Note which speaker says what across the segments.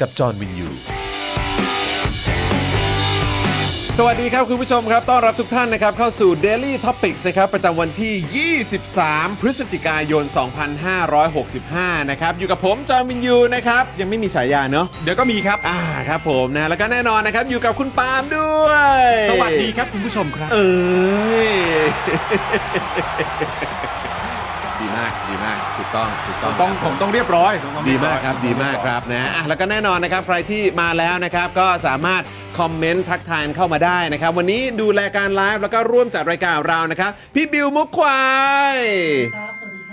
Speaker 1: กับจอห์นวินยู
Speaker 2: สวัสดีครับคุณผู้ชมครับต้อนรับทุกท่านนะครับเข้าสู่ Daily Topics นะครับประจำวันที่ 23 พฤศจิกายน 2565 นะครับอยู่กับผมจอห์นวินยูนะครับยังไม่มีฉายาเนอะ
Speaker 3: เดี๋ยวก็มีครับ
Speaker 2: อ่าครับผมนะแล้วก็แน่นอนนะครับอยู่กับคุณปาล์มด้วย
Speaker 3: สวัสดีครับคุณผู้ชมครับ
Speaker 2: เอ้ย ดีมากดีมากถูกต้องถูกต้อง
Speaker 3: ต้องผมต้องเรียบร้อยผมต้อง
Speaker 2: ดี
Speaker 3: เยอย
Speaker 2: มากครับดีมากครับนะอ่ะแล้วก็แน่นอนนะครับใครที่มาแล้วนะครับก็สามารถคอมเมนต์ทักทายเข้ามาได้นะครับ วันนี้ดูแลการไลฟ์แล้วก็ร่วมจัดรายการเรานะครับ พี่บิวมุกควาย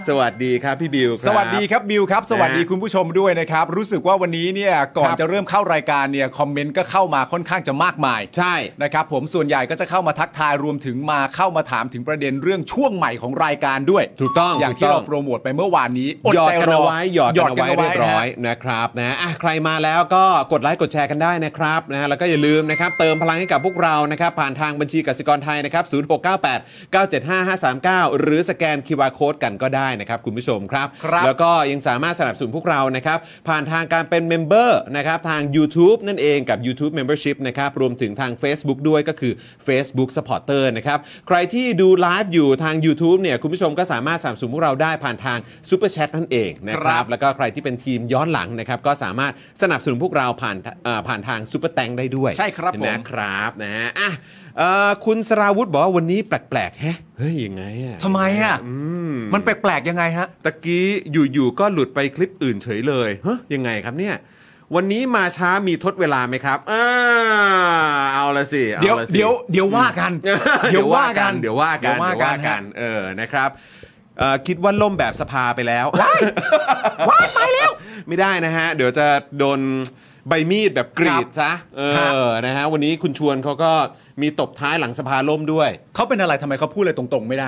Speaker 2: สวัสดีครับพี่บิวครับ
Speaker 3: สวัสดีครับบิวครับ สวัสดีคุณผู้ชมด้วยนะครับ รู้สึกว่าวันนี้เนี่ยก่อน
Speaker 2: ครับ
Speaker 3: จะเริ่มเข้ารายการเนี่ยคอมเมนต์ก็เข้ามาค่อนข้างจะมากมาย
Speaker 2: ใช่
Speaker 3: นะครับผมส่วนใหญ่ก็จะเข้ามาทักทายรวมถึงมาเข้ามาถามถึงประเด็นเรื่องช่วงใหม่ของรายการด้วย
Speaker 2: ถูกต้อง
Speaker 3: อย่าง
Speaker 2: ถูก
Speaker 3: ที่
Speaker 2: ต้
Speaker 3: เราโปรโมทไปเมื่อวานนี้
Speaker 2: หยอด
Speaker 3: ใจ
Speaker 2: กัน
Speaker 3: ร
Speaker 2: เอาไว้หยอดกันเอาไว้
Speaker 3: ห
Speaker 2: เรียบร้อย
Speaker 3: นะฮะ
Speaker 2: นะครับนะอ่ะใครมาแล้วก็กดไลค์กดแชร์กันได้นะครับนะแล้วก็อย่าลืมนะครับเติมพลังให้กับพวกเรานะครับผ่านทางบัญชีกสิกรไทยนะครับ0698 975 539 หรือสแกน QR Code กันก็ได้นะครับคุณผู้ชมครับ
Speaker 3: ครับ
Speaker 2: แล้วก็ยังสามารถสนับสนุนพวกเรานะครับ ผ่านทางการเป็นเมมเบอร์นะครับทาง YouTube นั่นเองกับ YouTube Membership นะครับรวมถึงทาง Facebook ด้วยก็คือ Facebook Supporter นะครับ ใครที่ดูไลฟ์อยู่ทาง YouTube เนี่ยคุณผู้ชมก็สามารถสนับสนุนพวกเราได้ผ่านทาง Super Chat นั่นเองนะค
Speaker 3: ครั
Speaker 2: รับ
Speaker 3: บ
Speaker 2: แล้วก็ใครที่เป็นทีมย้อนหลังนะครับก็สามารถสนับสนุนพวกเราผ่านเอ่อผ่านทาง Super t a n k ได้ด้วย
Speaker 3: ใช่ครับผม
Speaker 2: นะครับนะฮะอ่ะเอ่อคุณสราวุธบอกว่าวันนี้แปลกๆแฮะเฮ้ยยังไงอะ
Speaker 3: ทำไมอ่ะ
Speaker 2: อืม
Speaker 3: มันแปลกๆยังไงฮะ
Speaker 2: ตะกี้อยู่ๆก็หลุดไปคลิปอื่นเฉยเลยเฮ้ยยังไงครับเนี่ย วันนี้มาช้ามีทดเวลาไหมครับอ่าเอาละสิอา
Speaker 3: เดี๋ยว
Speaker 2: ละสิ
Speaker 3: เดี๋ยวเดี๋ยวว่ากัน
Speaker 2: เดี๋ยวว่ากัน เดี๋ยวว่ากันเดี๋ยว
Speaker 3: เดี๋ยวว่า
Speaker 2: ว่า
Speaker 3: กั
Speaker 2: กัน น เออ นะครับเอ่อคิดว่าล่มแบบสภาไปแล้ว ว้ายว้ายไปแล้ว ไม่ได้นะฮะ เดี๋ยวจะโดนใบมีดแบบกรีดซะ เอ
Speaker 3: ครับ
Speaker 2: อ นะฮะ วันนี้คุณชวนเขาก็มีตบท้ายหลังสภาล่มด้วย
Speaker 3: เขาเป็นอะไรทำไมเขาพูดเลยตรงๆ ไม่ได้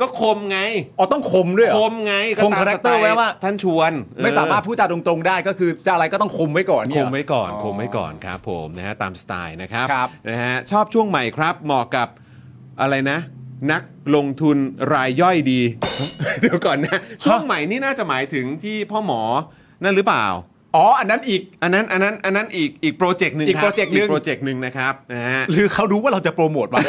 Speaker 2: ก็คมไง
Speaker 3: อ๋อต้องคมด้วยเหรอ
Speaker 2: คมไงก็
Speaker 3: คง
Speaker 2: ตม
Speaker 3: คาแรคเตอร์
Speaker 2: ส
Speaker 3: ไว้ว่า
Speaker 2: ท่านชวน
Speaker 3: ไม่
Speaker 2: เออ
Speaker 3: สามารถพูดจาตรงๆได้ก็คือจะอะไรก็ต้องคมไว้ก่อน
Speaker 2: ค
Speaker 3: เนี่ย
Speaker 2: มไว้ก่อนคมไว้ก่อนครับผมนะฮะตามสไตล์นะครับ
Speaker 3: ครับ
Speaker 2: นะฮะชอบช่วงใหม่ครับ เหมาะกับอะไรนะ นักลงทุนรายย่อยดี เดี๋ยวก่อนนะ ช่วงใหม่นี่น่าจะหมายถึงที่พ่อหมอนั่นหรือเปล่า
Speaker 3: อ๋ออันนั้นอีก
Speaker 2: อันนั้นอันนั้นอันนั้นอีกอีกโปรเจกต์หนึ่ง
Speaker 3: อีก
Speaker 2: คบ
Speaker 3: โปรเจกต์หนึ่ง
Speaker 2: อีกโปรเจกต์หนึ่งนะครับนะฮะ
Speaker 3: หรือเขารู้ว่าเราจะโปรโมท วะ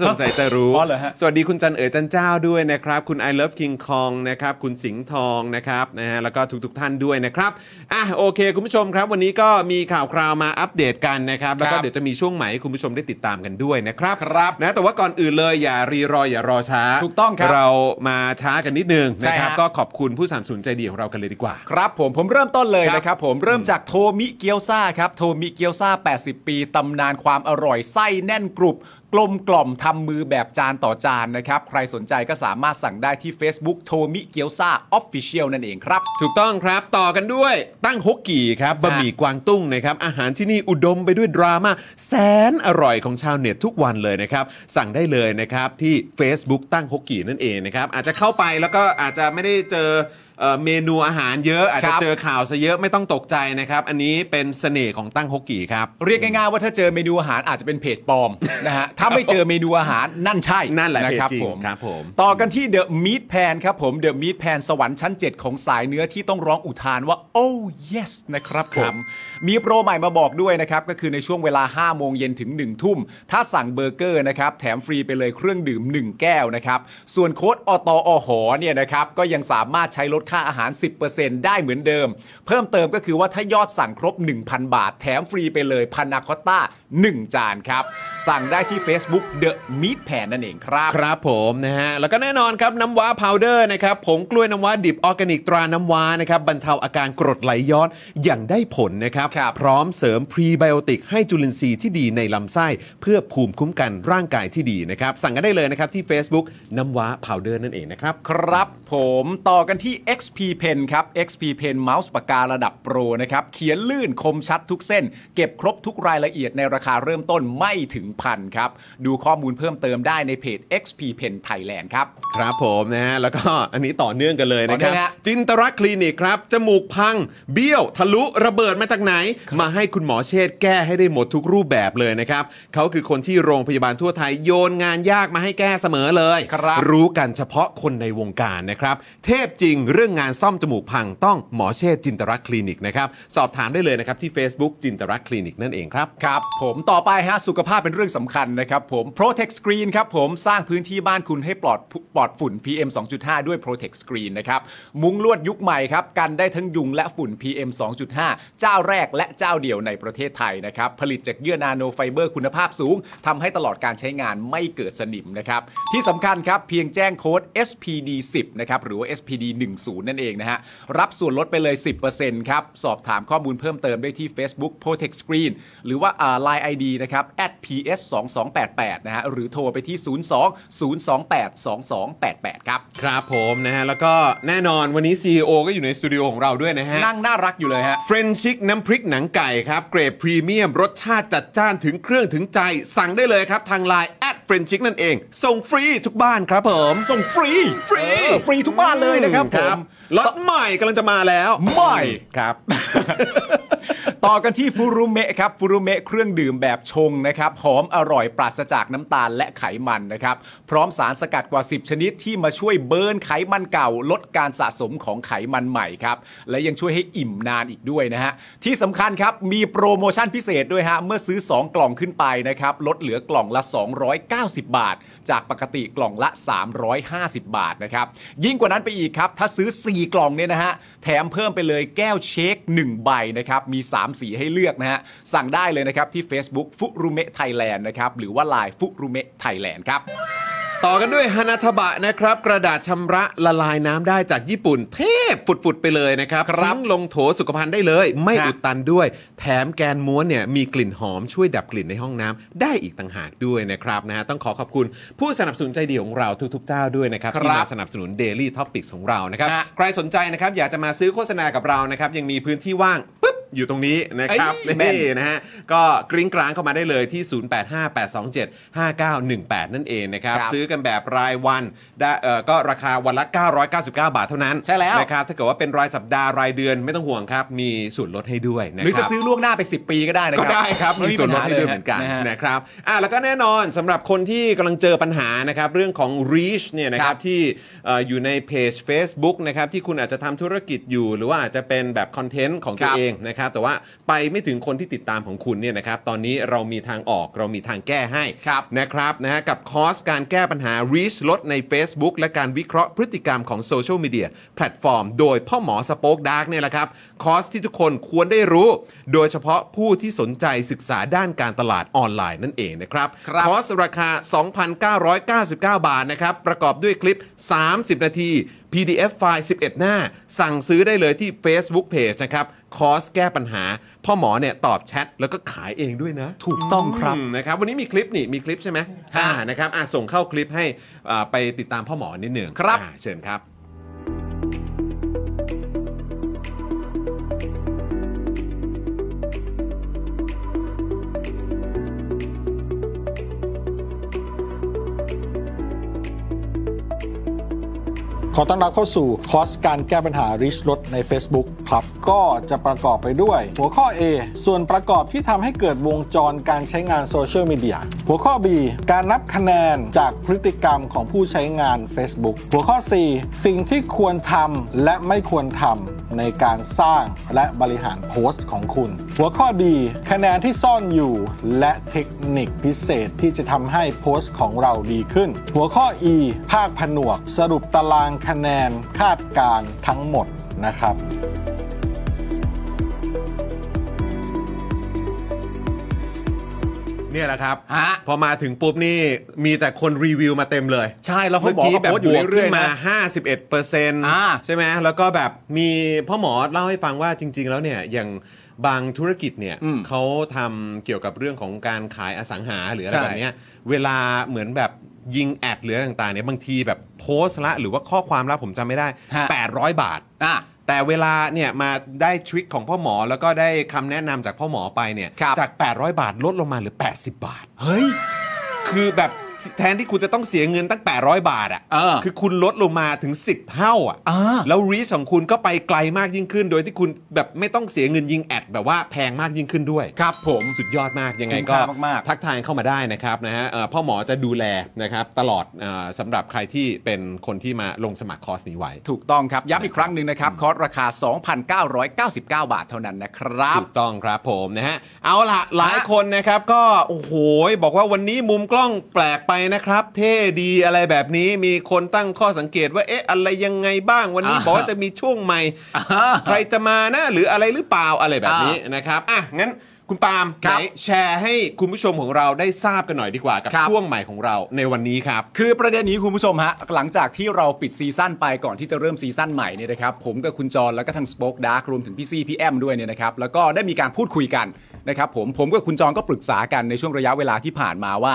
Speaker 2: สงสัยจะรู้
Speaker 3: อ๋อเหรอฮะ
Speaker 2: สวัสดีคุณจันเอ๋ยจันเจ้าด้วยนะครับ คุณ I love King Kong นะครับ คุณสิงห์ทองนะครับนะฮะแล้วก็ทุกๆท่านด้วยนะครับ อ่ะโอเค คุณผู้ชมครับ วันนี้ก็มีข่าวคราวมาอัปเดตกันนะครับ แล้วก็
Speaker 3: ครับ
Speaker 2: เดี๋ยวจะมีช่วงใหม่ให้คุณผู้ชมได้ติดตามกันด้วยนะครับ
Speaker 3: ครับ
Speaker 2: นะแต่ว่าก่อนอื่นเลยอย่ารีรออย่ารอช้า
Speaker 3: ถูกต้องครับ
Speaker 2: เรามาช้ากันนิดนึง
Speaker 3: ใช่
Speaker 2: นะครับ
Speaker 3: ฮะ
Speaker 2: ก็ขอบคุณผู้สามสูนใจดีของเรากันเลยดีกว่า
Speaker 3: ครับผมผมเริ่มต้นเลย
Speaker 2: ครับ
Speaker 3: นะครับผมเริ่มจากโทมิเกียวซาครับโทมิเกียวซา80 ปี ตำนานความอร่อยไส้แน่นกรุบ กลมกล่อมทำมือแบบจานต่อจานนะครับ ใครสนใจก็สามารถสั่งได้ที่ Facebook โทมิเกียวซาออฟฟิเชียลนั่นเองครับ
Speaker 2: ถูกต้องครับต่อกันด้วยตั้งฮกกี่ครับบะหมี่กวางตุ้งนะครับ อาหารที่นี่อุดมไปด้วยดราม่าแสนอร่อยของชาวเน็ตทุกวันเลยนะครับ สั่งได้เลยนะครับที่ Facebook ตั้งฮกกี่นั่นเองนะครับ อาจจะเข้าไปแล้วก็อาจจะไม่ได้เจอเอ่อเมนูอาหารเยอะ อาจ
Speaker 3: ค
Speaker 2: จะ
Speaker 3: รับ
Speaker 2: เจอข่าวซะเยอะไม่ต้องตกใจนะครับ อันนี้เป็นเสน่ห์ของตั้งฮกกี่ครับ
Speaker 3: เรียกง่ายๆว่าถ้าเจอเมนูอาหารอาจจะเป็นเพจปลอม นะฮะถ้าไม่เจอเมนูอาหารนั่นใช่
Speaker 2: นั่นแหละ
Speaker 3: นะ
Speaker 2: เพจจริงครับผม
Speaker 3: ต่อกันที่เดอะมีทแพนครับผมเดอะมีทแพนสวรรค์ชั้น 7 ของสายเนื้อที่ต้องร้องอุทานว่า oh yes นะครับผ
Speaker 2: ครับ
Speaker 3: ม มีโปรใหม่มาบอกด้วยนะครับ ก็คือในช่วงเวลา 5 โมงเย็นถึง 1 ทุ่ม ถ้าสั่งเบอร์เกอร์นะครับ แถมฟรีไปเลยเครื่องดื่ม 1 แก้วนะครับ ส่วนโค้ดอตออหอเนี่ยนะครับ ก็ยังสามารถใช้ลด ค่าอาหาร 10%ได้เหมือนเดิม เพิ่มเติมก็คือว่าถ้ายอดสั่งครบ 1,000 บาท แถมฟรีไปเลยพานาคอตต้า 1 จานครับ สั่งได้ที่ Facebook The Meat แผนนั่นเองครับ
Speaker 2: ครับผมนะฮะแล้วก็แน่นอนครับน้ำว้าพาวเดอร์นะครับผงกล้วยน้ำว้าดิบออร์แกนิกตราน้ำว้านะครับบรรเทาอาการกรดไหลย้อนอย่างได้ผลนะครับ
Speaker 3: ครับ
Speaker 2: พร้อมเสริมพรีไบโอติกให้จุลินทรีย์ที่ดีในลำไส้ เพื่อภูมิคุ้มกันร่างกายที่ดีนะครับ สั่งกันได้เลยนะครับที่ Facebook น้ำว้าพาวเดอร์นั่นเองนะครับ
Speaker 3: ครับผมต่อกันที่ XP Pen ครับ XP Pen เมาส์ปากการะดับโปรนะครับ เขียนลื่นคมชัดทุกเส้น เก็บครบทุกรายละเอียดในราคาเริ่มต้นไม่ถึงพันครับ ดูข้อมูลเพิ่มเติมได้ในเพจ XP Pen Thailand ครับ
Speaker 2: ครับผมนะฮะแล้วก็ อันนี้ต่อเนื่องกันเลยนะครั
Speaker 3: ต่อ
Speaker 2: บ
Speaker 3: เนื่องฮะ
Speaker 2: จินตรักษณ์คลินิกครับ จมูกพัง เบี้ยว ทะลุระเบิดมาจากไหน มาให้คุณหมอเชษฐ์แก้ให้ได้หมดทุกรูปแบบเลยนะครับเขาคือคนที่โรงพยาบาลทั่วไทยโยนงานยากมาให้แก้เสมอเลย
Speaker 3: ครับ
Speaker 2: รู้กันเฉพาะคนในวงการนะครับ เทพจริงเรื่องงานซ่อมจมูกพังต้องหมอเชษฐ์จินตรักษณ์คลินิกนะครับสอบถามได้เลยนะครับที่ Facebook จินตรักษณ์คลินิกนั่นเองครับ
Speaker 3: ครับผมต่อไปฮะสุขภาพเป็นเรื่องสำคัญนะครับผม Protect Screen ครับผมสร้างพื้นที่บ้านคุณให้ปลอดปลอดฝุ่น PM 2.5 ด้วย Protect Screen นะครับมุ้งลวดยุคใหม่ครับ กันได้ทั้งยุงและฝุ่น PM 2.5 เจ้าแรกและเจ้าเดียวในประเทศไทยนะครับ ผลิตจากเยื่อนาโนไฟเบอร์คุณภาพสูงทำให้ตลอดการใช้งานไม่เกิดสนิมนะครับ ที่สำคัญครับ เพียงแจ้งโค้ด SPD 10นะครับหรือว่า SPD 10นั่นเองนะฮะรับส่วนลดไปเลย 10%ครับ สอบถามข้อมูลเพิ่มเติมได้ที่ Facebook Protect Screen หรือว่าอ่า Line ID นะครับ @ps 2 2 8 8นะฮะหรือโทรไปที่ 02 028 2288 ครับ
Speaker 2: ครับผมนะฮะแล้วก็แน่นอนวันนี้ CEO ก็อยู่ในสตูดิโอของเราด้วยนะฮะ
Speaker 3: นั่งน่ารักอยู่เลยฮะ
Speaker 2: เฟรนชิกน้ำพริกหนังไก่ครับ เกรดพรีเมียม รสชาติจัดจ้านถึงเครื่องถึงใจ สั่งได้เลยครับ ทางไลน์แอดเฟรนชิกนั่นเอง ส่งฟรีทุกบ้านครับผม
Speaker 3: ส่งฟรี
Speaker 2: ฟรี
Speaker 3: เออฟรีทุกบ้านเลยนะครับผม
Speaker 2: ล็อตใหม่กำลังจะมาแล้ว
Speaker 3: ใหม่
Speaker 2: ครับ
Speaker 3: ต่อกันที่ฟูรุเมะครับฟูรุเมะเครื่องดื่มแบบชงนะครับหอมอร่อยปราศจากน้ำตาลและไขมันนะครับ พร้อมสารสกัดกว่า 10 ชนิดที่มาช่วยเบิร์นไขมันเก่า ลดการสะสมของไขมันใหม่ครับ และยังช่วยให้อิ่มนานอีกด้วยนะฮะ ที่สำคัญครับ มีโปรโมชั่นพิเศษด้วยฮะ เมื่อซื้อ 2 กล่องขึ้นไปนะครับ ลดเหลือกล่องละ 290 บาท จากปกติกล่องละ 350 บาทนะครับ ยิ่งกว่านั้นไปอีกครับ ถ้าซื้อ 4 กล่องเนี่ยนะฮะ แถมเพิ่มไปเลยแก้วเช็ค 1 ใบนะครับ มี 3 สีให้เลือกนะฮะ สั่งได้เลยนะครับที่ Facebook ฟุรุเมะไทยแลนด์นะครับ หรือว่า Line ฟุรุเมะไทยแลนด์ครับ
Speaker 2: ต่อกันด้วยฮานาทบะนะครับ กระดาษชำระละลายน้ำได้จากญี่ปุ่น เทพฝุดๆไปเลยนะครับ
Speaker 3: ครับ
Speaker 2: ทิ้งลงโถสุขภัณฑ์ได้เลย ไม่
Speaker 3: ครับ
Speaker 2: อุดตันด้วย แถมแกนม้วนเนี่ยมีกลิ่นหอมช่วยดับกลิ่นในห้องน้ำได้อีกต่างหากด้วยนะครับนะฮะต้องขอขอบคุณผู้สนับสนุนใจดีของเราทุกๆเจ้าด้วยนะครับ
Speaker 3: ครับ
Speaker 2: ที่มาสนับสนุน Daily Topics ของเรานะครับ
Speaker 3: ฮะ
Speaker 2: ใครสนใจนะครับอยากจะมาซื้อโฆษณากับเรานะครับยังมีพื้นที่ว่างปุ๊บอยู่ตรงนี้นะครับ
Speaker 3: เอ้ยแม่น
Speaker 2: นี่นะฮะก็กริ้งกลางเข้ามาได้เลยที่ 0858275918 นั่นเองนะครับ
Speaker 3: ครับ
Speaker 2: ซื้อกันแบบรายวันได้เอ่อก็ราคาวันละ 999 บาทเท่านั้น
Speaker 3: ใช่แล้ว
Speaker 2: นะครับถ้าเกิดว่าเป็นรายสัปดาห์รายเดือนไม่ต้องห่วงครับ มีส่วนลดให้ด้วยนะ
Speaker 3: ห
Speaker 2: ค
Speaker 3: รือ
Speaker 2: รับ
Speaker 3: จะซื้อล่วงหน้าไป 10 ปีก็ได้นะค
Speaker 2: ก็
Speaker 3: รับ
Speaker 2: ได้ครับ
Speaker 3: ไ
Speaker 2: มีส่วนลดให้ด้วยเห
Speaker 3: ปัญา
Speaker 2: มือนกัน
Speaker 3: ฮะ
Speaker 2: นะครับอ่ะแล้วก็แน่นอนสำหรับคนที่กำลังเจอปัญหานะครับเรื่องของ reach เนี่ยนะค
Speaker 3: ครั
Speaker 2: รับบ ที่เอ่ออยู่ในเพจ Facebook นะครับที่คุณอาจจะทำธุรกิจอยู่ หรือว่าอาจจะเป็นแบบคอนเทนต์ของตั
Speaker 3: ควรับ
Speaker 2: เองนะครับแต่ว่าไปไม่ถึงคนที่ติดตามของคุณเนี่ยนะครับตอนนี้เรามีทางออกเรามีทางแก้ให้
Speaker 3: ครับ
Speaker 2: นะครับนะฮะกับคอร์สการแก้ปัญหา reach ลดใน Facebook และการวิเคราะห์พฤติกรรมของโซเชียลมีเดียแพลตฟอร์มโดยพ่อหมอสป็อคดาร์กเนี่ยแหละครับคอร์สที่ทุกคนควรได้รู้ โดยเฉพาะผู้ที่สนใจศึกษาด้านการตลาดออนไลน์นั่นเองนะครับ
Speaker 3: ครับ
Speaker 2: อร์สราคา 2,999 บาทนะครับ ประกอบด้วยคลิป 30 นาที PDF ไฟล์ 11 หน้า สั่งซื้อได้เลยที่ Facebook Page นะครับคอร์สแก้ปัญหา พ่อหมอเนี่ยตอบแชทแล้วก็ขายเองด้วยนะ
Speaker 3: ถูกต้องครับ
Speaker 2: อืมนะครับวันนี้มีคลิปนี่มีคลิปใช่ไหมอ่านะครับอ่ะส่งเข้าคลิปให้อ่าไปติดตามพ่อหมอนิดหนึ่ง
Speaker 3: ครับ
Speaker 2: อ่าเชิญครับ
Speaker 4: ขอต้อนรับเข้าสู่คอร์สการแก้ปัญหา Rich ลดใน Facebook ครับ ก็จะประกอบไปด้วย หัวข้อ A ส่วนประกอบที่ทำให้เกิดวงจรการใช้งานโซเชียลมีเดียหัวข้อ B การนับคะแนนจากพฤติกรรมของผู้ใช้งาน Facebook หัวข้อ C สิ่งที่ควรทำและไม่ควรทำในการสร้างและบริหารโพสต์ของคุณ หัวข้อ D คะแนนที่ซ่อนอยู่ และเทคนิคพิเศษที่จะทำให้โพสต์ของเราดีขึ้น หัวข้อ E ภาคผนวก สรุปตาราง
Speaker 5: คะแนนคาดการณ์ทั้งหมดนะครับ
Speaker 2: เนี่ยแหละครับ
Speaker 3: ฮะ
Speaker 2: พอมาถึงปุ๊บนี่มีแต่คนรีวิวมาเต็มเลย
Speaker 3: ใช่แล้วเขา
Speaker 2: เมื่อ
Speaker 3: บอก
Speaker 2: กี้
Speaker 3: ว่า
Speaker 2: แบบ
Speaker 3: โพสต์อบ ยู่
Speaker 2: วกขึ้
Speaker 3: เรื่อย
Speaker 2: น
Speaker 3: ๆ
Speaker 2: มา
Speaker 3: นะ า
Speaker 2: 51%ใช่ไหมแล้วก็แบบมีพ่อหมอเล่าให้ฟังว่าจริง ๆ แล้วเนี่ยอย่างบางธุรกิจเนี่ย
Speaker 3: อืม
Speaker 2: เขาทำเกี่ยวกับเรื่องของการขายอสังหาหรืออะไร
Speaker 3: ใช่
Speaker 2: แบบเนี้ยเวลาเหมือนแบบยิงแอดหรืออะไรต่างๆเนี่ยบางทีแบบโพสต์ละหรือว่าข้อความละผมจำไม่ได้
Speaker 3: ฮะ
Speaker 2: 800 บาท
Speaker 3: อ่ะ
Speaker 2: แต่เวลาเนี่ยมาได้ทริคของพ่อหมอแล้วก็ได้คำแนะนำจากพ่อหมอไปเนี่ย
Speaker 3: ครับ
Speaker 2: จาก 800 บาทลดลงมาเหลือ 80 บาท เฮ้ย คือแบบแทนที่คุณจะต้องเสียเงินตั้ง 800 บาท
Speaker 3: เออ
Speaker 2: อะ่ะคือคุณลดลงมาถึง 10 เท่าอ่ะ
Speaker 3: อ่า
Speaker 2: แล้วรีชของคุณก็ไปไกลมากยิ่งขึ้น โดยที่คุณแบบไม่ต้องเสียเงินยิงแอดแบบว่าแพงมากยิ่งขึ้นด้วย
Speaker 3: ครับผม
Speaker 2: สุดยอดมากยังไง
Speaker 3: คุ้ม
Speaker 2: ก็
Speaker 3: ค่ามากๆ
Speaker 2: ทักทายเข้ามาได้นะครับนะฮะเอ่อพ่อหมอจะดูแลนะครับตลอดเออสำหรับใครที่เป็นคนที่มาลงสมัครคอร์สนี้ไว้
Speaker 3: ถูกต้องครับ ย้ำอีกครั้งหนึ่งนะครับ คอร์สราคา 2,999 บาทเท่านั้นนะครับ
Speaker 2: ถูกต้องครับผมนะฮะเอาละหลาย
Speaker 3: ฮะ
Speaker 2: คนนะครับก็โอ้โหบอกว่าวันนี้มุมกล้องแปลกไปนะครับ เท่ดีอะไรแบบนี้มีคนตั้งข้อสังเกตว่าเอ๊ะอะไรยังไงบ้างวันนี้
Speaker 3: อ่า
Speaker 2: บอกว่าจะมีช่วงใหม่ ใครจะมานะหรืออะไรหรือเปล่าอะไรแบบนี้นะครับอ่ะงั้นคุณปาล์ม
Speaker 3: ครับ
Speaker 2: ไหนแชร์ให้คุณผู้ชมของเราได้ทราบกันหน่อยดีกว่ากับ
Speaker 3: ครับ
Speaker 2: ช่วงใหม่ของเราในวันนี้ครับ
Speaker 3: คือประเด็นนี้คุณผู้ชมฮะ หลังจากที่เราปิดซีซั่นไปก่อนที่จะเริ่มซีซั่นใหม่เนี่ยนะครับ ผมกับคุณจรแล้วก็ทาง Spoke Dark รวมถึงพี่ซีพี่แอมด้วยเนี่ยนะครับ แล้วก็ได้มีการพูดคุยกันนะครับผมผมกับคุณจรก็ปรึกษากันในช่วงระยะเวลาที่ผ่านมาว่า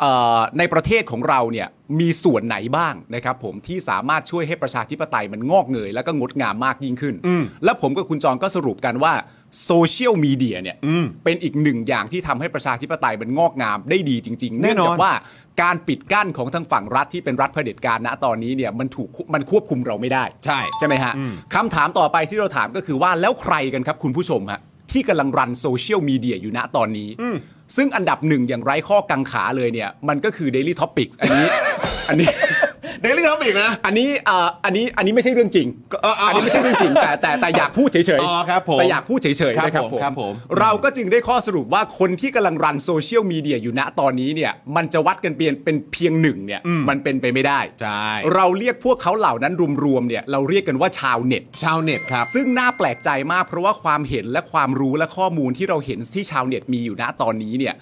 Speaker 3: เอ่อในประเทศของเราเนี่ยมีส่วนไหนบ้างนะครับผมที่สามารถช่วยให้ประชาธิปไตยมันงอกเงย แล้วก็งดงามมากยิ่งขึ้น และผมกับคุณจรก็สรุปกันว่าโซเชียลมีเดียเนี่ยเป็นอีกหนึ่งอย่างที่ทำให้ประชาธิปไตยมันงอกงามได้ดีจริงๆเนื่องจากว่า ว่าการปิดกั้นของทางฝั่งรัฐที่เป็นรัฐเผด็จการณตอนนี้เนี่ยมันถูกมันควบคุมเราไม่ได้
Speaker 2: ใช่
Speaker 3: ใช่ไหมฮะคำถามต่อไปที่เราถามก็คือว่าแล้วใครกันครับคุณผู้ชมฮะที่กำลังรันโซเชียลมีเดียอยู่ณตอนนี้ ซึ่งอันดับหนึ่งอย่างไร้ข้อกังขาเลยเนี่ย มันก็คือ Daily Topics อันนี้ อันนี้
Speaker 2: Daily Topic นะ
Speaker 3: อันนี้เอ่ออันนี้อันนี้ไม่ใช่เรื่องจริง
Speaker 2: ก็เออเอา
Speaker 3: นนี้ไม่ใช่เรื่องจริง แต่แต่แต่อยากพูดเฉย
Speaker 2: อ๋อครับผม
Speaker 3: แต่อยากพูดเฉยๆ
Speaker 2: ครับ
Speaker 3: นะครับ
Speaker 2: ผม
Speaker 3: ผม
Speaker 2: ครับผม
Speaker 3: เราก็จึงได้ข้อสรุปว่าคนที่กำลังรันโซเชียลมีเดียอยู่ณตอนนี้เนี่ย มันจะวัดกันเพียงเป็นเพียงหนึ่งเนี่ยมันเป็นไปไม่ได้
Speaker 2: ใช่
Speaker 3: เราเรียกพวกเขาเหล่านั้นรวมๆเนี่ยเราเรียกกันว่าชาวเน็ต
Speaker 2: ชาวเน็ตครับ
Speaker 3: ซึ่งน่าแปลกใจมากเพราะว่าความเห็นและความรู้และข้อมูลที่เราเห็นที่ชาวเน็ตมีอยู่ณตอนนี้เนี่ย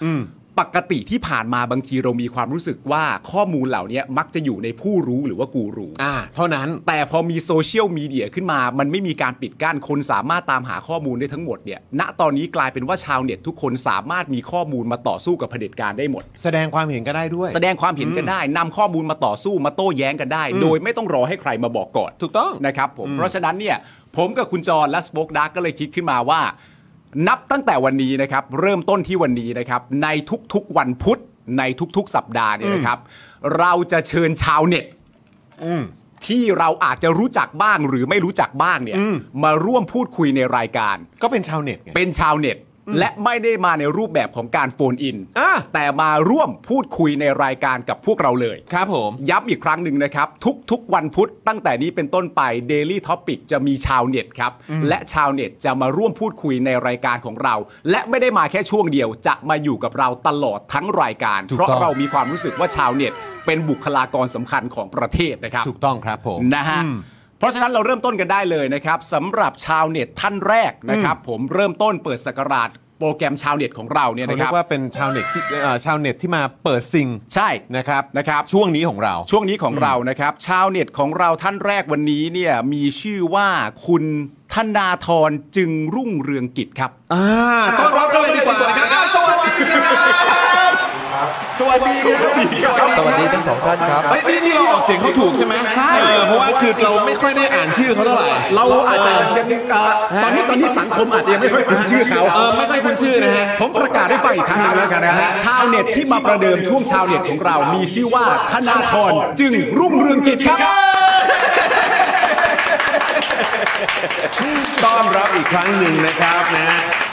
Speaker 3: ปกติที่ผ่านมาบางทีเรามีความรู้สึกว่าข้อมูลเหล่านี้มักจะอยู่ในผู้รู้หรือว่ากูรู
Speaker 2: อ่า เท่านั้น
Speaker 3: แต่พอมีโซเชียลมีเดียขึ้นมา มันไม่มีการปิดกั้นคนสามารถตามหาข้อมูลได้ทั้งหมดเนี่ยณตอนนี้กลายเป็นว่าชาวเน็ตทุกคนสามารถมีข้อมูลมาต่อสู้กับเผด็จการได้หมด
Speaker 2: แสดงความเห็นก็ได้ด้วย
Speaker 3: แสดงความเห็นกันได้นำข้อมูลมาต่อสู้มาโต้แย้งกันได้ โดยไม่ต้องรอให้ใครมาบอกก่อน
Speaker 2: ถูกต้อง
Speaker 3: นะครับผมเพราะฉะนั้นเนี่ยผมกับคุณจรและสป็อกดาร์กก็เลยคิดขึ้นมาว่า นับตั้งแต่วันนี้นะครับ เริ่มต้นที่วันนี้นะครับ ในทุกๆวันพุธในทุกๆ สัปดาห์เนี่ยนะครับ เราจะเชิญชาวเน็ตที่เราอาจจะรู้จักบ้างหรือไม่รู้จักบ้างเนี่ยมาร่วมพูดคุยในรายการ
Speaker 2: ก็เป็นชาวเน็ตไง
Speaker 3: เป็นชาวเน็ต และไม่ได้มาในรูปแบบของการโฟนอิน
Speaker 2: อ่ะ
Speaker 3: แต่มาร่วมพูดคุยในรายการกับพวกเราเลย
Speaker 2: ครับผม
Speaker 3: ย้ำอีกครั้งหนึ่งนะครับ ทุกๆ วันพุธตั้งแต่นี้เป็นต้นไป Daily Topic จะมีชาวเน็ตครับ และชาวเน็ตจะมาร่วมพูดคุยในรายการของเรา และไม่ได้มาแค่ช่วงเดียว จะมาอยู่กับเราตลอดทั้งรายการ เพราะเรามีความรู้สึกว่าชาวเน็ต เป็นบุคลากรสำคัญของประเทศนะครับ
Speaker 2: ถูกต้องครับผม
Speaker 3: นะฮะ เพราะฉะนั้นเราเริ่มต้นกันได้เลยนะครับสำหรับชาวเน็ตท่านแรกนะครับผมเริ่มต้นเปิดสกราชโปรแกรมชาวเน็ตของเราเนี่ย
Speaker 2: เขา
Speaker 3: นะค
Speaker 2: เรีย
Speaker 3: รับ
Speaker 2: กว่าเป็นชาวเน็ตที่เอ่อชาวเน็ตที่มาเปิดซิง
Speaker 3: ใช่
Speaker 2: นะครับ
Speaker 3: นะครับ
Speaker 2: ช่วงนี้ของเรา
Speaker 3: ช่วงนี้ของเรานะครับ ชาวเน็ตของเราท่านแรกวันนี้เนี่ยมีชื่อว่าคุณธนาธรจึงรุ่งเรืองกิจครับ
Speaker 2: อ่าต้อนรับกันเลยดีกว่านะครับอ่าสวัสดีครับสวัสดีครับ
Speaker 6: สวัสดีทั้งสองท่านครับ
Speaker 2: เฮ้ยนี่นี่เราออกเสียงเขาถูกใช่ไหมใช่เพราะว่าคือเราไม่ค่อยได้อ่านชื่อเขาเท่าไหร่
Speaker 3: เราอาจจะยังเอ่อตอนนี้ตอนนี้สังคมอาจจะยังไม่ค่อยคุ้นชื่อเขา
Speaker 2: เออไม่ค่อยคุ้นชื่อนะฮะ
Speaker 3: ผมประกาศให้ฟังอีกครั้งหนึงแล้วกันนะฮะชาวเน็ตที่มาประเดิมช่วงชาวเน็ตของเรา มีชื่อว่าธนาธรจึงรุ่งเรืองกิจครับ
Speaker 2: ต้อนรับอีกครั้งหนึ่งนะครับนะ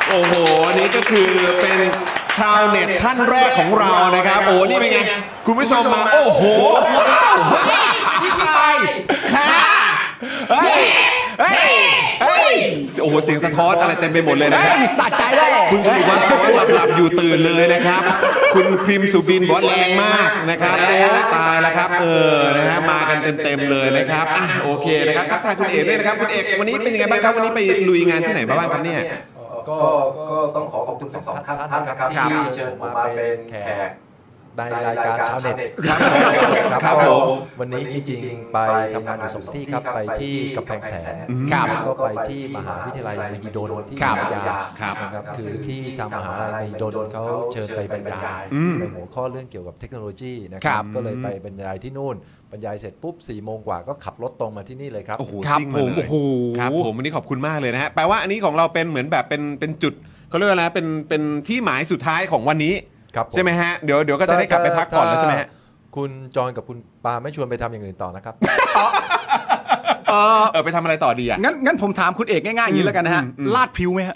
Speaker 2: โอ้โหอันนี่ก็คือเป็นชาวเน็ตท่านแรกของเรานะครับ โอ้โหนี่เป็นไงคุณผู้ชมมาโอ้โหว้าวเฮ้ยพี่ตายค่ะ
Speaker 3: เฮ้ย เฮ้ย เฮ้ย
Speaker 2: โอ้โหเสียงสะท้อนอะไรเต็มไปหมดเลยนะ
Speaker 3: เฮ้
Speaker 2: ครับ
Speaker 3: ยสะใจแล้ว
Speaker 2: คุณสุวัสดิ์บอกว่าหลับๆอยู่ตื่นเลยนะครับ คุณพิมพ์สุบินบอกว่าแรงมากนะครับโอ้ยตายแล้วครับ เออนะฮะมากันเต็มๆเลยนะครับอ่ะโอเคนะครับทักทายคุณเอกด้วยนะครับคุณเอกวันนี้เป็นยังไงบ้างครับวันนี้ไปลุยงานที่ไหนมาบ้างครับเนี่ย
Speaker 7: ก็ก็ต้องขอขอบคุณทั้งสองท่านท่านนะครับ
Speaker 3: ครับ
Speaker 7: ที่เชิญผมมาเป็นแขก
Speaker 6: ในรายการชาวเน็ต
Speaker 2: ครับ
Speaker 6: ครับ
Speaker 2: ครับผม
Speaker 6: วันนี้จริงๆ ไปทำงานอยู่สองที่ครับไปที่กำแพงแสน
Speaker 3: ครับ
Speaker 6: แล้วก็ไปที่มหาวิทยาลัยมหิดลที่
Speaker 3: ครับ
Speaker 6: พัทยา
Speaker 2: ครับ
Speaker 6: นะครับคือที่ทางมหาลัยมหิดลเขาเชิญไปบรรยาย
Speaker 2: อืม
Speaker 6: ในหัวข้อเรื่องเกี่ยวกับเทคโนโลยีนะ
Speaker 3: ค
Speaker 6: ค
Speaker 3: รั
Speaker 6: รับ บก็เลยไปบรรยายที่นู่นบรรยายเสร็จปุ๊บ4ี่โมงกว่าก็ขับรถตรงมาที่นี่เลยครับ
Speaker 2: โอ้โห
Speaker 3: ครับ
Speaker 2: ซิ่ง
Speaker 3: ผ
Speaker 2: มาม เลย
Speaker 3: โอ้โห
Speaker 2: ครับผมวันนี้ขอบคุณมากเลยนะฮะแปลว่าอันนี้ของเราเป็นเหมือนแบบเป็นเป็นจุดเขาเรียกว่าอะไรนะเป็นเป็นที่หมายสุดท้ายของวันนี้
Speaker 6: ครับผม
Speaker 2: ใช่ไหมฮะเดี๋ยวเดี๋ยวก็จะได้กลับไปพักผ่อนแล้วใช่ไหมฮะ
Speaker 6: คุณจอนกับคุณปาไม่ชวนไปทำอย่างอื่นต่อนะครับ
Speaker 3: เออ
Speaker 2: เออไปทำอะไรต่อดีอ่ะ
Speaker 3: งั้นงั้นผมถามคุณเอกง่ายๆอย่างนี้แล้วกันนะฮะลาดผิวไหมฮะ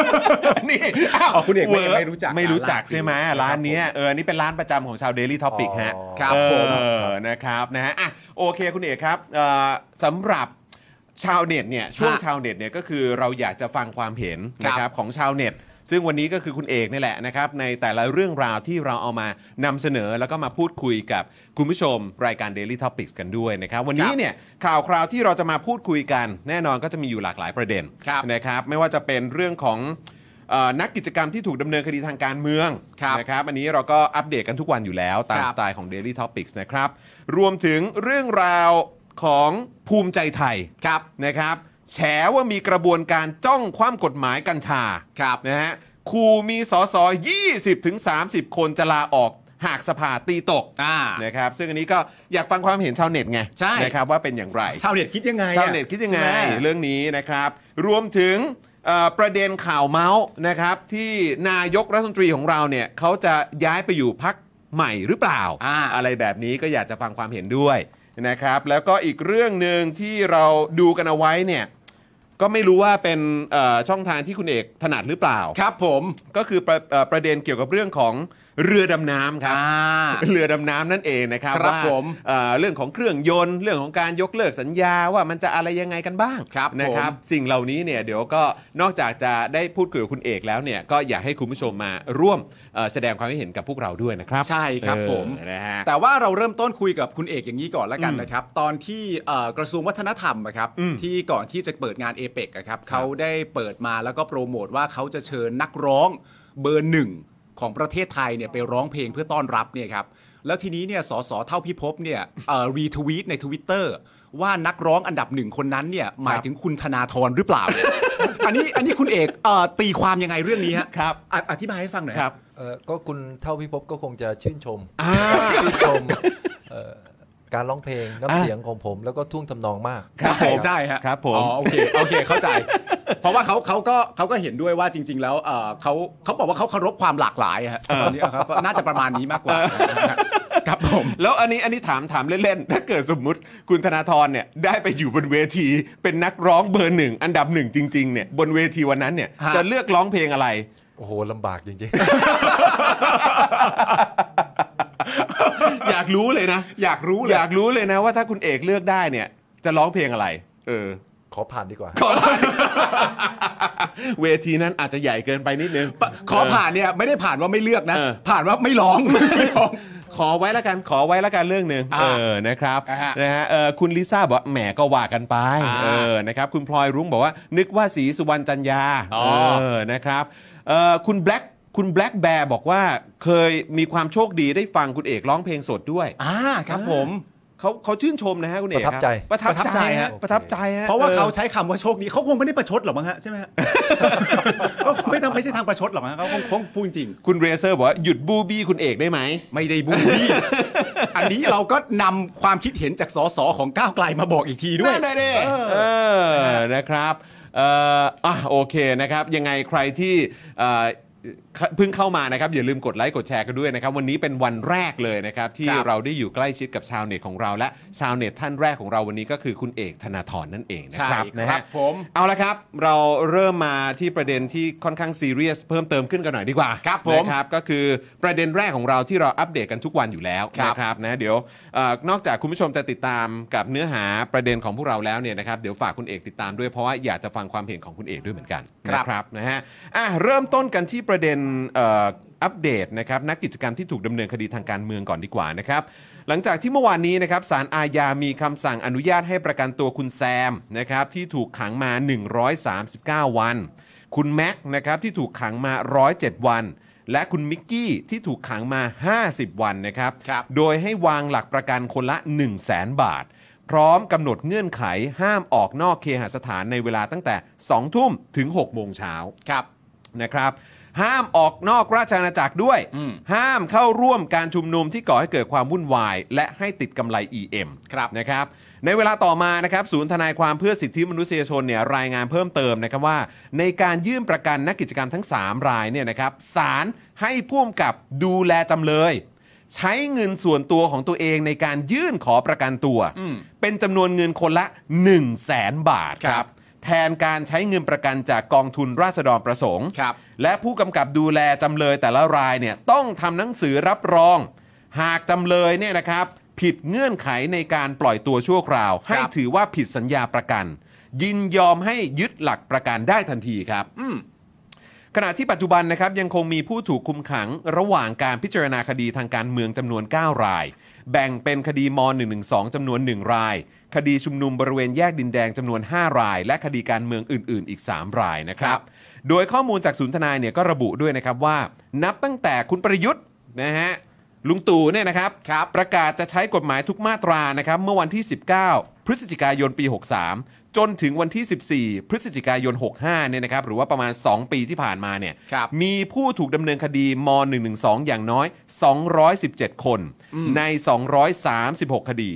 Speaker 2: นี่อ้าว
Speaker 3: อ๋อคุณเอกไม่
Speaker 2: วิ
Speaker 3: ไม่รู้จัก
Speaker 2: ไม่รู้จัก
Speaker 3: ร้าน
Speaker 2: ใช่ไหม
Speaker 3: จริง
Speaker 2: ร้านเนี้ยเอออันนี่เป็นร้านประจำของชาว Daily Topic ฮะ
Speaker 6: อ๋อ
Speaker 3: ครับ
Speaker 2: เออ
Speaker 3: ผม
Speaker 2: นะครับนะฮะอ่ะโอเคคุณเอกครับเอ่อสำหรับชาวเน็ตเนี่ยช่วงชาวเน็ตเนี่ยก็คือเราอยากจะฟังความเห็นนะครับของชาวเน็ต ซึ่งวันนี้ก็คือคุณเอกนี่แหละนะครับในแต่ละเรื่องราวที่เราเอามานำเสนอแล้วก็มาพูดคุยกับคุณผู้ชมรายการ Daily Topics กันด้วยนะครับวันนี้เนี่ยข่าวคราวที่เราจะมาพูดคุยกัน แน่นอนก็จะมีอยู่หลากหลายประเด็น
Speaker 3: ครับ
Speaker 2: นะครับไม่ว่าจะเป็นเรื่องของเอ่อนักกิจกรรมที่ถูกดำเนินคดีทางการเมือง
Speaker 3: ครับ
Speaker 2: นะครับอันนี้เราก็อัปเดตกันทุกวันอยู่แล้ว ตาม
Speaker 3: ครั
Speaker 2: ส
Speaker 3: บ
Speaker 2: ไตล์ของ Daily Topics นะครับ รวมถึงเรื่องราวของภูมิใจไทย
Speaker 3: ครับ
Speaker 2: นะครับแฉว่ามีกระบวนการจ้องความกฎหมายกัญชา
Speaker 3: ครับ
Speaker 2: นะฮะครูมีสอสอ20-30 คนจะลาออกหากสภาตีตก
Speaker 3: อ่าน
Speaker 2: นะครับซึ่งอันนี้ก็อยากฟังความเห็นชาวเน็ตไง
Speaker 3: ใช่
Speaker 2: นะครับว่าเป็นอย่างไร
Speaker 3: ชาวเน็ตคิดยังไงอะ
Speaker 2: ชาวเน็ตคิดยังไง
Speaker 3: ใช่หม
Speaker 2: เรื่องนี้นะครับ รวมถึงเอ่อประเด็นข่าวเมาส์นะครับ ที่นายกรัฐมนตรีของเราเนี่ยเขาจะย้ายไปอยู่พักใหม่หรือเปล่า
Speaker 3: อ่า
Speaker 2: อะไรแบบนี้ก็อยากจะฟังความเห็นด้วยนะครับ แล้วก็อีกเรื่องหนึ่งที่เราดูกันเอาไว้เนี่ยก็ไม่รู้ว่าเป็นเอ่อช่องทางที่คุณเอกถนัดหรือเปล่า
Speaker 3: ครับผม
Speaker 2: ก็คือประเอ่อประเด็นเกี่ยวกับเรื่องของเรือดำน้ำครับ
Speaker 3: อ่า
Speaker 2: เรือดำน้ำนั่นเองนะครับ
Speaker 3: ครับ
Speaker 2: ว่า
Speaker 3: ผม
Speaker 2: เอ่อเรื่องของเครื่องยนต์เรื่องของการยกเลิกสัญญาว่ามันจะอะไรยังไงกันบ้าง
Speaker 3: ครับผม
Speaker 2: นะครับ สิ่งเหล่านี้เนี่ยเดี๋ยวก็นอกจากจะได้พูดคุยกับคุณเอกแล้วเนี่ยก็อยากให้คุณผู้ชมมาร่วมเอ่อแสดงความคิดเห็นกับพวกเราด้วยนะครับ
Speaker 3: ใช่ครับผม
Speaker 2: เออนะฮะ
Speaker 3: แต่ว่าเราเริ่มต้นคุยกับคุณเอกอย่างนี้ก่อนละกัน
Speaker 2: อืม
Speaker 3: นะครับ ตอนที่เอ่อกระทรวงวัฒนธรรมอะครับ
Speaker 2: อืม
Speaker 3: ที่ก่อนที่จะเปิดงานเอเปกครับเขาได้เปิดมาแล้วก็โปรโมทว่าเขาจะเชิญนักร้องเบอร์หนึ่งของประเทศไทยเนี่ยไปร้องเพลงเพื่อต้อนรับเนี่ยครับแล้วทีนี้เนี่ยสสเท่าพิภพเนี่ยรีทวีตใน Twitter ว่านักร้องอันดับหนึ่งคนนั้นเนี่ยหมายถึงคุณธนาธรหรือเปล่า อันนี้อันนี้คุณเอกเอ่อตีความยังไงเรื่องนี้ฮะ
Speaker 2: ครับ
Speaker 3: อ่ะอธิบายให้ฟังหน่อย
Speaker 2: ครับ
Speaker 6: เอ่อก็คุณเท่าพิภพก็คงจะชื่นชม
Speaker 2: อ่า
Speaker 6: ชื่นชมเอ่อการร้องเพลงน้ำ
Speaker 2: อ่ะ
Speaker 6: เสียงของผมแล้วก็ท่วงทำนองมาก
Speaker 2: ครับผม
Speaker 3: ใช่ฮะ
Speaker 2: ครับผม
Speaker 3: อ๋อโอเคโอเคเข้าใจ เพราะว่าเขาเขาก็เขาก็เห็นด้วยว่าจริง ๆ แล้วเอ่อเขาเขาบอกว่าเขาเคารพความหลากหลายอะฮะตอนนี้ครับก็น่าจะประมาณนี้มากกว่าครับผม
Speaker 2: แล้วอันนี้อันนี้ถามถามเล่นๆ ถ้าเกิดสมมุติคุณธนาธรเนี่ยได้ไปอยู่บนเวที เป็นนักร้องเบอร์หนึ่งอันดับหนึ่งจริงๆเนี่ยบนเวทีวันนั้นเนี่ย
Speaker 3: ฮะ
Speaker 2: จะเลือกร้องเพลงอะไร
Speaker 6: โอ้โหลำบากจริง
Speaker 2: อยากรู้เลยนะ
Speaker 3: อยากรู้เล
Speaker 2: อย ยากรู้เลยนะว่าถ้าคุณเอกเลือกได้เนี่ย จะร้องเพลงอะไร เออ
Speaker 6: ๆ ขอผ่านดีกว่า
Speaker 2: เวทีนั้นอาจจะใหญ่เกินไปนิดนึง
Speaker 3: ขอผ่านเนี่ยไม่ได้ผ่านว่าไม่เลือกนะ
Speaker 2: เออ
Speaker 3: ผ่านว่าไม่ร้องไม่ร้อง
Speaker 2: ขอไว้ละกันขอไว้ละกันเรื่องหนึ่ง
Speaker 3: อ่า
Speaker 2: เออนะครับ
Speaker 3: อ่าฮะ
Speaker 2: นะฮะเออคุณลิซ่าบอกว่าแหมก็ว่ากันไป
Speaker 3: อ่า
Speaker 2: เออนะครับคุณพลอยรุ้งบอกว่านึกว่าสีสุวรรณจันยา
Speaker 3: อ๋อ
Speaker 2: เออนะครับเออคุณแบล็คคุณแบล็คแบร์บอกว่าเคยมีความโชคดีได้ฟังคุณเอกร้องเพลงสดด้วย
Speaker 3: อ่าครับผม
Speaker 2: เขาเขาชื่นชมนะฮะคุณเอกค
Speaker 6: ประทับใจ
Speaker 2: ประทับ
Speaker 3: ประทับ
Speaker 2: ใจ
Speaker 3: ใจ
Speaker 2: ฮะ
Speaker 3: ฮะ
Speaker 2: ประทับใจฮะ
Speaker 3: เพราะว่า
Speaker 2: ออ
Speaker 3: เขาใช้คำว่าโชคดีเขาคงไม่ได้ประชดหรอกมั้งฮะใช่ไหมฮะ ก็ไม่ต้องไม่ใช่ทางประชดหรอกฮะเขาคงคงพูดจริง
Speaker 2: คุณเรเซอร์บอกว่าหยุดบูบี้คุณเอกได้ไหม
Speaker 3: ไม่ได้บูลลี่ อันนี้เราก็นำความคิดเห็นจากสสของก้าวไกลมาบอกอีกทีด้วย
Speaker 2: น่าได้เด้เออนะครับเอ่ออ่ะโอเคนะครับ ยังไงใครที่เอ่อ เพิ่งเข้ามานะครับ อย่าลืมกดไลค์กดแชร์กันด้วยนะครับ วันนี้เป็นวันแรกเลยนะครับ ที่
Speaker 3: ครับ
Speaker 2: เราได้อยู่ใกล้ชิดกับชาวเน็ตของเราและชาวเน็ตท่านแรกของเราวันนี้ก็คือคุณเอกธนาธรนั่นเองนะ
Speaker 3: ใช่
Speaker 2: ครับนะ
Speaker 3: ค
Speaker 2: ฮะ
Speaker 3: รับผม
Speaker 2: เอาละครับ เราเริ่มมาที่ประเด็นที่ค่อนข้างซีเรียสเพิ่มเติมขึ้นกันหน่อยดีกว่า
Speaker 3: ครับผม
Speaker 2: นะครับก็คือประเด็นแรกของเราที่เราอัปเดตกันทุกวันอยู่แล้ว
Speaker 3: ครับ
Speaker 2: นะครับนะเดี๋ยวเอ่อนอกจากคุณผู้ชมจะติดตามกับเนื้อหาประเด็นของพวกเราแล้วเนี่ยนะครับเดี๋ยวฝากคุณเอกติดตามด้วยเพราะว่าอยากจะฟังความเห็นของคุณเอกด้วยเหมือนกัน
Speaker 3: ครับ
Speaker 2: นะครับนะฮะอ่ะเริ่มต้นกันที่ประเด็นเอ่ออัปเดตนะครับนักกิจกรรมที่ถูกดำเนินคดีทางการเมืองก่อนดีกว่านะครับ หลังจากที่เมื่อวานนี้นะครับสารอาญามีคำสั่งอนุญาตให้ประกันตัวคุณแซมนะครับที่ถูกขังมา 139 วัน คุณแม็กซ์นะครับที่ถูกขังมา 107 วัน และคุณมิกกี้ที่ถูกขังมา 50 วันนะครับ
Speaker 3: ครับ
Speaker 2: โดยให้วางหลักประกันคนละ 1 0 0 0 0แบาท พร้อมกำหนดเงื่อนไขห้ามออกนอกเคหสถานในเวลาตั้งแต่ 2 ทุ่มถึง 6 โมงเช้า
Speaker 3: ครับ
Speaker 2: นะครับห้ามออกนอกราชอาณาจักรด้วย
Speaker 3: อืม
Speaker 2: ห้ามเข้าร่วมการชุมนุมที่ก่อให้เกิดความวุ่นวาย และให้ติดกำไร EM
Speaker 3: ครับ
Speaker 2: นะครับในเวลาต่อมานะครับศูนย์ทนายความเพื่อสิทธิมนุษยชนเนี่ยรายงานเพิ่มเติมนะครับว่า ในการยื่นประกันนักกิจกรรมทั้ง 3 รายเนี่ยนะครับศาลให้พ่วมกับดูแลจำเลย ใช้เงินส่วนตัวของตัวเองในการยื่นขอประกันตัว
Speaker 3: อืม
Speaker 2: เป็นจำนวนเงินคนละ 1 0 0 0 0แสนบาทค
Speaker 3: ครั
Speaker 2: รับบ แทนการใช้เงินประกันจากกองทุนราษฎรประสงค์
Speaker 3: ครับ
Speaker 2: และผู้กำกับดูแลจำเลยแต่ละรายเนี่ยต้องทำหนังสือรับรอง หากจำเลยเนี่ยนะครับ ผิดเงื่อนไขในการปล่อยตัวชั่วคราว ให้ถือว่าผิดสัญญาประกัน ยินยอมให้ยึดหลักประกันได้ทันทีครับ
Speaker 3: อืม
Speaker 2: ขณะที่ปัจจุบันนะครับยังคงมีผู้ถูกคุมขังระหว่างการพิจารณาคดีทางการเมืองจำนวน 9 ราย แบ่งเป็นคดีม .112 จำนวน 1 ราย คดีชุมนุมบริเวณแยกดินแดงจำนวน 5 ราย และคดีการเมืองอื่น ๆ อีก 3 รายนะครั
Speaker 3: ครับ บ
Speaker 2: โดยข้อมูลจากศูนย์ทนายเนี่ยก็ระบุด้วยนะครับว่า นับตั้งแต่คุณประยุทธ์นะฮะลุงตู่เนี่ยนะครับ
Speaker 3: ครับ
Speaker 2: ประกาศจะใช้กฎหมายทุกมาตรานะครับ เมื่อวันที่ 19 พฤศจิกายนปี 63 จนถึงวันที่ 14 พฤศจิกายน 65 เนี่ยนะครับ หรือว่าประมาณ 2 ปีที่ผ่านมาเนี่ย
Speaker 3: ครับ
Speaker 2: มีผู้ถูกดำเนินคดีม 112 อย่างน้อย 217 คน ใน 236 คดี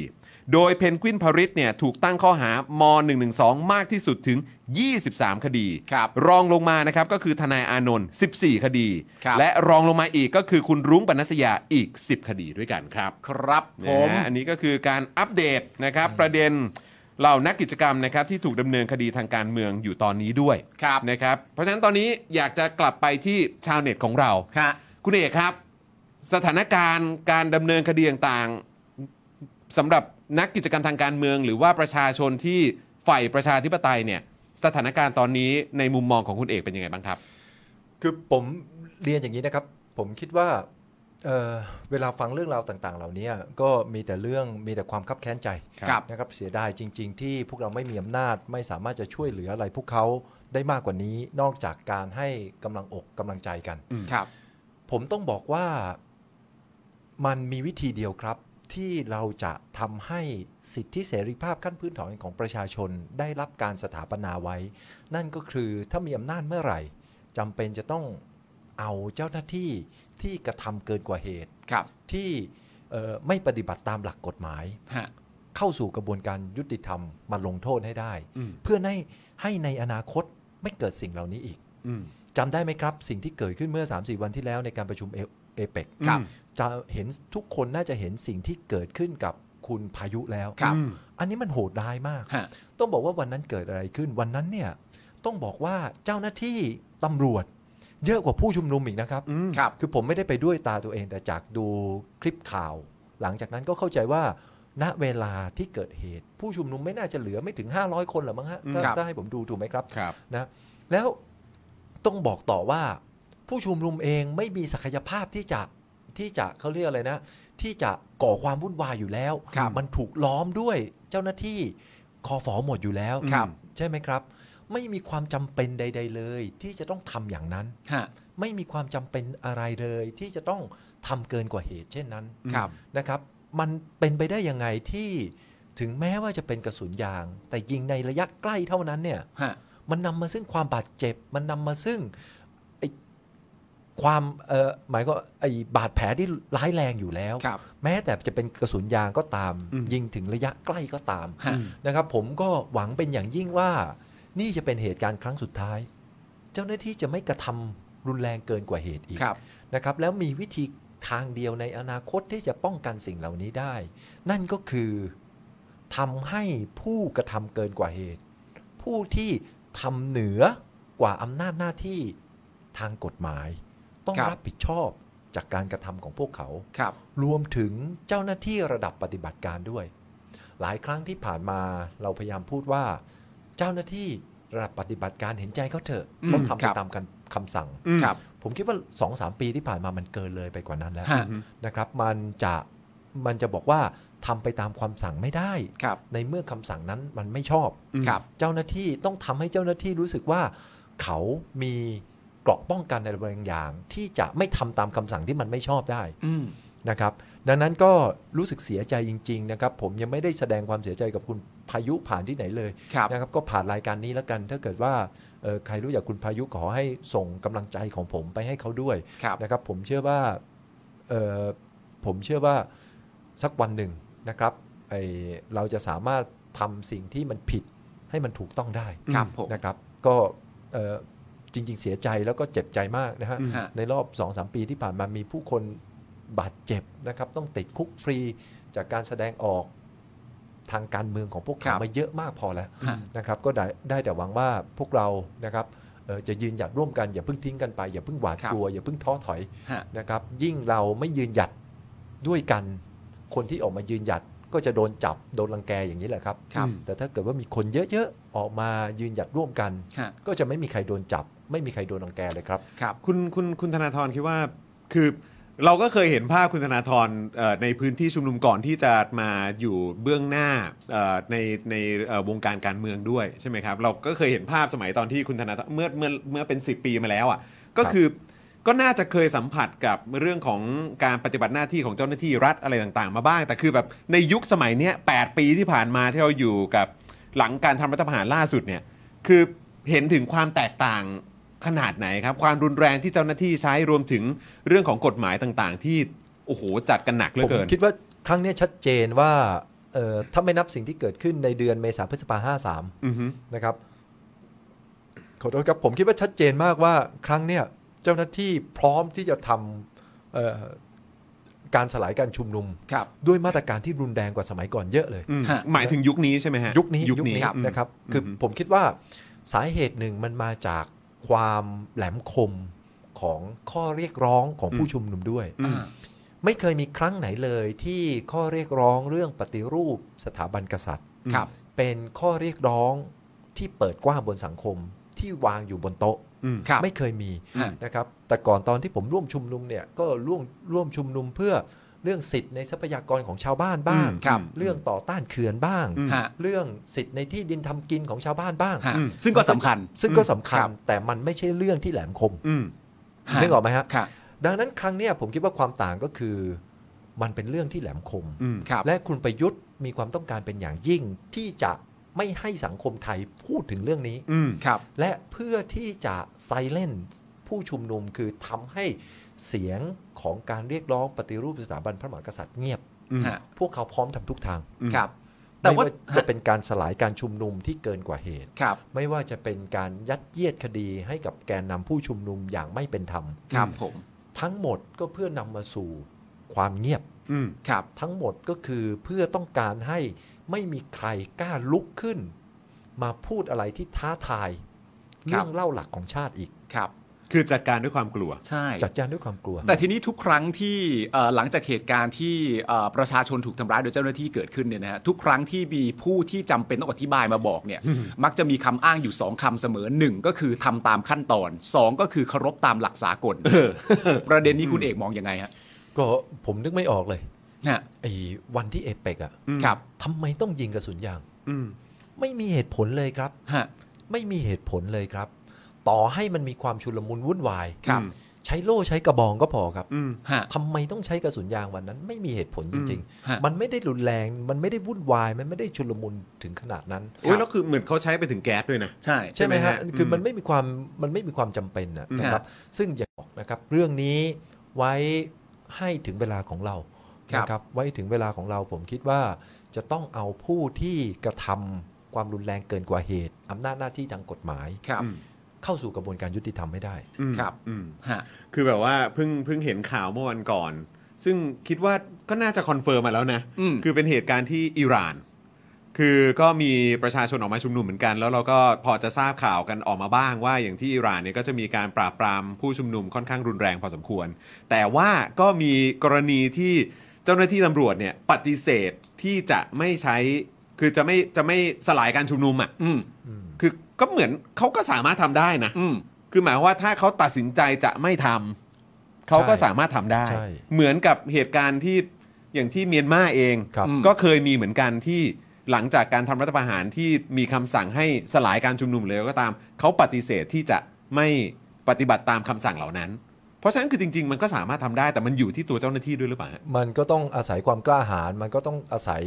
Speaker 2: โดยเพนกวินพริตเนี่ยถูกตั้งข้อหาม112 มากที่สุดถึง 23 คดี
Speaker 3: ครับ
Speaker 2: รองลงมานะครับก็คือทนายอานนท์ 14 คดี
Speaker 3: ครับ
Speaker 2: และรองลงมาอีกก็คือคุณรุ้งปนัสยาอีก 10 คดีด้วยกันครับ
Speaker 3: ครับผ
Speaker 2: นะ
Speaker 3: ม
Speaker 2: ฮะอันนี้ก็คือการอัปเดตนะครับประเด็นเหล่านักกิจกรรมนะครับที่ถูกดำเนินคดีทางการเมืองอยู่ตอนนี้ด้วย
Speaker 3: ครับ
Speaker 2: นะครับเพราะฉะนั้นตอนนี้อยากจะกลับไปที่ชาวเน็ตของเรา
Speaker 3: ฮะ
Speaker 2: คุณเอกครับ สถานการณ์การดำเนินคดีต่างๆสำหรับนักกิจกรรมทางการเมือง หรือว่าประชาชนที่ใฝ่ประชาธิปไตยเนี่ยสถานการณ์ตอนนี้ในมุมมองของคุณเอกเป็นยังไงบ้างครับ
Speaker 6: คือผมเรียนอย่างนี้นะครับ ผมคิดว่าเอ่อเวลาฟังเรื่องราวต่างๆ เหล่านี้ก็มีแต่เรื่องมีแต่ความคับแค้นใจ
Speaker 3: ครับ
Speaker 6: นะครับเสียดายจริง ๆ ที่พวกเราไม่มีอำนาจไม่สามารถจะช่วยเหลืออะไรพวกเขาได้มากกว่านี้ นอกจากการให้กำลังอกกำลังใจกัน
Speaker 3: ครับ
Speaker 6: ผมต้องบอกว่ามันมีวิธีเดียวครับ ที่เราจะทำให้สิทธิเสรีภาพขั้นพื้นฐานของประชาชนได้รับการสถาปนาไว้ นั่นก็คือถ้ามีอำนาจเมื่อไหร่จำเป็นจะต้องเอาเจ้าหน้าที่ที่กระทำเกินกว่าเหตุ
Speaker 3: ครับ
Speaker 6: ที่เอ่อไม่ปฏิบัติตามหลักกฎหมาย
Speaker 3: ฮะ
Speaker 6: เข้าสู่กระบวนการยุติธรรมมาลงโทษให้ได้
Speaker 2: อืม
Speaker 6: เพื่อให้ให้ในอนาคตไม่เกิดสิ่งเหล่านี้อีก
Speaker 2: อืม
Speaker 6: จำได้ไหมครับ สิ่งที่เกิดขึ้นเมื่อ 3-4 วันที่แล้วในการประชุมเอเปก
Speaker 2: ครับ
Speaker 6: จะเห็นทุกคนน่าจะเห็นสิ่งที่เกิดขึ้นกับคุณพายุแล้ว
Speaker 3: ครับ
Speaker 6: อันนี้มันโหดร้ายมาก
Speaker 3: ฮะ
Speaker 6: ต้องบอกว่าวันนั้นเกิดอะไรขึ้น วันนั้นเนี่ยต้องบอกว่าเจ้าหน้าที่ตำรวจ เยอะกว่าผู้ชุมนุมอีกนะครับ
Speaker 3: ครับ
Speaker 6: คือผมไม่ได้ไปด้วยตาตัวเองแต่จากดูคลิปข่าว หลังจากนั้นก็เข้าใจว่า ณเวลาที่เกิดเหตุ ผู้ชุมนุมไม่น่าจะเหลือไม่ถึง 500 คนหรอมั้งฮะถ้า
Speaker 3: ครับ
Speaker 6: ถ้าให้ผมดูถูกไหมครับ
Speaker 2: ครับ
Speaker 6: นะแล้วต้องบอกต่อว่าผู้ชุมนุมเองไม่มีศักยภาพที่จะที่จะเขาเรียกอะไรนะ ที่จะก่อความวุ่นวายอยู่แล้ว
Speaker 3: ครับ
Speaker 6: มันถูกล้อมด้วยเจ้าหน้าที่คอฝอหมดอยู่แล้ว
Speaker 3: ครับ
Speaker 6: ใช่ไหมครับ ไม่มีความจำเป็นใด ๆ เลย ที่จะต้องทำอย่างนั้น
Speaker 3: ฮะ
Speaker 6: ไม่มีความจำเป็นอะไรเลย ที่จะต้องทำเกินกว่าเหตุ เช่นนั้น
Speaker 3: ครับ
Speaker 6: นะครับ มันเป็นไปได้ยังไงที่ถึงแม้ว่าจะเป็นกระสุนยาง แต่ยิงในระยะใกล้เท่านั้นเนี่ย
Speaker 3: ฮะ
Speaker 6: มันนำมาซึ่งความบาดเจ็บ มันนำมาซึ่งไอ้ความเอ่อหมายก็ไอ้บาดแผลที่ร้ายแรงอยู่แล้ว
Speaker 3: ครับ
Speaker 6: แม้แต่จะเป็นกระสุนยางก็ตาม
Speaker 2: อืม
Speaker 6: ยิงถึงระยะใกล้ก็ตาม
Speaker 3: ฮะ
Speaker 6: นะครับผมก็หวังเป็นอย่างยิ่งว่า นี่จะเป็นเหตุการณ์ครั้งสุดท้าย เจ้าหน้าที่จะไม่กระทำ รุนแรงเกินกว่าเหตุอีก
Speaker 3: ครับ
Speaker 6: นะครับแล้วมีวิธีทางเดียวในอนาคตที่จะป้องกันสิ่งเหล่านี้ได้ นั่นก็คือทำให้ผู้กระทำเกินกว่าเหตุ ผู้ที่ทำเหนือกว่าอำนาจหน้าที่ทางกฎหมาย ต้อง
Speaker 3: ครับ
Speaker 6: รับผิดชอบจากการกระทำของพวกเขา
Speaker 3: ครับ
Speaker 6: รวมถึงเจ้าหน้าที่ระดับปฏิบัติการด้วย หลายครั้งที่ผ่านมาเราพยายามพูดว่า เจ้าหน้าที่ระดับปฏิบัติการเห็นใจเขาเถอะ
Speaker 3: อืม
Speaker 6: เขาทำ
Speaker 3: ค
Speaker 6: ไป
Speaker 3: รับ
Speaker 6: ตามกันคำสั่ง
Speaker 3: ครับ
Speaker 6: ผมคิดว่า2อสปีที่ผ่านมามันเกินเลยไปกว่านั้นแล้ว
Speaker 3: ฮะ
Speaker 6: นะครับ มันจะมันจะบอกว่าทำไปตามความสั่งไม่ได้
Speaker 3: ครับ
Speaker 6: ในเมื่อคำสั่งนั้นมันไม่ชอบ
Speaker 3: ครับ
Speaker 6: เจ้าหน้าที่ต้องทำให้เจ้าหน้าที่รู้สึกว่า เขามีเกราะป้องกันอะไรบางอย่าง ที่จะไม่ทำตามคำสั่งที่มันไม่ชอบได้
Speaker 3: อืม
Speaker 6: นะครับดังนั้นก็รู้สึกเสียใจจริงๆนะครับผมยังไม่ได้แสดงความเสียใจกับคุณพายุผ่านที่ไหนเลย
Speaker 3: ครับ
Speaker 6: นะครับก็ผ่านรายการนี้แล้วกัน ถ้าเกิดว่าเอ่อใครรู้จักคุณพายุขอให้ส่งกำลังใจของผมไปให้เขาด้วย
Speaker 3: ครับ
Speaker 6: นะครับผมเชื่อว่าเอ่อผมเชื่อว่าสักวันหนึ่งนะครับไอเราจะสามารถทำสิ่งที่มันผิดให้มันถูกต้องได้
Speaker 3: ครับผม
Speaker 6: นะครับก็เอ่อจริงๆเสียใจแล้วก็เจ็บใจมากนะฮะ
Speaker 3: ฮะ
Speaker 6: ในรอบ2อสปีที่ผ่านมามีผู้คนบาดเจ็บนะครับ ต้องติดคุกฟรีจากการแสดงออกทางการเมืองของพวก
Speaker 3: ครั
Speaker 6: เขา
Speaker 3: บ
Speaker 6: มาเยอะมากพอแล้ว
Speaker 3: ฮะ
Speaker 6: นะครับ ก็ได้ได้แต่หวังว่าพวกเรานะครับเอ่อจะยืนหยัดร่วมกันอย่าเพิ่งทิ้งกันไป อย่าเพิ่งหวาดกลัว อย่าเพิ่งท้อถอย
Speaker 3: ฮะ
Speaker 6: นะครับ ยิ่งเราไม่ยืนหยัดด้วยกัน คนที่ออกมายืนหยัดก็จะโดนจับโดนรังแกอย่างนี้แหละครับ
Speaker 3: ครับ
Speaker 6: แต่ถ้าเกิดว่ามีคนเยอะๆออกมายืนหยัดร่วมกัน
Speaker 3: ฮะ
Speaker 6: ก็จะไม่มีใครโดนจับ ไม่มีใครโดนรังแกเลยครับ
Speaker 3: ครับ
Speaker 2: คุณคุณคุณธนาธรคิดว่าคือเราก็เคยเห็นภาพคุณธนาธรเอ่อในพื้นที่ชุมนุมก่อนที่จะมาอยู่เบื้องหน้าเอ่อในในเอ่อวงการการเมืองด้วยใช่ไหมครับเราก็เคยเห็นภาพสมัยตอนที่คุณธนาธรเมื่อเมื่อเมื่อเป็น 10 ปีมาแล้วอ่ะก็คือก็น่าจะเคยสัมผัสกับเรื่องของการปฏิบัติหน้าที่ของเจ้าหน้าที่รัฐอะไรต่างๆ มาบ้าง แต่คือแบบในยุคสมัยเนี้ยแปีที่ผ่านมาที่เราอยู่กับหลังการทำรัฐประหารล่าสุดเนี่ยคือเห็นถึงความแตกต่าง ขนาดไหนครับความรุนแรงที่เจ้าหน้าที่ใช้รวมถึงเรื่องของกฎหมายต่างๆ ที่โอ้โหจัดกันหนักเหลือเกิน
Speaker 6: ผมคิดว่าครั้งเนี้ยชัดเจนว่าเอ่อถ้าไม่นับสิ่งที่เกิดขึ้นในเดือนเมษาพฤษภาห้าสาม
Speaker 2: อือฮึ
Speaker 6: นะครับขอโทษครับผมคิดว่าชัดเจนมากว่าครั้งเนี้ยเจ้าหน้าที่พร้อมที่จะทำเอ่อการสลายการชุมนุม
Speaker 3: ครับ
Speaker 6: ด้วยมาตรการที่รุนแรงกว่าสมัยก่อนเยอะเลย
Speaker 2: อืม
Speaker 3: ฮะ
Speaker 2: หมายถึงยุคนี้ใช่ไหมฮะ
Speaker 6: ยุคนี้
Speaker 2: ยุคนี้
Speaker 6: ยุคนี้
Speaker 2: นะ
Speaker 6: นะ
Speaker 2: ค
Speaker 6: ครับ รับคืออ
Speaker 2: ม
Speaker 6: ผมคิดว่าสาเหตุหนึ่งมันมาจากความแหลมคมของข้อเรียกร้องของผู้ชุมนุมด้วย
Speaker 2: อืม
Speaker 6: ไม่เคยมีครั้งไหนเลยที่ข้อเรียกร้องเรื่องปฏิรูปสถาบันกษัตริย์
Speaker 3: ครับ
Speaker 6: เป็นข้อเรียกร้องที่เปิดกว้างบนสังคมที่วางอยู่บนโต๊ะ
Speaker 2: อืม
Speaker 3: ครับ
Speaker 6: ไม่เคยมี
Speaker 3: ฮะ
Speaker 6: นะครับแต่ก่อนตอนที่ผมร่วมชุมนุมเนี่ยก็ร่วมร่วมชุมนุมเพื่อเรื่องสิทธิ์ในทรัพยากรของชาวบ้านบ้าง
Speaker 2: อืม
Speaker 3: ครับ
Speaker 6: เรื่องต่อต้านเขื่อนบ้าง
Speaker 2: อืม
Speaker 3: ฮะ
Speaker 6: เรื่องสิทธิ์ในที่ดินทำกินของชาวบ้านบ้าง
Speaker 3: ฮะซึ่งก็สำคัญ
Speaker 6: ซึ่งก็สำ
Speaker 3: ค
Speaker 6: คั
Speaker 3: รั
Speaker 6: ญ
Speaker 3: บ
Speaker 6: แต่มันไม่ใช่เรื่องที่แหลมคม
Speaker 2: อืม
Speaker 3: ฮะ
Speaker 6: นึกออกไหมฮะ
Speaker 3: ครับ
Speaker 6: ดังนั้นครั้งเนี้ยผมคิดว่าความต่างก็คือมันเป็นเรื่องที่แหลมคม
Speaker 2: อืม
Speaker 3: ครับ
Speaker 6: และคุณประยุทธ์มีความต้องการเป็นอย่างยิ่ง ที่จะไม่ให้สังคมไทยพูดถึงเรื่องนี้
Speaker 2: อืม
Speaker 3: ครับ
Speaker 6: และเพื่อที่จะไซเลนผู้ชุมนุมคือทำให้เสียงของการเรียกร้องปฏิรูปสถาบันพระมหากษัตริย์เงียบ
Speaker 2: อืม
Speaker 3: ฮะ
Speaker 6: พวกเขาพร้อมทำทุกทาง
Speaker 2: อืม
Speaker 3: ครับ แต่
Speaker 6: ไม่
Speaker 3: ว่า
Speaker 6: ว่าจะเป็นการสลายการชุมนุมที่เกินกว่าเหตุ
Speaker 3: ครับ
Speaker 6: ไม่ว่าจะเป็นการยัดเยียดคดีให้กับแกนนำผู้ชุมนุมอย่างไม่เป็นธรรม
Speaker 3: ครับผม
Speaker 6: ทั้งหมดก็เพื่อนำมาสู่ความเงียบ
Speaker 2: อืม
Speaker 3: ครับ
Speaker 6: ทั้งหมดก็คือเพื่อต้องการให้ไม่มีใครกล้าลุกขึ้น มาพูดอะไรที่ท้าทาย
Speaker 3: ครับ
Speaker 6: เรื่องเล่าหลักของชาติอีก
Speaker 3: ครับ
Speaker 2: คือจัดการด้วยความกลัว
Speaker 3: ใช่
Speaker 6: จัดการด้วยความกลัว
Speaker 3: แต่ทีนี้ทุกครั้งที่เอ่อหลังจากเหตุการณ์ที่เอ่อประชาชนถูกทำร้ายโดยเจ้าหน้าที่เกิดขึ้นเนี่ยนะฮะทุกครั้งที่มีผู้ที่จำเป็นต้องอธิบายมาบอกเนี่ย มักจะมีคำอ้างอยู่ 2คำเสมอ 1 ก็คือทำตามขั้นตอน 2 ก็คือเคารพตามหลักสากล ประเด็นนี้คุณเอกมองยังไงฮะ
Speaker 6: ก็ผมนึกไม่ออกเลย
Speaker 3: ฮะ
Speaker 6: ไอ้วันที่เอเปกอะ
Speaker 3: ครับ
Speaker 6: ทำไมต้องยิงกระสุนยาง
Speaker 2: อืม
Speaker 6: ไม่มีเหตุผลเลยครับ
Speaker 3: ฮะ
Speaker 6: ไม่มีเหตุผลเลยครับ ต่อให้มันมีความชุลมุนวุ่นวาย
Speaker 3: ครับ
Speaker 2: อืม
Speaker 6: ใช้โล่ใช้กระบองก็พอครับ
Speaker 2: อืม
Speaker 3: ฮะ
Speaker 6: ทำไมต้องใช้กระสุนยางวันนั้น ไม่มีเหตุผลจริง
Speaker 3: ฮะ
Speaker 6: ๆ มันไม่ได้รุนแรง มันไม่ได้วุ่นวาย มันไม่ได้ชุลมุนถึงขนาดนั้น
Speaker 2: โอ้ยแล้วคือเหมือนเขาใช้ไปถึงแก๊สด้วยนะ
Speaker 3: ใช่
Speaker 6: ใช่ไหม
Speaker 2: ใช่ไหมฮะ
Speaker 6: ฮะ คืออ
Speaker 2: ม
Speaker 6: มันไม่มีความมันไม่มีความจำเป็นนะนะครับ ซึ่งอย่าบอกนะครับ เรื่องนี้ไว้ให้ถึงเวลาของเรานะครับ ไว้ถึงเวลาของเราผมคิดว่าจะต้องเอาผู้ที่กระทำความรุนแรงเกินกว่าเหตุอำนาจหน้าที่ทางกฎหมาย
Speaker 3: ครับ
Speaker 6: เข้าสู่กระบวนการยุติธรรมไม่ได้
Speaker 2: อืม
Speaker 3: ครับ
Speaker 2: อืม
Speaker 3: ฮะ
Speaker 2: คือแบบว่าเพิ่งเพิ่งเห็นข่าวเมื่อวันก่อน ซึ่งคิดว่าก็น่าจะคอนเฟิร์มมาแล้วนะ
Speaker 3: อืม
Speaker 2: คือเป็นเหตุการณ์ที่อิหร่าน คือก็มีประชาชนออกมาชุมนุมเหมือนกัน แล้วเราก็พอจะทราบข่าวกันออกมาบ้างว่าอย่างที่อิหร่านเนี่ยก็จะมีการปราบปรามผู้ชุมนุมค่อนข้างรุนแรงพอสมควร แต่ว่าก็มีกรณีที่เจ้าหน้าที่ตำรวจเนี่ยปฏิเสธที่จะไม่ใช้คือจะไม่จะไม่สลายการชุมนุมอ่ะ
Speaker 3: อืม
Speaker 2: คือก็เหมือนเขาก็สามารถทำได้นะ
Speaker 3: อืม
Speaker 2: คือหมายความว่าถ้าเขาตัดสินใจจะไม่ทำเขาก็สามารถทำได้
Speaker 6: ใช่
Speaker 2: เหมือนกับเหตุการณ์ที่อย่างที่เมียนมาเอง
Speaker 6: ครับ
Speaker 3: อืม
Speaker 2: ก็เคยมีเหมือนกันที่หลังจากการทำรัฐประหารที่มีคำสั่งให้สลายการชุมนุมเลยก็ตาม เขาปฏิเสธที่จะไม่ปฏิบัติตามคำสั่งเหล่านั้น เพราะฉะนั้นคือจริง ๆ มันก็สามารถทำได้แต่มันอยู่ที่ตัวเจ้าหน้าที่ด้วยหรือเปล่าฮะ
Speaker 6: มันก็ต้องอาศัยความกล้าหาญมันก็ต้องอาศัย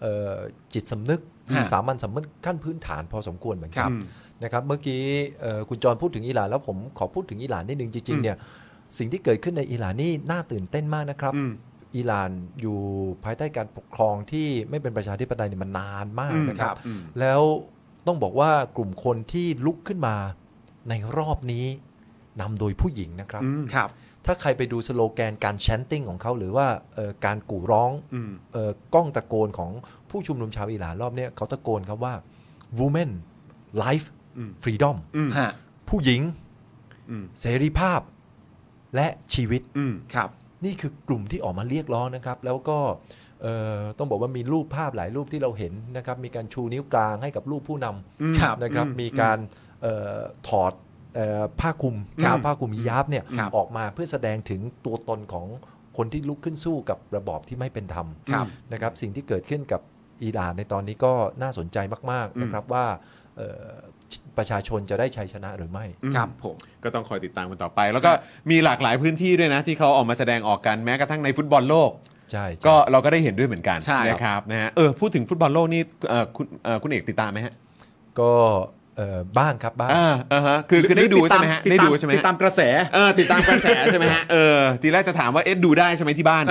Speaker 6: เอ่อจิตสำนึก
Speaker 3: ฮะ
Speaker 6: สามัญสำนึกขั้นพื้นฐานพอสมควรเหมือน
Speaker 2: ค
Speaker 6: กั
Speaker 2: รั
Speaker 6: น
Speaker 2: บ
Speaker 6: นะครับเมื่อกี้เอ่อคุณจรพูดถึงอิหร่านแล้วผมขอพูดถึงอิหร่านนิดนึงจริง
Speaker 2: อื
Speaker 6: ๆ
Speaker 2: ม
Speaker 6: เนี่ยสิ่งที่เกิดขึ้นในอิหร่านนี่น่าตื่นเต้นมากนะครับ
Speaker 2: อืม
Speaker 6: อิหร่านอยู่ภายใต้การปกครองที่ไม่เป็นประชาธิปไตยเนี่ยมันนานมาก
Speaker 2: อืม
Speaker 6: นะครับ
Speaker 2: ครับอืม
Speaker 6: แล้วต้องบอกว่ากลุ่มคนที่ลุกขึ้นมาในรอบนี้นำโดยผู้หญิงนะครับ
Speaker 2: อืม
Speaker 3: ครับ
Speaker 6: ถ้าใครไปดูสโลแกนการแชนติ้งของเขาหรือว่าเอ่อการกู่ร้อง
Speaker 2: อืม
Speaker 6: เอ่อก้องตะโกนของผู้ชุมนุมชาวอิหร่านรอบเนี้ยเขาตะโกนครับว่า women life
Speaker 2: อืม
Speaker 6: freedom
Speaker 2: อืม
Speaker 3: ฮะ
Speaker 6: ผู้หญิง
Speaker 2: อืม
Speaker 6: เสรีภาพและชีวิต
Speaker 2: อืม
Speaker 3: ครับ
Speaker 6: นี่คือกลุ่มที่ออกมาเรียกร้องนะครับ แล้วก็เอ่อต้องบอกว่ามีรูปภาพหลายรูปที่เราเห็นนะครับ มีการชูนิ้วกลางให้กับรูปผู้น
Speaker 2: อืม
Speaker 6: ำนะครับ
Speaker 2: อืม
Speaker 6: มีการเอ่อถอดเอ่อผ้าคลุม
Speaker 2: ครับ
Speaker 6: ผ้าคลุมฮิญาบเนี่ย
Speaker 3: ครับ
Speaker 6: ออกมาเพื่อแสดงถึงตัวตนของคนที่ลุกขึ้นสู้กับระบอบที่ไม่เป็นธรรม
Speaker 3: ครับ
Speaker 6: นะครับ สิ่งที่เกิดขึ้นกับอิหร่านในตอนนี้ก็น่าสนใจมาก
Speaker 2: อืม
Speaker 6: ๆนะครับว่าเอ่อประชาชนจะได้ชัยชนะหรือไม่
Speaker 3: ครับผม
Speaker 2: ก็ต้องคอยติดตามกันต่อไป แล้วก็มีหลากหลายพื้นที่ด้วยนะ ที่เขาออกมาแสดงออกกันแม้กระทั่งในฟุตบอลโลก
Speaker 6: ใช่ใช่
Speaker 2: ก็เราก็ได้เห็นด้วยเหมือนกัน
Speaker 3: ใช่
Speaker 2: นะครับนะฮะเออพูดถึงฟุตบอลโลกนี่เอ่อคุณเอ่อคุณเอกติดตามไหมฮะ
Speaker 6: ก็เอ่อบ้างครับบ้าง
Speaker 2: อ่าอ่าฮะคือคือได้ดูใช่ไหมฮะ
Speaker 3: ติตา
Speaker 2: ได้ดูใช่ไหม
Speaker 3: ติดตา
Speaker 2: ฮะ
Speaker 3: มกระแส
Speaker 2: เออติดตามกระแสใช่ไหมฮะเออทีแรกจะถามว่าเอ๊ะดูได้ใช่ไหมที่บ้าน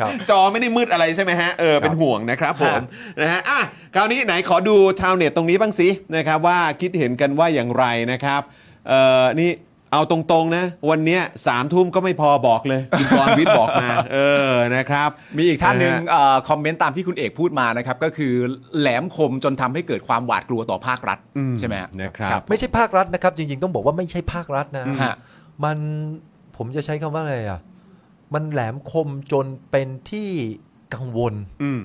Speaker 6: ครับ
Speaker 2: จอไม่ได้มืดอะไรใช่ไหมฮะเออเป็นห่วงนะครับผมนะฮะอ่ะคราวนี้ไหนขอดูชาวเน็ตตรงนี้บ้างสินะครับว่าคิดเห็นกันว่าอย่างไรนะครับเอ่อนี่เอาตรงๆนะ วันเนี้ยสามทุ่มก็ไม่พอบอกเลยคุณกรณ์วิทย์บอกมาเออนะครับ
Speaker 3: มีอีกท่านหนึ่
Speaker 2: ะ
Speaker 3: ง
Speaker 2: ฮะ
Speaker 3: เอ่อคอมเมนต์ตามที่คุณเอกพูดมานะครับ ก็คือแหลมคมจนทำให้เกิดความหวาดกลัวต่อภาครัฐ
Speaker 2: อืม
Speaker 3: ใช่ไหมฮะ
Speaker 2: นะครับ
Speaker 6: ไม่ใช่ภาครัฐนะครับ จริงๆ ต้องบอกว่าไม่ใช่ภาครัฐนะ
Speaker 3: ฮะ
Speaker 6: มันผมจะใช้คำว่าอะไรอ่ะ มันแหลมคมจนเป็นที่กังวล
Speaker 2: อืม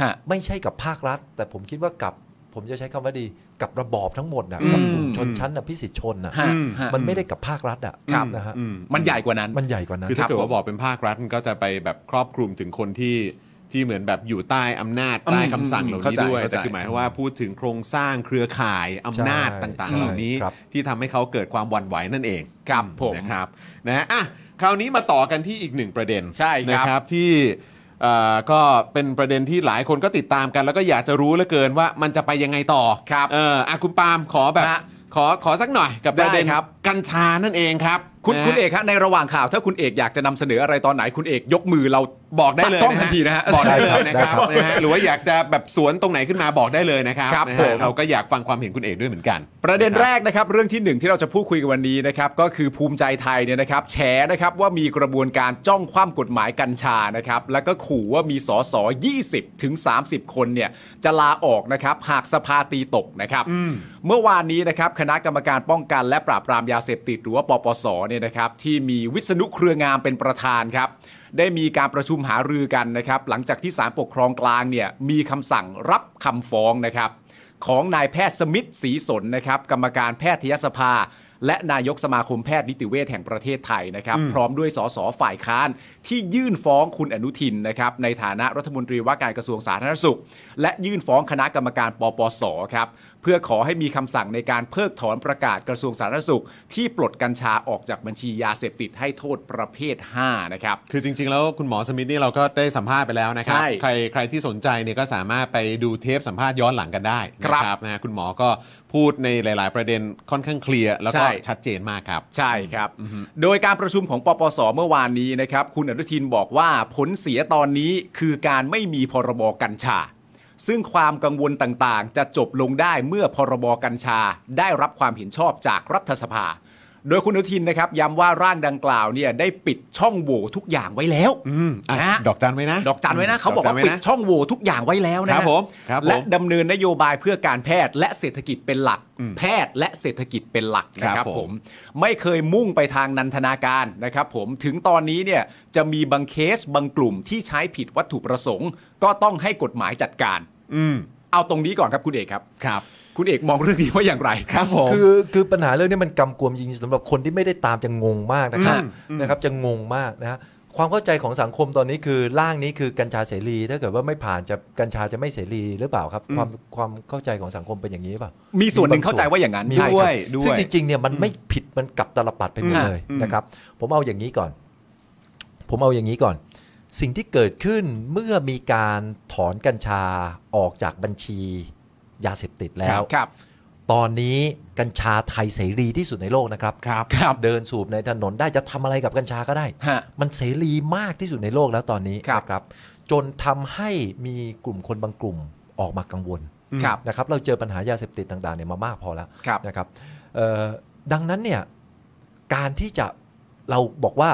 Speaker 3: ฮะ
Speaker 6: ไม่ใช่กับภาครัฐ แต่ผมคิดว่ากับ ผมจะใช้คำว่าดีกับระบอบทั้งหมดนะ
Speaker 2: อืม
Speaker 6: กับกลุ่มชนชั้นอภิสิทธิชนนะ
Speaker 3: ฮะ
Speaker 2: อืม
Speaker 3: ฮะ
Speaker 6: มันไม่ได้กับภาครัฐอ่ะ
Speaker 3: ครับ
Speaker 6: นะฮะ
Speaker 2: อืม
Speaker 3: มันใหญ่กว่านั้น
Speaker 6: มันใหญ่กว่านั้น
Speaker 2: คือถ้าเกิด
Speaker 3: ครับผม
Speaker 2: ว่าบอกเป็นภาครัฐมันก็จะไปแบบครอบคลุมถึงคนที่ที่เหมือนแบบอยู่ใต้อำนาจใต้
Speaker 3: อืม
Speaker 2: คำสั่งเหล่า
Speaker 3: เข้า
Speaker 2: นี้
Speaker 3: ใจ
Speaker 2: ด้วย
Speaker 3: เข้าใจ
Speaker 2: แต่คือหมายความว่าพูดถึงโครงสร้างเครือข่ายอำนาจต่างๆ
Speaker 6: ใช่
Speaker 2: เหล่านี้
Speaker 6: ครับ
Speaker 2: ที่ทำให้เขาเกิดความหวั่นไหวนั่นเอง
Speaker 3: ครับผม
Speaker 2: นะครับนะฮะอ่ะคราวนี้มาต่อกันที่อีกหนึ่งประเด็น
Speaker 3: ใช่ครับ
Speaker 2: นะครับที่เอ่อก็เป็นประเด็นที่หลายคนก็ติดตามกัน แล้วก็อยากจะรู้เหลือเกินว่ามันจะไปยังไงต่อ
Speaker 3: ครับ
Speaker 2: เอออ่ะคุณปาล์มขอแบบ
Speaker 3: ฮะ
Speaker 2: ขอขอสักหน่อยกับประเด็น
Speaker 3: ได้ครับ
Speaker 2: กัญชานั่นเองครับ
Speaker 3: คุณ
Speaker 2: นะฮะ
Speaker 3: คุณเอกฮะในระหว่างข่าวถ้าคุณเอกอยากจะนำเสนออะไรตอนไหนคุณเอกยกมือเรา
Speaker 2: บอกได้เลย
Speaker 3: ตักล้อง
Speaker 2: ฮ
Speaker 3: ทันทีนะฮะ
Speaker 2: บอกได้เลยนะค
Speaker 6: ได้
Speaker 2: รับ
Speaker 6: ครับ
Speaker 2: นะฮะหรือว่าอยากจะแบบสวนตรงไหนขึ้นมาบอกได้เลยนะครับ
Speaker 3: ครับ
Speaker 2: นะ
Speaker 3: ผ
Speaker 2: ฮะ
Speaker 3: ม
Speaker 2: เราก็อยากฟังความเห็นคุณเอกด้วยเหมือนกัน
Speaker 3: ประเด็นแรกนะครับเรื่องที่หนึ่งที่เราจะพูดคุยกันวันนี้นะครับก็คือภูมิใจไทยเนี่ยนะครับแฉนะครับว่ามีกระบวนการจ้องคว่ำกฎหมายกัญชานะครับแล้วก็ขู่ว่ามีสส20 ถึง 30 คนเนี่ยจะลาออกนะครับหากสภาตีตกนะครับเมื่อวานนี้นะครับคณะกรรมการป้องกันและปราบปรามยาเสพติดหรือว่าปปสเนี่ยนะครับที่มีวิษณุเครืองามเป็นประธานครับ ได้มีการประชุมหารือกันนะครับ หลังจากที่ศาลปกครองกลางเนี่ยมีคำสั่งรับคำฟ้องนะครับ ของนายแพทย์สมิทธ์ศรีสนนะครับ กรรมการแพทยสภา และนายกสมาคมแพทย์นิติเวชแห่งประเทศไทยนะครับ พร้อมด้วยสสฝ่ายค้านที่ยื่นฟ้องคุณอนุทินนะครับ ในฐานะรัฐมนตรีว่าการกระทรวงสาธารณสุข และยื่นฟ้องคณะกรรมการปปสครับ เพื่อขอให้มีคำสั่งในการเพิกถอนประกาศกระทรวงสาธารณสุข ที่ปลดกัญชาออกจากบัญชียาเสพติดให้โทษประเภท 5 นะครับ
Speaker 2: คือจริง ๆ แล้วคุณหมอสมิธนี่เราก็ได้สัมภาษณ์ไปแล้วนะครั
Speaker 3: ใช่
Speaker 2: ใครใครที่สนใจเนี่ยก็สามารถไปดูเทปสัมภาษณ์ย้อนหลังกันได้นะครับ ครับนะฮะคุณหมอก็พูดในหลาย ๆ ประเด็นค่อนข้างเคลียร์แล้วก็
Speaker 3: ใช่
Speaker 2: ชัดเจนมากครับ
Speaker 3: ใช่ครับ โดยการประชุมของปปส เมื่อวานนี้นะครับ คุณอนุทินบอกว่าผลเสียตอนนี้คือการไม่มีพรบกัญชา ซึ่งความกังวลต่างๆ จะจบลงได้เมื่อพรบกัญชาได้รับความเห็นชอบจากรัฐสภา โดยคุณอนุทินนะครับย้ำว่าร่างดังกล่าวเนี่ยได้ปิดช่องโหว่ทุกอย่างไว้แล้ว
Speaker 2: อืมอ่ะ
Speaker 3: นะฮะ
Speaker 2: ดอกจันไว้นะ
Speaker 3: ดอกจันไว้นะเขาบอกว่า
Speaker 2: ดจัน
Speaker 3: ปิ
Speaker 2: ไนะ
Speaker 3: ดช่องโหว่ทุกอย่างไว้แล้วนะ
Speaker 2: ค
Speaker 3: ฮะ
Speaker 2: รับผมครับผม
Speaker 3: และดำเนินนโยบายเพื่อการแพทย์และเศรษฐกิจเป็นหลัก แพทย์และเศรษฐกิจเป็นหลักนะค
Speaker 2: ครั
Speaker 3: รับบ
Speaker 2: ผม
Speaker 3: ผมไม่เคยมุ่งไปทางนันทนาการนะครับผมถึงตอนนี้เนี่ยจะมีบางเคสบางกลุ่มที่ใช้ผิดวัตถุประสงค์ ก็ต้องให้กฎหมายจัดการ
Speaker 2: อืม
Speaker 3: เอาตรงนี้ก่อนครับคุณเอกครับ
Speaker 2: ครับ
Speaker 3: คุณเอกมองเรื่องนี้ว่าอย่างไร
Speaker 2: ครับผม
Speaker 6: คือคือปัญหาเรื่องนี้มันกำกวมจริงๆสำหรับคนที่ไม่ได้ตามจะงงมากนะครับ
Speaker 3: อืม
Speaker 6: นะครับจะงงมากนะฮะความเข้าใจของสังคมตอนนี้คือร่างนี้คือกัญชาเสรี ถ้าเกิดว่าไม่ผ่านจะกัญชาจะไม่เสรีหรือเปล่าครับ ความความเข้าใจของสังคมเป็นอย่างนี้หรือเปล่า
Speaker 3: มีส่วนหนึ่งเข้าใจว่าอย่างนั้น
Speaker 6: มี
Speaker 3: ใช่
Speaker 2: ด้
Speaker 3: ค
Speaker 2: วย
Speaker 3: รับ
Speaker 6: ครับซึ่งจริงๆเนี่ยมันไม่ผิดมันกลับตาลปัดไปหมด
Speaker 3: อืม
Speaker 6: เลยนะครับ ผมเอาอย่างนี้ก่อน ผมเอาอย่างนี้ก่อน สิ่งที่เกิดขึ้นเมื่อมีการถอนกัญชาออกจากบัญชียาเสพติดแล้ว
Speaker 3: ครับ
Speaker 6: ตอนนี้กัญชาไทยเสรีที่สุดในโลกนะครับ
Speaker 3: ครับครับ
Speaker 6: เดินสูบในถนนได้จะทำอะไรกับกัญชาก็ได้
Speaker 3: ฮะ
Speaker 6: มันเสรีมากที่สุดในโลกแล้วตอนนี้
Speaker 3: ครับ
Speaker 6: นะครับ จนทำให้มีกลุ่มคนบางกลุ่มออกมากังวล
Speaker 3: ครับ
Speaker 6: นะครับเราเจอปัญหายาเสพติดต่างๆเนี่ยมามากพอแล้ว
Speaker 3: ครับ
Speaker 6: นะครับเอ่อดังนั้นเนี่ยการที่จะเราบอกว่า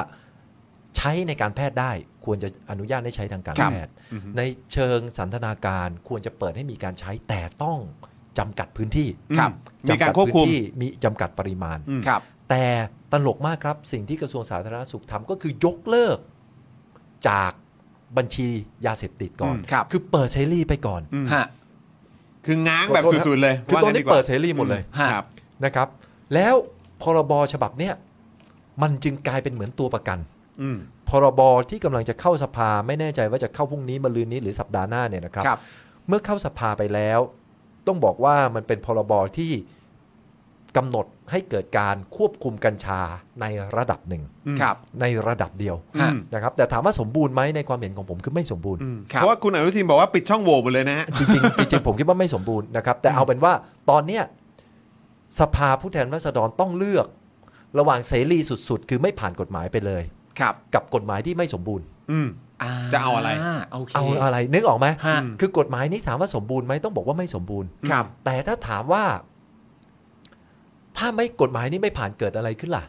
Speaker 6: ใช้ในการแพทย์ได้ควรจะอนุญาตให้ใช้ทางการ
Speaker 3: ครับ
Speaker 6: แพทย์ ในเชิงสันทนาการควรจะเปิดให้มีการใช้แต่ต้องจำกัดพื้นที่
Speaker 3: ครับ
Speaker 2: มีการควบคุม
Speaker 6: จำกัดพื้นที่มีจำกัดปริมาณ
Speaker 2: อืม
Speaker 3: ครับ
Speaker 6: แต่ตลกมากครับสิ่งที่กระทรวงสาธารณสุขทำก็คือยกเลิกจากบัญชียาเสพติดก่อน
Speaker 3: อืมครับ
Speaker 6: อเปิดเสรีไปก่อน
Speaker 2: อืม
Speaker 3: ฮะ
Speaker 2: คือ ง้างแบบสุดๆเลย
Speaker 6: คือ
Speaker 2: ว่า
Speaker 6: ตอน
Speaker 2: งั้
Speaker 6: นี้
Speaker 2: ดีกว่า
Speaker 6: เปิดเสรีหมดเลย
Speaker 3: ฮะ
Speaker 2: ครับ
Speaker 6: นะครับ แล้วพรบฉบับเนี้ยมันจึงกลายเป็นเหมือนตัวประกัน
Speaker 2: อืม
Speaker 6: พรบที่กำลังจะเข้าสภาไม่แน่ใจว่าจะเข้าพรุ่งนี้มะรืนนี้หรือสัปดาห์หน้าเนี่ยนะครับ
Speaker 3: ครับ
Speaker 6: เมื่อเข้าสภาไปแล้ว ต้องบอกว่ามันเป็นพรบที่กำหนดให้เกิดการควบคุมกัญชาในระดับหนึ่ง
Speaker 3: ครับ
Speaker 6: ในระดับเดียว
Speaker 3: ฮะ
Speaker 6: นะครับ แต่ถามว่าสมบูรณ์ไหมในความเห็นของผมคือไม่สมบูรณ์
Speaker 3: ครับ
Speaker 2: เพราะว่าคุณอนุทินบอกว่าปิดช่องโหว่หมดเลยนะฮะ
Speaker 6: จริงๆจริงๆผมคิดว่าไม่สมบูรณ์นะครับ แต่เอาเป็นว่าตอนเนี้ยสภาผู้แทนราษฎรต้องเลือก ระหว่างเสรีสุดๆ คือไม่ผ่านกฎหมายไปเลย
Speaker 3: ครับ
Speaker 6: กับกฎหมายที่ไม่สมบูรณ์
Speaker 2: อืม จะเอาอะไร
Speaker 3: โอเค
Speaker 6: เอาอะไรนึกออกไหม
Speaker 3: ฮะ
Speaker 6: คือกฎหมายนี้ถามว่าสมบูรณ์ไหมต้องบอกว่าไม่สมบูรณ์
Speaker 3: ครับ
Speaker 6: แต่ถ้าถามว่า ถ้าไม่กฎหมายนี้ไม่ผ่านเกิดอะไรขึ้นล่ะ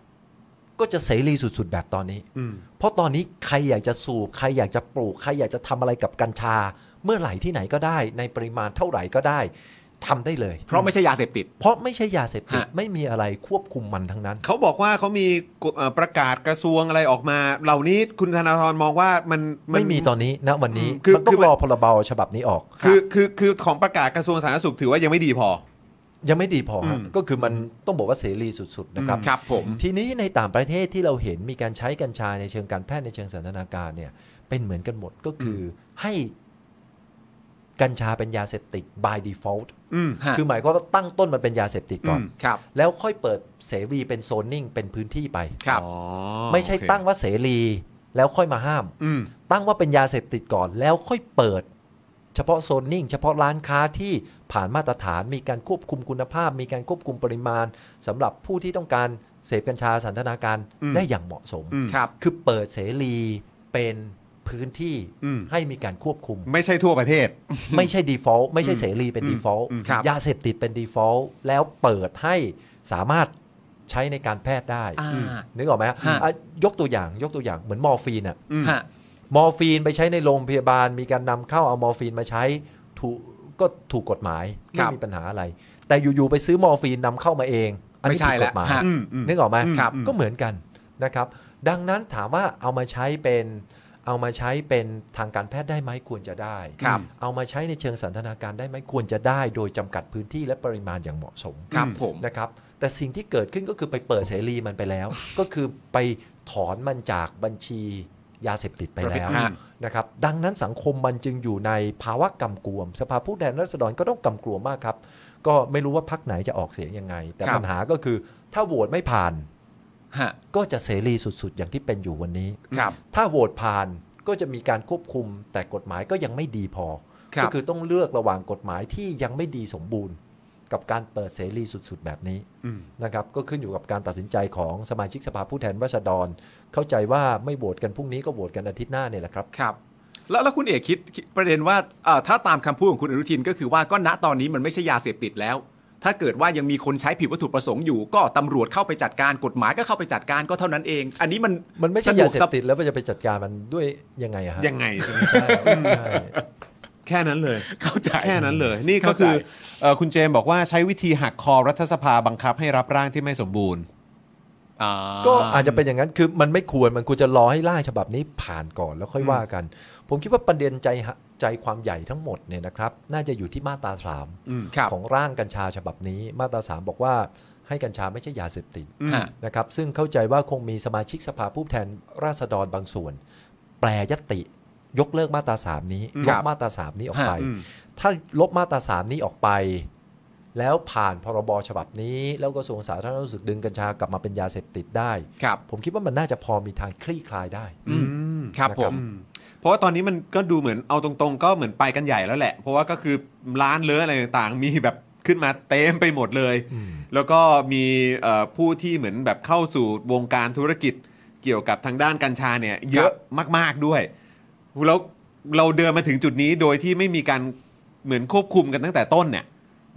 Speaker 6: ก็จะเสรีสุดๆ แบบตอนนี้
Speaker 2: อืม
Speaker 6: เพราะตอนนี้ใครอยากจะสูบ ใครอยากจะปลูก ใครอยากจะทำอะไรกับกัญชา เมื่อไหร่ที่ไหนก็ได้ ในปริมาณเท่าไหร่ก็ได้ทำได้เลย
Speaker 3: เพราะไม่ใช่ยาเสพติด
Speaker 6: เพราะไม่ใช่ยาเสพติด
Speaker 3: ฮะ
Speaker 6: ไม่มีอะไรควบคุมมันทั้งนั้น
Speaker 2: เขาบอกว่าเขามีกฎเอ่อประกาศกระทรวงอะไรออกมา เหล่านี้คุณธนาธรมองว่ามันน
Speaker 6: ไม่มีตอนนี้นะวันนี้
Speaker 2: อืมคือ
Speaker 6: มันต้อ
Speaker 2: คื
Speaker 6: ง
Speaker 2: อมัน
Speaker 6: รอพรบฉบับนี้ออก
Speaker 2: คือคือคือของประกาศกระทรวงสาธารณสุขถือว่ายังไม่ดีพอ
Speaker 6: ยังไม่ดีพอฮะ
Speaker 2: อืม
Speaker 6: ก็คือมันต้องบอกว่าเสรีสุดๆนะครับ
Speaker 3: ครับผม
Speaker 6: ทีนี้ในต่างประเทศที่เราเห็นมีการใช้กัญชาในเชิงการแพทย์ในเชิงสันทนาการเนี่ยเป็นเหมือนกันหมดก็คืออให้กัญชาเป็นยาเสพติด by default
Speaker 2: อืม
Speaker 3: ฮะ
Speaker 6: คือหมายความว่าตั้งต้นมันเป็นยาเสพติดก่อน
Speaker 2: อืม
Speaker 3: ครับ
Speaker 6: แล้วค่อยเปิดเสรีเป็นโซนนิ่งเป็นพื้นที่ไป
Speaker 3: ครับ
Speaker 2: อ๋อ
Speaker 6: ไม่ใช่
Speaker 2: โอเค
Speaker 6: ตั้งว่าเสรีแล้วค่อยมาห้าม
Speaker 2: อืม
Speaker 6: ตั้งว่าเป็นยาเสพติดก่อนแล้วค่อยเปิด เฉพาะโซนนิ่ง เฉพาะร้านค้าที่ผ่านมาตรฐานมีการควบคุมคุณภาพ มีการควบคุมปริมาณสำหรับผู้ที่ต้องการเสพกัญชาสันทนาการ
Speaker 2: อืม
Speaker 6: ได้อย่างเหมาะสม
Speaker 2: อืม
Speaker 3: ครับ
Speaker 6: คือเปิดเสรีเป็นพื้นที่
Speaker 2: อืม
Speaker 6: ให้มีการควบคุม
Speaker 2: ไม่ใช่ทั่วประเทศ
Speaker 6: ไม่ใช่ default ไม่ใช่เสรีเป็น
Speaker 2: อืม
Speaker 6: default
Speaker 2: อืม
Speaker 3: ครับ
Speaker 6: ยาเสพติดเป็น default แล้วเปิดให้สามารถใช้ในการแพทย์ได้
Speaker 3: อ่า
Speaker 6: นึกออกไหมฮะ
Speaker 3: ฮะ
Speaker 6: อ่ะยกตัวอย่างยกตัวอย่างเหมือนมอร์ฟีนอะ
Speaker 2: อืม
Speaker 3: ฮะ
Speaker 6: มอร์ฟีนไปใช้ในโรงพยาบาลมีการนำเข้าเอามอร์ฟีนมาใช้ถูกก็ถูกกฎหมาย
Speaker 3: ครับ
Speaker 6: ไม่มีปัญหาอะไร แต่อยู่ๆไปซื้อมอร์ฟีนนำเข้ามาเองอันนี้
Speaker 3: ไม่ใช่
Speaker 6: ผิดกฎหมาย
Speaker 3: แล้วฮะ
Speaker 2: อืมอืม
Speaker 6: นึกออกไหม
Speaker 2: ครับ
Speaker 6: ก็เหมือนกันนะครับ ดังนั้นถามว่าเอามาใช้เป็นเอามาใช้เป็นทางการแพทย์ได้ไหมควรจะได้
Speaker 3: ครับ
Speaker 6: เอามาใช้ในเชิงสันทนาการได้ไหมควรจะได้ โดยจำกัดพื้นที่และปริมาณอย่างเหมาะสม
Speaker 3: ครับผม
Speaker 6: นะครับแต่สิ่งที่เกิดขึ้นก็คือไปเปิดเสรีมันไปแล้ว ก็คือไปถอนมันจากบัญชียาเสพติดไปแล้ว
Speaker 3: ฮะ
Speaker 6: นะครับดังนั้นสังคมมันจึงอยู่ในภาวะกำกวม สภาผู้แทนราษฎรก็ต้องกำกวมมากครับ ก็ไม่รู้ว่าพักไหนจะออกเสียงยังไง แต่ปัญหาก็คือถ้าโหวตไม่ผ่าน
Speaker 3: ฮะ
Speaker 6: ก็จะเสรีสุดๆ อย่างที่เป็นอยู่วันนี้
Speaker 3: ครับ
Speaker 6: ถ้าโหวตผ่านก็จะมีการควบคุม แต่กฎหมายก็ยังไม่ดีพอ
Speaker 3: ครับ
Speaker 6: ก็คือต้องเลือกระหว่างกฎหมายที่ยังไม่ดีสมบูรณ์ กับการเปิดเสรีสุดๆ แบบนี้
Speaker 2: อืม
Speaker 6: นะครับก็ขึ้นอยู่กับการตัดสินใจของสมาชิกสภาผู้แทนราษฎร เข้าใจว่าไม่โหวตกันพรุ่งนี้ก็โหวตกันอาทิตย์หน้าเนี่ยแหละครับ
Speaker 3: ครับ แล้วแล้วคุณเอกคิดคิดประเด็นว่าเอ่อถ้าตามคำพูดของคุณอนุทินก็คือว่าก็ณตอนนี้มันไม่ใช่ยาเสพติดแล้ว ถ้าเกิดว่ายังมีคนใช้ผิดวัตถุประสงค์อยู่ ก็ตำรวจเข้าไปจัดการกฎหมายก็เข้าไปจัดการก็เท่านั้นเอง อันนี้มัน
Speaker 6: มันไม่ใช่
Speaker 3: สะด
Speaker 6: ยาว
Speaker 3: ก
Speaker 6: เสพติดแล้วมันจะไปจัดการมันด้วยยังไงอะฮะ
Speaker 2: ยังไงใช่ไหม
Speaker 6: ใช่ใช่
Speaker 2: แค่นั้นเลย
Speaker 3: เข้าใจ
Speaker 2: แค่นั้นเลย นี่ก็คือ
Speaker 3: เข้าใจ
Speaker 2: เอ่อคุณเจมส์บอกว่าใช้วิธีหักคอรัฐสภาบังคับให้รับร่างที่ไม่สมบูรณ์
Speaker 3: อ่า
Speaker 6: ก็อาจจะเป็นอย่างนั้นคือมันไม่ควรมันควรจะรอให้ร่างฉบับนี้ผ่านก่อนแล้วค่อยว่ากัน ผมคิดว่าประเด็นใจฮะใจความใหญ่ทั้งหมดเนี่ยนะครับ น่าจะอยู่ที่มาตราสาม
Speaker 2: อืม
Speaker 3: ครับ
Speaker 6: ของร่างกัญชาฉบับนี้ มาตราสามบอกว่าให้กัญชาไม่ใช่ยาเสพติด
Speaker 3: อืม
Speaker 6: นะครับ ซึ่งเข้าใจว่าคงมีสมาชิกสภาผู้แทนราษฎรบางส่วน แปลยติยกเลิกมาตราสามนี้
Speaker 3: ค
Speaker 6: ล
Speaker 3: รั
Speaker 6: บบ มาตราสามนี้ออกไป
Speaker 2: อืม
Speaker 6: ถ้าลบมาตราสามนี้ออกไป แล้วผ่านพรบฉบับนี้ แล้วกระทรวงสาธารณสุขดึงกัญชากลับมาเป็นยาเสพติดได้
Speaker 3: ครับ
Speaker 6: ผมคิดว่ามันน่าจะพอมีทางคลี่คลายได้
Speaker 3: อืม
Speaker 2: อืม
Speaker 3: ครับ
Speaker 6: นะ
Speaker 3: ผ
Speaker 6: ครับ
Speaker 3: ม
Speaker 2: เพราะว่าตอนนี้มันก็ดูเหมือนเอาตรงๆ ก็เหมือนไปกันใหญ่แล้วแหละ เพราะว่าก็คือร้านเลื้ออะไรต่างๆ มีแบบขึ้นมาเต็มไปหมดเลย แล้วก็มีเอ่อผู้ที่เหมือนแบบเข้าสู่วงการธุรกิจเกี่ยวกับทางด้านกัญชาเนี่ย เยอะมากๆด้วยแล้วเราเดินมาถึงจุดนี้โดยที่ไม่มีการเหมือนควบคุมกันตั้งแต่ต้นเนี่ย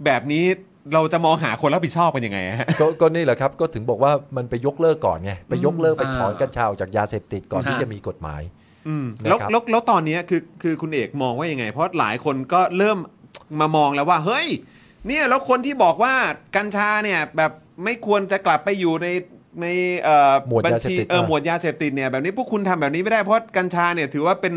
Speaker 2: แบบนี้เราจะมองหาคนรับผิดชอบกันยังไงฮะ
Speaker 6: ก็ก็นี่แหละครับ ก็ถึงบอกว่ามันไปยกเลิกก่อนไง ไปยกเลิกไป
Speaker 3: อ่า
Speaker 6: ถอนกัญชาออกจากยาเสพติดก่อน
Speaker 3: ฮะ
Speaker 6: ที่จะมีกฎหมาย
Speaker 2: อืม
Speaker 6: นะ
Speaker 2: แล้ว
Speaker 6: ครับ
Speaker 2: แล้วแล้วตอนเนี้ยคือคือคุณเอกมองว่ายังไง เพราะหลายคนก็เริ่มมามองแล้วว่า เฮ้ย เนี่ยแล้วคนที่บอกว่ากัญชาเนี่ยแบบไม่ควรจะกลับไปอยู่ในในเอ่อ
Speaker 6: หมวด
Speaker 2: บัญ
Speaker 6: ยาเสพ
Speaker 2: ชี
Speaker 6: ติด
Speaker 2: เออ
Speaker 6: นะ
Speaker 2: หมวดยาเสพติดเนี่ยแบบนี้พวกคุณทำแบบนี้ไม่ได้เพราะกัญชาเนี่ยถือว่าเป็น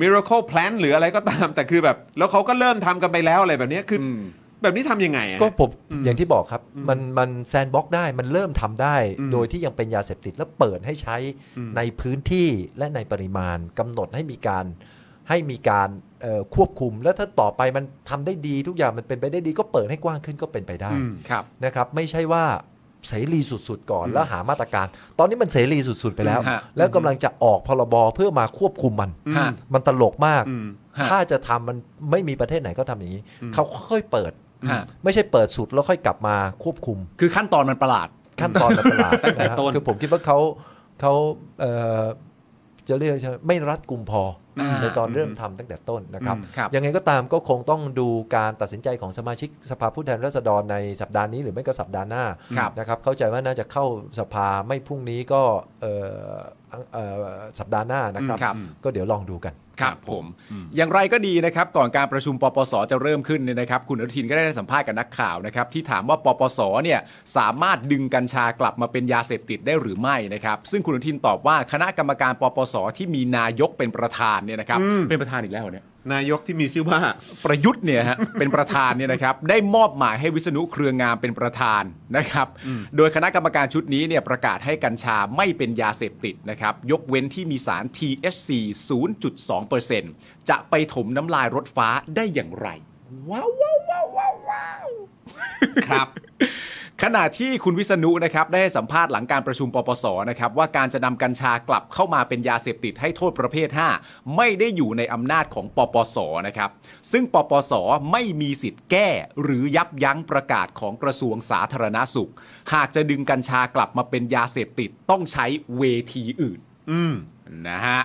Speaker 2: miracle plant หรืออะไรก็ตาม แต่คือแบบ แล้วเขาก็เริ่มทำกันไปแล้วอะไรแบบเนี้ยคืออ
Speaker 3: ม
Speaker 2: แบบนี้ทำยังไงอะ
Speaker 6: ก็ผมอย่างที่บอกครับ มันมันแซนบ็อกได้มันเริ่มทำได้ โดยที่ยังเป็นยาเสพติดแล้วเปิดให้ใช้ในพื้นที่และในปริมาณกำหนดให้มีการให้มีการเอ่อควบคุม แล้วถ้าต่อไปมันทำได้ดีทุกอย่างมันเป็นไปได้ดีก็เปิดให้กว้างขึ้นก็เป็นไปได้
Speaker 3: ครับ
Speaker 6: นะครับไม่ใช่ว่าเสรีสุดๆ ก่อนแล้วหามาตรการ ตอนนี้มันเสรีสุดๆ ไปแล้ว
Speaker 3: อืมฮะ
Speaker 6: แล้วกำลังจะออกพรบเพื่อมาควบคุมมัน
Speaker 3: ฮะ
Speaker 6: มันตลกมาก
Speaker 2: อืม
Speaker 3: ฮะ
Speaker 6: ถ้าจะทำมันไม่มีประเทศไหนก็ทำอย่างนี้ เขาค่อยๆเปิด
Speaker 3: ฮะ
Speaker 6: ไม่ใช่เปิดสุดแล้วค่อยกลับมาควบคุม
Speaker 3: คือขั้นตอนมันประหลาด
Speaker 6: ขั้นตอนมันประหลาด
Speaker 2: ตั้งแต่
Speaker 6: ะฮะ
Speaker 2: ต้น
Speaker 6: คือผมคิดว่าเขาเขาเอ่อจะเรียกใช่ไหมไม่รัดกลุ่มพออ
Speaker 3: ม
Speaker 6: ในตอนเริ่มทำตั้งแต่ต้นนะครับ
Speaker 3: อืมครับ
Speaker 6: ยังไงก็ตามก็คงต้องดูการตัดสินใจของสมาชิกสภาผู้แทนราษฎรในสัปดาห์นี้หรือไม่ก็สัปดาห์หน้า
Speaker 3: ครับ
Speaker 6: นะครับ เข้าใจว่าน่าจะเข้าสภาไม่พรุ่งนี้ก็เอ่อเอ่อสัปดาห์หน้านะครับ
Speaker 3: ครับ
Speaker 6: ก็เดี๋ยวลองดูกัน
Speaker 3: ครับผมอย่างไรก็ดีนะครับ ก่อนการประชุมปปสจะเริ่มขึ้นเนี่ยนะครับ คุณอนุทินก็ได้ให้สัมภาษณ์กับนักข่าวนะครับ ที่ถามว่าปปสเนี่ยสามารถดึงกัญชากลับมาเป็นยาเสพติดได้หรือไม่นะครับ ซึ่งคุณอนุทินตอบว่าคณะกรรมการปปสที่มีนายกเป็นประธานเนี่ยนะครับ เป็นประธานอีกแล้วเหรอเนี่ย
Speaker 2: นายกที่มีชื่อว่า
Speaker 3: ประยุทธ์เนี่ยฮะ เป็นประธานเนี่ยนะครับได้มอบหมายให้วิษณุเครืองามเป็นประธานนะครับ โดยคณะกรรมการชุดนี้เนี่ยประกาศให้กัญชาไม่เป็นยาเสพติดนะครับยกเว้นที่มีสาร THC 0.2%จะไปถมน้ำลายรถฟ้าได้อย่างไร ว้าวว้าวว้าวว้าวว้าว
Speaker 2: ครับ
Speaker 3: ขณะที่คุณวิษณุนะครับได้ให้สัมภาษณ์หลังการประชุมปปสนะครับว่าการจะนำกัญชากลับเข้ามาเป็นยาเสพติดให้โทษประเภท 5 ไม่ได้อยู่ในอำนาจของปปสนะครับซึ่งปปสไม่มีสิทธิ์แก้ หรือยับยั้งประกาศของกระทรวงสาธารณสุข หากจะดึงกัญชากลับมาเป็นยาเสพติดต้องใช้เวทีอื่น
Speaker 2: อืม
Speaker 3: นะฮะ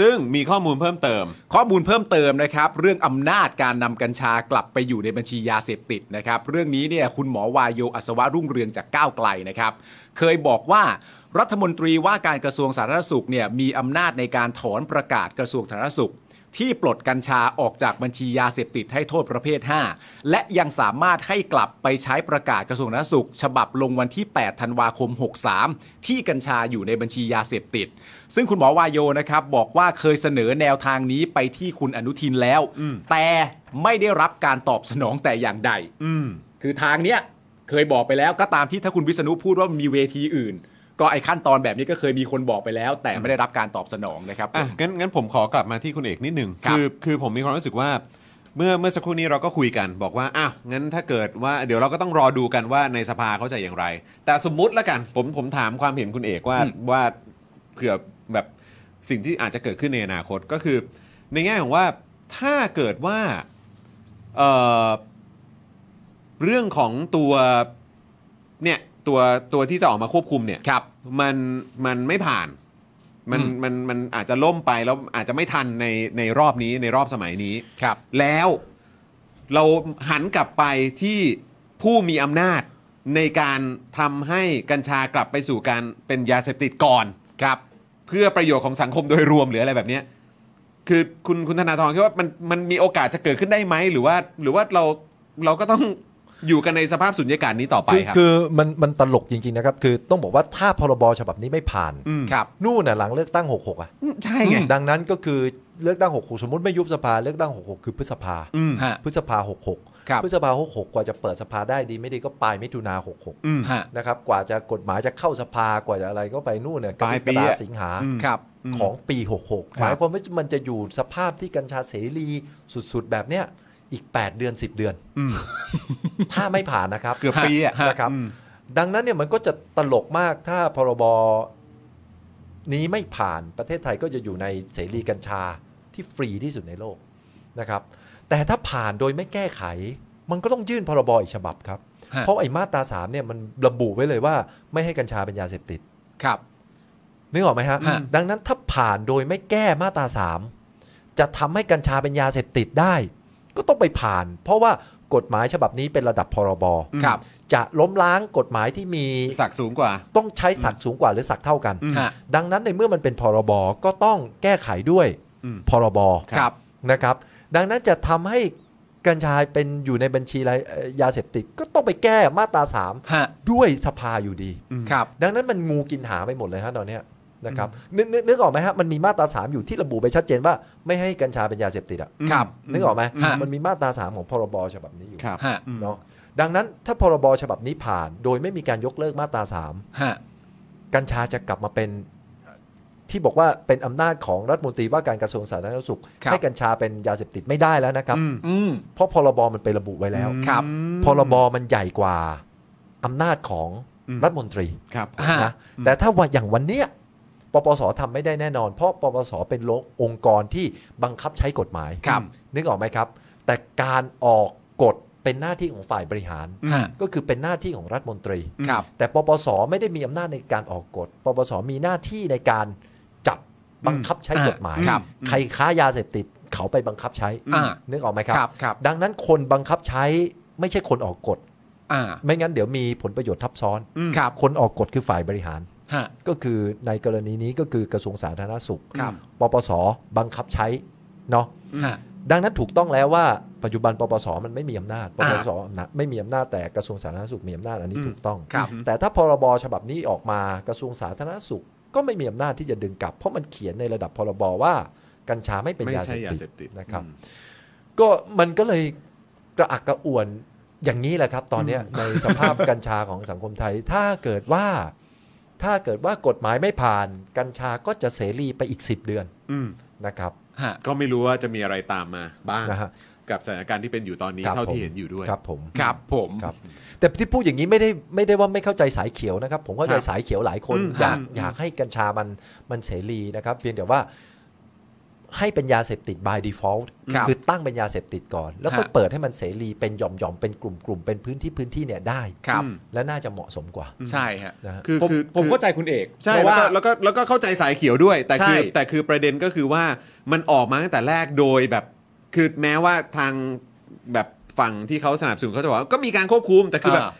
Speaker 2: ซึ่งมีข้อมูลเพิ่มเติม
Speaker 3: ข้อมูลเพิ่มเติมนะครับ เรื่องอำนาจการนำกัญชากลับไปอยู่ในบัญชียาเสพติดนะครับ เรื่องนี้เนี่ยคุณหมอวายโยอัศวะรุ่งเรืองจากก้าวไกลนะครับ เคยบอกว่ารัฐมนตรีว่าการกระทรวงสาธารณสุขเนี่ยมีอำนาจในการถอนประกาศกระทรวงสาธารณสุข ที่ปลดกัญชาออกจากบัญชียาเสพติดให้โทษประเภท 5 และยังสามารถให้กลับไปใช้ประกาศกระทรวงสาธารณสุข ฉบับลงวันที่ 8 ธันวาคม 63 ที่กัญชาอยู่ในบัญชียาเสพติด ซึ่งคุณหมอวายโยนะครับ บอกว่าเคยเสนอแนวทางนี้ไปที่คุณอนุทินแล้ว แต่ไม่ได้รับการตอบสนองแต่อย่างใด
Speaker 2: อืม
Speaker 3: คือทางเนี้ยเคยบอกไปแล้วก็ตามที่ถ้าคุณวิษณุพูดว่ามีเวทีอื่น ก็ไอ้ขั้นตอนแบบนี้ก็เคยมีคนบอกไปแล้ว แต่ไม่ได้รับการตอบสนองนะครับ
Speaker 2: อ่ะงั้นงั้นผมขอกลับมาที่คุณเอกนิดหนึ่ง
Speaker 3: ครับ
Speaker 2: อคือผมมีความรู้สึกว่า เมื่อเมื่อสักครู่นี้เราก็คุยกันบอกว่าอ้าวงั้นถ้าเกิดว่าเดี๋ยวเราก็ต้องรอดูกันว่าในสภาเขาจะอย่างไร แต่สมมุติละกันผมผมถามความเห็นคุณเอกว่า
Speaker 3: อืม
Speaker 2: ว่าเผื่อแบบสิ่งที่อาจจะเกิดขึ้นในอนาคตก็คือ ในแง่ของว่าถ้าเกิดว่าเอ่อเรื่องของตัวเนี่ยตัวตัวที่จะออกมาควบคุมเนี่ย
Speaker 3: ครับ
Speaker 2: มันมันไม่ผ่าน มันมันมันอาจจะล่มไปแล้วอาจจะไม่ทันในในรอบนี้ในรอบสมัยนี้
Speaker 3: ครับ
Speaker 2: แล้วเราหันกลับไปที่ผู้มีอำนาจในการทำให้กัญชากลับไปสู่การเป็นยาเสพติดก่อน
Speaker 3: ครับ
Speaker 2: เพื่อประโยชน์ของสังคมโดยรวมหรืออะไรแบบเนี้ยคือคุณคุณธนาธรคิดว่ามันมันมีโอกาสจะเกิดขึ้นได้ไหมหรือว่า หรือว่าเราเราก็ต้องอยู่กันในสภาพสุญญากาศนี้ต่อไป
Speaker 6: คือ
Speaker 2: ครับ
Speaker 6: คือมันมันตลกจริง ๆ นะครับ คือต้องบอกว่าถ้าพรบฉบับนี้ไม่ผ่าน
Speaker 2: อืม
Speaker 3: ครับ
Speaker 6: นู่นน่ะหลังเลือกตั้ง 66 อ่ะ
Speaker 2: ใช่ไง
Speaker 6: ดังนั้นก็คือเลือกตั้ง 66 สมมติไม่ยุบสภาเลือกตั้ง 66 คือพฤษภา
Speaker 2: อืม
Speaker 3: ฮะ
Speaker 6: พฤษภา 66
Speaker 3: ครับ
Speaker 6: พฤษภา 66 กว่าจะเปิดสภาได้ดีไม่ดีก็ปลายมิถุนา66
Speaker 2: อืม
Speaker 3: ฮะ
Speaker 6: นะครับ กว่าจะกฎหมายจะเข้าสภากว่าจะอะไรก็ไปนู่นเนี่ย
Speaker 2: ปลายปี
Speaker 6: กรกฎ
Speaker 2: อะ
Speaker 6: สิงหา
Speaker 2: อืม
Speaker 3: ครับ
Speaker 2: อืม
Speaker 6: ของปี 66
Speaker 2: ครับ
Speaker 6: หมายความว่ามันจะอยู่สภาพที่กัญชาเสรีสุดๆ แบบเนี้ยอีก 8 เดือน 10 เดือน
Speaker 2: อืม
Speaker 6: ถ้าไม่ผ่านนะครับ
Speaker 2: เกือบปีอ่ะ
Speaker 6: นะครับ
Speaker 2: อืม
Speaker 6: ดังนั้นเนี่ยมันก็จะตลกมากถ้าพรบนี้ไม่ผ่านประเทศไทยก็จะอยู่ในเสรีกัญชาที่ฟรีที่สุดในโลกนะครับ แต่ถ้าผ่านโดยไม่แก้ไข มันก็ต้องยื่นพรบอีกฉบับครับ
Speaker 3: ฮะ
Speaker 6: เพราะไอ้มาตราสามเนี่ยมันระบุไว้เลยว่าไม่ให้กัญชาเป็นยาเสพติด
Speaker 3: ครับ
Speaker 6: นึกออกไหมฮะ
Speaker 3: ฮะ
Speaker 6: ดังนั้นถ้าผ่านโดยไม่แก้มาตราสามจะทำให้กัญชาเป็นยาเสพติดได้ ก็ต้องไปผ่าน เพราะว่ากฎหมายฉบับนี้เป็นระดับพรบ
Speaker 2: อืม
Speaker 3: ครับ
Speaker 6: จะล้มล้างกฎหมายที่มี
Speaker 2: ศักดิ์สูงกว่า
Speaker 6: ต้องใช้ศักดิ์สูงกว่าหรือศักดิ์เท่ากัน
Speaker 2: อืม
Speaker 3: ฮะ
Speaker 6: ดังนั้นในเมื่อมันเป็นพรบก็ต้องแก้ไขด้วย
Speaker 2: อืม
Speaker 6: พรบ
Speaker 3: ครับ
Speaker 6: นะครับ ดังนั้นจะทำให้กัญชาเป็นอยู่ในบัญชีรายเอ่อยาเสพติดก็ต้องไปแก้มาตราสาม
Speaker 3: ฮะ
Speaker 6: ด้วยสภาอยู่ดี
Speaker 3: ครับ
Speaker 6: ดังนั้นมันงูกินหางไปหมดเลยฮะตอนเนี้ยนะครับนึกนึกนึกออกไหมฮะมันมีมาตราสามอยู่ที่ระบุไปชัดเจนว่าไม่ให้กัญชาเป็นยาเสพติดอ่ะ
Speaker 3: ครับ
Speaker 6: นึกออกไหม
Speaker 3: ฮะ
Speaker 6: มันมีมาตราสามของพรบฉบับนี้อยู่
Speaker 2: ครับ
Speaker 3: ฮะ
Speaker 6: เนาะดังนั้นถ้าพรบฉบับนี้ผ่าน โดยไม่มีการยกเลิกมาตราสาม
Speaker 3: ฮะ
Speaker 6: กัญชาจะกลับมาเป็นที่บอกว่าเป็นอำนาจของรัฐมนตรีว่าการกระทรวงสาธารณสุข
Speaker 3: ครับ
Speaker 6: ให้กัญชาเป็นยาเสพติดไม่ได้แล้วนะครับ
Speaker 2: อืม
Speaker 3: อืม
Speaker 6: เพราะพรบมันไประบุไว้แล้ว
Speaker 3: ครับ
Speaker 6: พรบมันใหญ่กว่าอำนาจของรัฐมนตรี
Speaker 2: ครับ
Speaker 3: ฮะ
Speaker 6: นะแต่ถ้าว่าอย่างวันเนี้ยปปสทำไม่ได้แน่นอน เพราะปปสเป็นโลองค์กรที่บังคับใช้กฎหมาย
Speaker 3: ครับ
Speaker 6: นึกออกไหมครับ แต่การออกกฎเป็นหน้าที่ของฝ่ายบริหาร
Speaker 3: ฮะ
Speaker 6: ก็คือเป็นหน้าที่ของรัฐมนตรี
Speaker 3: ครับ
Speaker 6: แต่ปปสไม่ได้มีอำนาจในการออกกฎปปสมีหน้าที่ในการจับบังคับใช้กฎหมาย
Speaker 3: อ่าครับ
Speaker 6: ใครค้ายาเสพติดเขาไปบังคับใช้
Speaker 3: อ่า
Speaker 6: นึกออกไหมครั
Speaker 3: ครับ ครับ
Speaker 6: ดังนั้นคนบังคับใช้ไม่ใช่คนออกกฎ
Speaker 3: อ่า
Speaker 6: ไม่งั้นเดี๋ยวมีผลประโยชน์ทับซ้อน
Speaker 3: ครับ
Speaker 6: คนออกกฎคือฝ่ายบริหาร
Speaker 3: ฮะ
Speaker 6: ก็คือในกรณีนี้ก็คือกระทรวงสาธารณสุข
Speaker 3: ครับ
Speaker 6: ปปส บังคับใช้เนาะ
Speaker 3: ฮะ
Speaker 6: ดังนั้นถูกต้องแล้วว่าปัจจุบันปปส มันไม่มีอำนาจ ป
Speaker 3: อ่า
Speaker 6: ปสอำนาจไม่มีอำนาจแต่กระทรวงสาธารณสุขมีอำนาจอันนี้ถูกต้อง
Speaker 3: ครับ
Speaker 6: แต่ถ้าพรบฉบับนี้ออกมากระทรวงสาธารณสุข ก็ไม่มีอำนาจที่จะดึงกลับ เพราะมันเขียนในระดับพรบว่ากัญชาไม่เป็น
Speaker 2: ไม่
Speaker 6: ยาเส
Speaker 2: ใช่ยา
Speaker 6: พติด
Speaker 2: เสพติด
Speaker 6: นะครับ ก็มันก็เลยกระอักกระอ่วนอย่างนี้แหละครับ ตอนเนี้ยในสภาพกัญชาของสังคมไทย ถ้าเกิดว่าถ้าเกิดว่ากฎหมายไม่ผ่าน กัญชาก็จะเสรีไปอีก 10 เดือน
Speaker 2: อืม
Speaker 6: นะครับ
Speaker 3: ฮะ
Speaker 2: ก็ไม่รู้ว่าจะมีอะไรตามมาบ้าง
Speaker 6: นะฮะ
Speaker 2: กับสถานการณ์ที่เป็นอยู่ตอนนี้
Speaker 6: ครับ
Speaker 2: เท่าที่
Speaker 6: ผม
Speaker 2: เห็นอยู่ด้วย
Speaker 6: ครับผม
Speaker 3: ครับผม
Speaker 6: ครับ แต่ที่พูดอย่างนี้ไม่ได้ไม่ได้ว่าไม่เข้าใจสายเขียวนะครับ ผมเข้าใจ
Speaker 2: ครับ
Speaker 6: สายเขียวหลายคน
Speaker 2: อืม
Speaker 6: อยาก
Speaker 2: อืม
Speaker 6: อยากให้กัญชามันมันเสรีนะครับ เพียงแต่ว่าให้เป็นยาเสพติด by default
Speaker 3: ครับ
Speaker 6: อตั้งเป็นยาเสพติดก่อน แล้วก็
Speaker 3: ฮะ
Speaker 6: เปิดให้มันเสรีเป็นหย่อมหย่อมๆเป็นกลุ่มกลุ่มๆเป็นพื้นที่พื้นที่เนี่ยได้
Speaker 3: ครับ
Speaker 6: และน่าจะเหมาะสมกว่า
Speaker 3: ใช่ฮะ
Speaker 6: นะฮะ
Speaker 2: คือ
Speaker 3: ผม
Speaker 2: คือ
Speaker 3: ผม
Speaker 2: คือ
Speaker 3: เข้าใจคุณเอก
Speaker 2: ใช่
Speaker 3: เพราะ
Speaker 2: แล้ว
Speaker 3: ว่า
Speaker 2: ก็แล้วก็แล้วก็เข้าใจสายเขียวด้วย แต่คือ
Speaker 3: ใช่
Speaker 2: แต่คือประเด็นก็คือว่ามันออกมาตั้งแต่แรกโดยแบบ คือแม้ว่าทางแบบฝั่งที่เขาสนับสนุนเขาจะบอกว่าก็มีการควบคุมแต่คือแบบ
Speaker 3: อ่า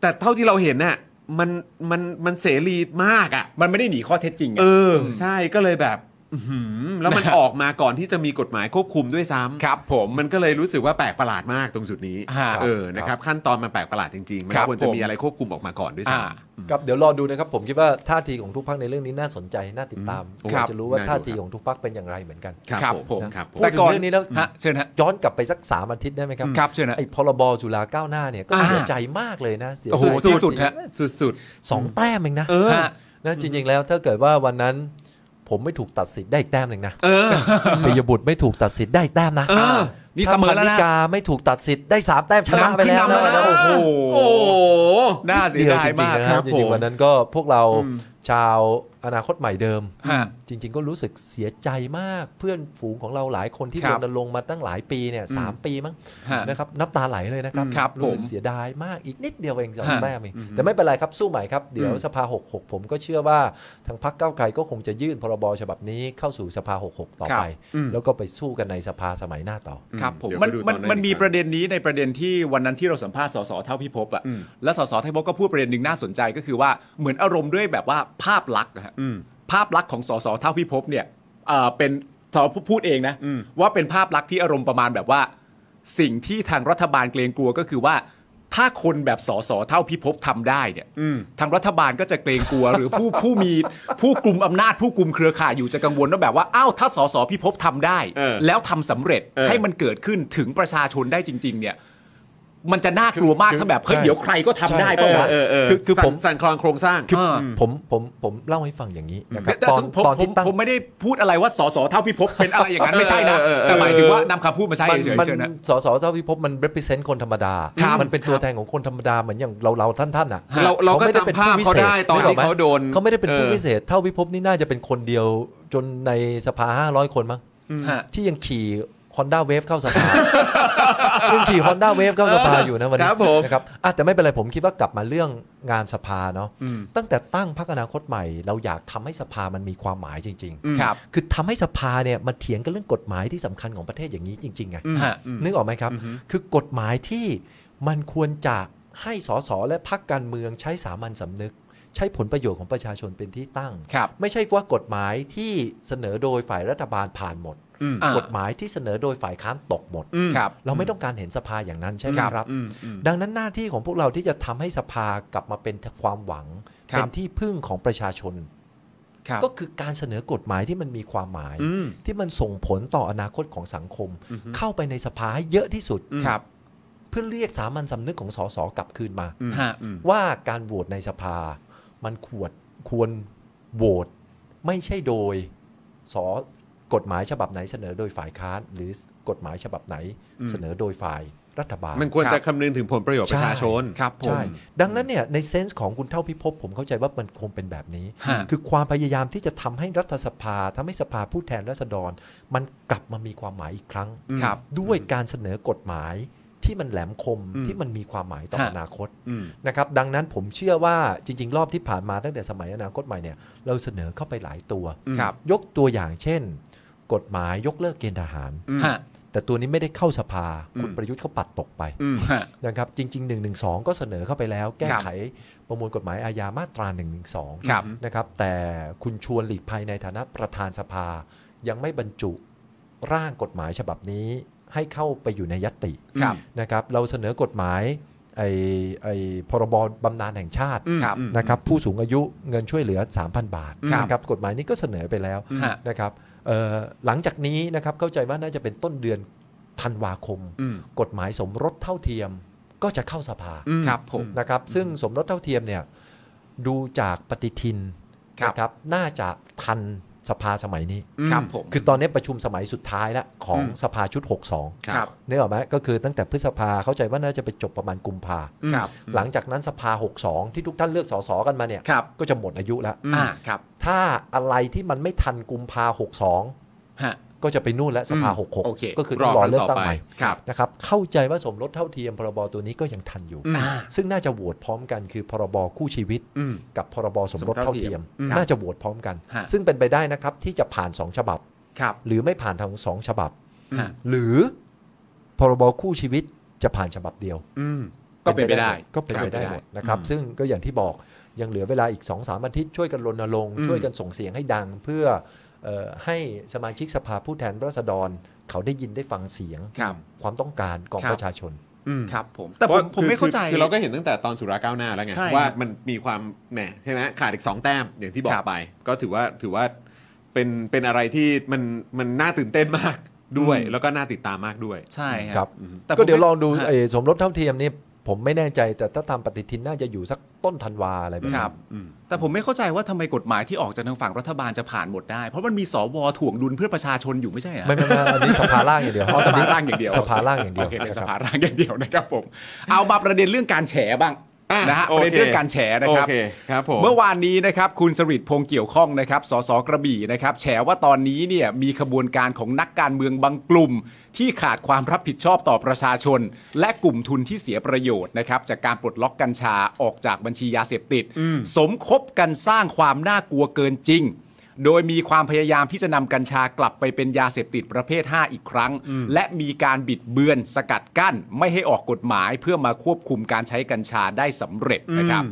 Speaker 2: แต่เท่าที่เราเห็นน่ะมันมันมันเสรีมากอ่ะ
Speaker 3: มันไม่ได้หนีข้อเท็จจริงไง
Speaker 2: เอออใช่ก็เลยแบบอื้อหือแล้วมัน
Speaker 3: นะฮะ
Speaker 2: ออกมาก่อนที่จะมีกฎหมายควบคุมด้วยซ้ำ
Speaker 3: ครับผม
Speaker 2: มันก็เลยรู้สึกว่าแปลกประหลาดมากตรงจุดนี้
Speaker 3: ฮะ
Speaker 2: เออนะครับขั้นตอนมันแปลกประหลาดจริงๆมัน
Speaker 3: ครับ
Speaker 2: ควรจะ
Speaker 3: ผม
Speaker 2: มีอะไรควบคุมออกมาก่อนด้วยซ้ำ
Speaker 3: อ่า
Speaker 6: ครับเดี๋ยวรอดูนะครับ ผมคิดว่าท่าทีของทุกพักในเรื่องนี้น่าสนใจน่าติดตาม
Speaker 2: อืม
Speaker 6: อยากจะรู้ว่า
Speaker 2: ครับ
Speaker 6: ท่าทีของทุกพักเป็นอย่างไรเหมือนกัน
Speaker 2: ครับผม
Speaker 6: นะ
Speaker 2: ครับผม
Speaker 6: พูดถึงเรื่องนี้แล้ว
Speaker 3: ฮะ เชิญฮะ
Speaker 6: ย้อนกลับไปสักสามอาทิตย์ได้ไหมครับ
Speaker 3: ครับเชิญนะ
Speaker 6: ไอ้พรบจุฬาก้าวหน้าเนี่ยก็
Speaker 3: อ่า
Speaker 6: เสียใจมากเลยนะเสีย
Speaker 3: โอ้โห
Speaker 6: ใจ
Speaker 3: สุดๆฮะ
Speaker 2: สุด
Speaker 6: สองแต้มเองนะ
Speaker 2: ๆ เออ
Speaker 3: ฮะ
Speaker 6: นะจริงๆแล้วถ้าเกิดว่าวันนั้น ผมไม่ถูกตัดสิทธิ์ได้อีกแต้มหนึ่งนะ
Speaker 2: เออ
Speaker 6: ปิยบุตรไม่ถูกตัดสิทธิ์ได้อีกแต้มนะ
Speaker 2: เออ
Speaker 3: นี่เสมอแล้วนะ
Speaker 6: ถ้าพันธิกาไม่ถูกตัดสิทธิ์ได้สามแต้มชนะไปแล้ว
Speaker 3: นำขึ้นนำแล้วนะ
Speaker 6: โอ้โห
Speaker 3: โอ้โห น่าเสีย
Speaker 6: เดียว
Speaker 3: ดาย
Speaker 6: จริง
Speaker 3: มาก
Speaker 6: ๆ
Speaker 3: ค
Speaker 6: นะค
Speaker 3: รั
Speaker 6: รั
Speaker 3: บบ
Speaker 6: จ
Speaker 3: ผ
Speaker 6: ริง
Speaker 3: ม
Speaker 6: ๆวันนั้นก็พวกเรา ชาวอนาคตใหม่เดิม
Speaker 3: ฮะ
Speaker 6: จริง ๆ ก็รู้สึกเสียใจมากเพื่อนฝูงของเราหลายคนที่
Speaker 3: ครั
Speaker 6: ร
Speaker 3: บ
Speaker 6: ณรงค์มาตั้งหลายปีเนี่ย
Speaker 3: อืม
Speaker 6: สามปีมั้ง
Speaker 3: ฮะ
Speaker 6: นะครับนับตาไหลเลยนะครับ
Speaker 3: อืมครับ
Speaker 6: รู้สึ
Speaker 3: ผ
Speaker 6: ก
Speaker 3: ม
Speaker 6: เสียดายมากอีกนิดเดียวเองสอง
Speaker 3: ฮะ
Speaker 6: แต้มเอง
Speaker 3: อืม
Speaker 6: แต่ไม่เป็นไรครับสู้ใหม่ครับ เดี๋ยว
Speaker 3: อืม
Speaker 6: สภา 66 ผมก็เชื่อว่าทางพรรคก้าวไกลก็คงจะยื่นพรบฉบับนี้เข้าสู่สภา 66 ต่อไป แล้วก็ไปสู้กันในสภาสมัยหน้าต่อ
Speaker 3: ครับผม
Speaker 2: เดี๋ยว
Speaker 3: มัน
Speaker 2: ไปดูตอ
Speaker 3: มัน
Speaker 2: อีก
Speaker 3: มันมี
Speaker 2: คง
Speaker 3: ประเด็นนี้ในประเด็นที่วันนั้นที่เราสัมภาษณ์สสเท่าพิภพอ่ะ
Speaker 2: อืม
Speaker 3: และสสเท่าพิภพก็พูดประเด็นหนึ่งน่าสนใจก็คือว่าเหมือนอารมณ์ด้วยแบบว่าภาพลักษณ์นะฮะ
Speaker 2: อืม
Speaker 3: ภาพลักษณ์ของสสเท่าพิภพเนี่ยเอ่อเป็นสสพูดเองนะ
Speaker 2: อืม
Speaker 3: ว่าเป็นภาพลักษณ์ที่อารมณ์ประมาณแบบว่า สิ่งที่ทางรัฐบาลเกรงกลัวก็คือว่า ถ้าคนแบบสสเท่าพิภพทำได้เนี่ย
Speaker 2: อืม
Speaker 3: ทางรัฐบาลก็จะเกรงกลัว หรือ ผู้ผู้มีผู้กลุ่มอำนาจผู้กลุ่มเครือข่ายอยู่จะกังวลว่าแบบว่าอ้าวถ้าสสพิภพทำได้
Speaker 2: เออ
Speaker 3: แล้วทำสำเร็จ
Speaker 2: เออ
Speaker 3: ให้มันเกิดขึ้นถึงประชาชนได้จริง ๆ เนี่ย มันจะน่ากลัวมากถ้าแบบเฮ้ย
Speaker 6: ใช่
Speaker 3: เดี๋ยวใครก็ทำได้
Speaker 6: ใช่
Speaker 3: ปะวะ
Speaker 2: เออเออ
Speaker 6: คือคือ
Speaker 2: สั่น
Speaker 6: ผม
Speaker 2: สั่นคลอนโครงสร้าง
Speaker 3: คือ
Speaker 6: อผมผมผมเล่าให้ฟังอย่างนี้นะครับ
Speaker 3: แต่
Speaker 6: ตอน
Speaker 3: ผม
Speaker 6: ตอ
Speaker 3: ผ
Speaker 6: น
Speaker 3: ม
Speaker 6: ที่ตั้ง
Speaker 3: ผมไม่ได้พูดอะไรว่าสสเท่าพิภพเป็นอะไรอย่างนั้นไม่ใช่นะ
Speaker 2: เออเออเออ
Speaker 3: แต่หมายถึงว่านำคำพูดมาใช้
Speaker 6: มัน
Speaker 3: เฉย
Speaker 6: มั
Speaker 3: ๆ
Speaker 6: น
Speaker 3: เชิญนะ
Speaker 6: สสเจ้าพิภพมัน represent คนธรรมดา
Speaker 3: ครับ
Speaker 6: มันเป็นตัวแทนของคนธรรมดาเหมือนอย่างเราเราท่านท่านๆอ่ะ
Speaker 2: เราเราก็
Speaker 6: ไม่ไป็นผู้วิ
Speaker 2: จำภาพ
Speaker 6: ศ
Speaker 2: เขา
Speaker 6: ษ
Speaker 2: ได้ตอนที่
Speaker 6: กไหม
Speaker 2: เขาโดน
Speaker 6: เขาไม่ได้เป็นผู้
Speaker 2: เออ
Speaker 6: พิเศษ เท่าพิภพนี่น่าจะเป็นคนเดียวจนในสภา 500 คนมั้ง
Speaker 3: ฮะ
Speaker 6: ที่ยังขี่ Honda Wave เข้าสภา ยังขี่ Honda Wave เข้าสภาอยู่นะวัน
Speaker 2: ค
Speaker 6: นี้
Speaker 2: รับผม
Speaker 6: นะครับอ่ะแต่ไม่เป็นไรผมคิดว่ากลับมาเรื่องงานสภาเนาะ
Speaker 2: อืม
Speaker 6: ตั้งแต่ตั้งพรรคอนาคตใหม่ เราอยากทำให้สภามันมีความหมายจริง ๆ
Speaker 3: ครับ
Speaker 6: คือทำให้สภาเนี่ยมันเถียงกันเรื่องกฎหมายที่สำคัญของประเทศอย่างนี้จริงๆไง
Speaker 3: ฮะ
Speaker 6: นึกออกไหมครับ คือกฎหมายที่มันควรจะให้สสและพักการเมืองใช้สามัญสำนึก ใช้ผลประโยชน์ของประชาชนเป็นที่ตั้ง
Speaker 3: ครับ
Speaker 6: ไม่ใช่ว่ากฎหมายที่เสนอโดยฝ่ายรัฐบาลผ่านหมด
Speaker 3: อ่าก
Speaker 6: ฎหมายที่เสนอโดยฝ่ายค้านตกหมด
Speaker 3: ครับ
Speaker 6: เราไม่ต้องการเห็นสภาอย่างนั้นใช่ไหม
Speaker 3: ครับ
Speaker 6: ครับ
Speaker 2: อืมอืม
Speaker 6: ดังนั้นหน้าที่ของพวกเราที่จะทำให้สภากลับมาเป็นความหวัง
Speaker 3: ครับ
Speaker 6: เป็นที่พึ่งของประชาชน
Speaker 3: ครับ
Speaker 6: ก็คือการเสนอกฎหมายที่มันมีความหมาย
Speaker 2: อืม
Speaker 6: ที่มันส่งผลต่ออนาคตของสังคม เข้าไปในสภาให้เยอะที่สุด
Speaker 3: ครับ
Speaker 6: เพื่อเรียกสามัญสำนึกของสสกลับคืนมา
Speaker 3: ฮะ
Speaker 6: ว่าการโหวตในสภา มันควรควรโหวตไม่ใช่โดยสกฎหมายฉบับไหนเสนอโดยฝ่ายค้าน หรือกฎหมายฉบับไหนเสนอโดยฝ่ายรัฐบาล
Speaker 2: มันควร
Speaker 3: ครับ
Speaker 2: จะคำนึงถึงผลประโยชน์ประชาชน
Speaker 3: ครับผม
Speaker 6: ใช่ดังนั้นเนี่ยในเซนส์ของคุณเท่าพิภพผมเข้าใจว่ามันคงเป็นแบบนี้
Speaker 3: ฮะ
Speaker 6: คือความพยายามที่จะทำให้รัฐสภาทำให้สภาผู้แทนราษฎร มันกลับมามีความหมายอีกครั้ง
Speaker 3: ครับ
Speaker 6: ด้วยการเสนอกฎหมายที่มันแหลมคมที่มันมีความหมายต่อ
Speaker 3: ฮะ
Speaker 6: อนาคต
Speaker 2: อืม
Speaker 6: นะครับดังนั้นผมเชื่อว่าจริง ๆ รอบที่ผ่านมาตั้งแต่สมัยอนาคตใหม่เนี่ยเราเสนอเข้าไปหลายตัว
Speaker 3: ครับ
Speaker 6: ยกตัวอย่างเช่น กฎหมายยกเลิกเกณฑ์ทหาร
Speaker 3: ฮะ
Speaker 6: แต่ตัวนี้ไม่ได้เข้าสภาคุณประยุทธ์เขาปัดตกไป
Speaker 3: ฮะ
Speaker 6: นะครับจริง ๆ1นึก็เสนอเข้าไปแล้ว แก้
Speaker 3: ครับ
Speaker 6: ไขประมวลกฎหมายอาญามาตรา1นึ
Speaker 3: ครับ
Speaker 6: นะครับแต่คุณชวนหลีกภัยในฐานะประธานสภา ยังไม่บรรจุร่างกฎหมายฉบับนี้ให้เข้าไปอยู่ในยตติ
Speaker 3: ครับ
Speaker 6: นะครับเราเสนอกฎหมายไอ้ไอ้พรบรบำนาญแห่งชาติ
Speaker 3: ครับ
Speaker 6: นะครับผู้สูงอายุเงินช่วยเหลือ 3,000 บาท
Speaker 3: ครับ
Speaker 6: นะครับกฎหมายนี้ก็เสนอไปแล้ว
Speaker 3: ฮะ
Speaker 6: นะครับเอ่อหลังจากนี้นะครับเข้าใจว่าน่าจะเป็นต้นเดือนธันวาคม
Speaker 2: อืม
Speaker 6: กฎหมายสมรสเท่าเทียมก็จะเข้าสภา
Speaker 3: ครับผม
Speaker 6: นะครับซึ่งสมรสเท่าเทียมเนี่ยดูจากปฏิทิน
Speaker 3: ครับ
Speaker 6: นะครับน่าจะทันสภาสมัยนี้
Speaker 3: ครับผม
Speaker 6: คือตอนนี้ประชุมสมัยสุดท้ายแล้วของสภาชุด 62
Speaker 3: ครับ
Speaker 6: เนื้ออกไหมก็คือตั้งแต่พฤษภาเข้าใจว่าน่าจะไปจบประมาณกุมภา
Speaker 3: ครับ
Speaker 6: หลังจากนั้นสภา 62 ที่ทุกท่านเลือกสสกันมาเนี่ย
Speaker 3: ครับ
Speaker 6: ก็จะหมดอายุแล้ว
Speaker 3: อ่าครับ
Speaker 6: ถ้าอะไรที่มันไม่ทันกุมภา62
Speaker 3: ฮะ
Speaker 6: ก็จะไปนู่นและสภา
Speaker 2: อืม
Speaker 6: 66
Speaker 3: โอเค
Speaker 6: ก็คือต้องรอเลือกตั้งใหม่
Speaker 3: ครับ
Speaker 6: นะครับเข้าใจว่าสมรสเท่าเทียมพรบตัวนี้ก็ยังทันอยู่
Speaker 3: อ่า
Speaker 6: ซึ่งน่าจะโหวตพร้อมกันคือพรบคู่ชีวิต
Speaker 2: อืม
Speaker 6: กับพรบสมรสเท่าเทียม
Speaker 2: อืม
Speaker 6: น่าจะโหวตพร้อมกัน
Speaker 3: ฮะ
Speaker 6: ซึ่งเป็นไปได้นะครับที่จะผ่านสองฉบับ
Speaker 3: ครับ
Speaker 6: หรือไม่ผ่านทั้งสองฉบับ
Speaker 3: ฮะ
Speaker 6: หรือพรบคู่ชีวิตจะผ่านฉบับเดียว
Speaker 2: อืม
Speaker 3: ก็เป็นไปได้
Speaker 6: ก็เป็นไปได้
Speaker 3: ครับ
Speaker 6: หมดนะครับ
Speaker 3: อืม
Speaker 6: ซึ่งก็อย่างที่บอกยังเหลือเวลาอีก2อสามอาทิตย์ช่วยกันรณรงค์
Speaker 2: อืม
Speaker 6: ช่วยกันส่งเสียงให้ดัง เพื่อเอ่อให้สมาชิกสภาผู้แทนราษฎร เขาได้ยินได้ฟังเสียง
Speaker 3: ครับ
Speaker 6: ความต้องการของ
Speaker 3: ครับ
Speaker 6: ประชาชน
Speaker 2: อืม
Speaker 3: ครับผม แต่ผมผมไม่เข้าใจ
Speaker 2: คือคือเราก็เห็นตั้งแต่ตอนสุราก้าวหน้าแล้วไง
Speaker 3: ใช่
Speaker 2: ว่า
Speaker 3: ครับ
Speaker 2: มันมีความแหมใช่ไหมขาดอีก 2 แต้มอย่างที่บอ
Speaker 3: ค
Speaker 2: ก
Speaker 3: รับ
Speaker 2: ไป ก็ถือว่าถือว่าเป็นเป็นอะไรที่มันมันน่าตื่นเต้นมากด้วย
Speaker 3: อืม
Speaker 2: แล้วก็น่าติดตามมากด้วย
Speaker 3: ใช่ฮะ
Speaker 6: ครับ
Speaker 3: แต่
Speaker 6: ก็เดี๋ยว
Speaker 3: ผมไม่
Speaker 6: ลองดู
Speaker 3: ฮะ
Speaker 6: เอ่อสมรสเท่าเทียมนี่ผมไม่แน่ใจแต่ถ้าตามปฏิทินน่าจะอยู่สักต้นธันวาอะไรแบบ
Speaker 3: ครั
Speaker 6: นี้
Speaker 3: บ แต่ผมไม่เข้าใจว่าทำไมกฎหมายที่ออกจากทางฝั่งรัฐบาลจะผ่านหมดได้ เพราะมันมีสวถ่วงดุลเพื่อประชาชนอยู่ไม่ใช่เหรอ
Speaker 6: ไม่ไม่ไม่อันนี้สภาล่างอย่างเดียว
Speaker 3: เอาสภาร่างอย่างเดียว
Speaker 6: สภาล่างอย่างเดียว
Speaker 3: โอเคเป็นส
Speaker 6: นะค
Speaker 3: ภา
Speaker 6: รับ
Speaker 3: ร่างอย่างเดียวนะครับผม เอามาประเด็นเรื่องการแฉบ้าง
Speaker 2: อ่ะ
Speaker 3: นะฮะ
Speaker 2: โอ
Speaker 3: ประ
Speaker 2: เค
Speaker 3: เด็นเรื่องการแฉนะครับ
Speaker 2: โอเคครับผม
Speaker 3: เมื่อวานนี้นะครับคุณสริตพงษ์เกี่ยวข้องนะครับสสกระบี่นะครับแฉว่าตอนนี้เนี่ยมีขบวนการของนักการเมืองบางกลุ่ม ที่ขาดความรับผิดชอบต่อประชาชน และกลุ่มทุนที่เสียประโยชน์นะครับจากการปลดล็อกกัญชาออกจากบัญชียาเสพติด สมคบกันสร้างความน่ากลัวเกินจริง โดยมีความพยายามที่จะนำกัญชากลับไปเป็นยาเสพติดประเภท 5 อีกครั้ง และมีการบิดเบือนสกัดกั้น ไม่ให้ออกกฎหมายเพื่อมาควบคุมการใช้กัญชาได้สำเร็จนะครับ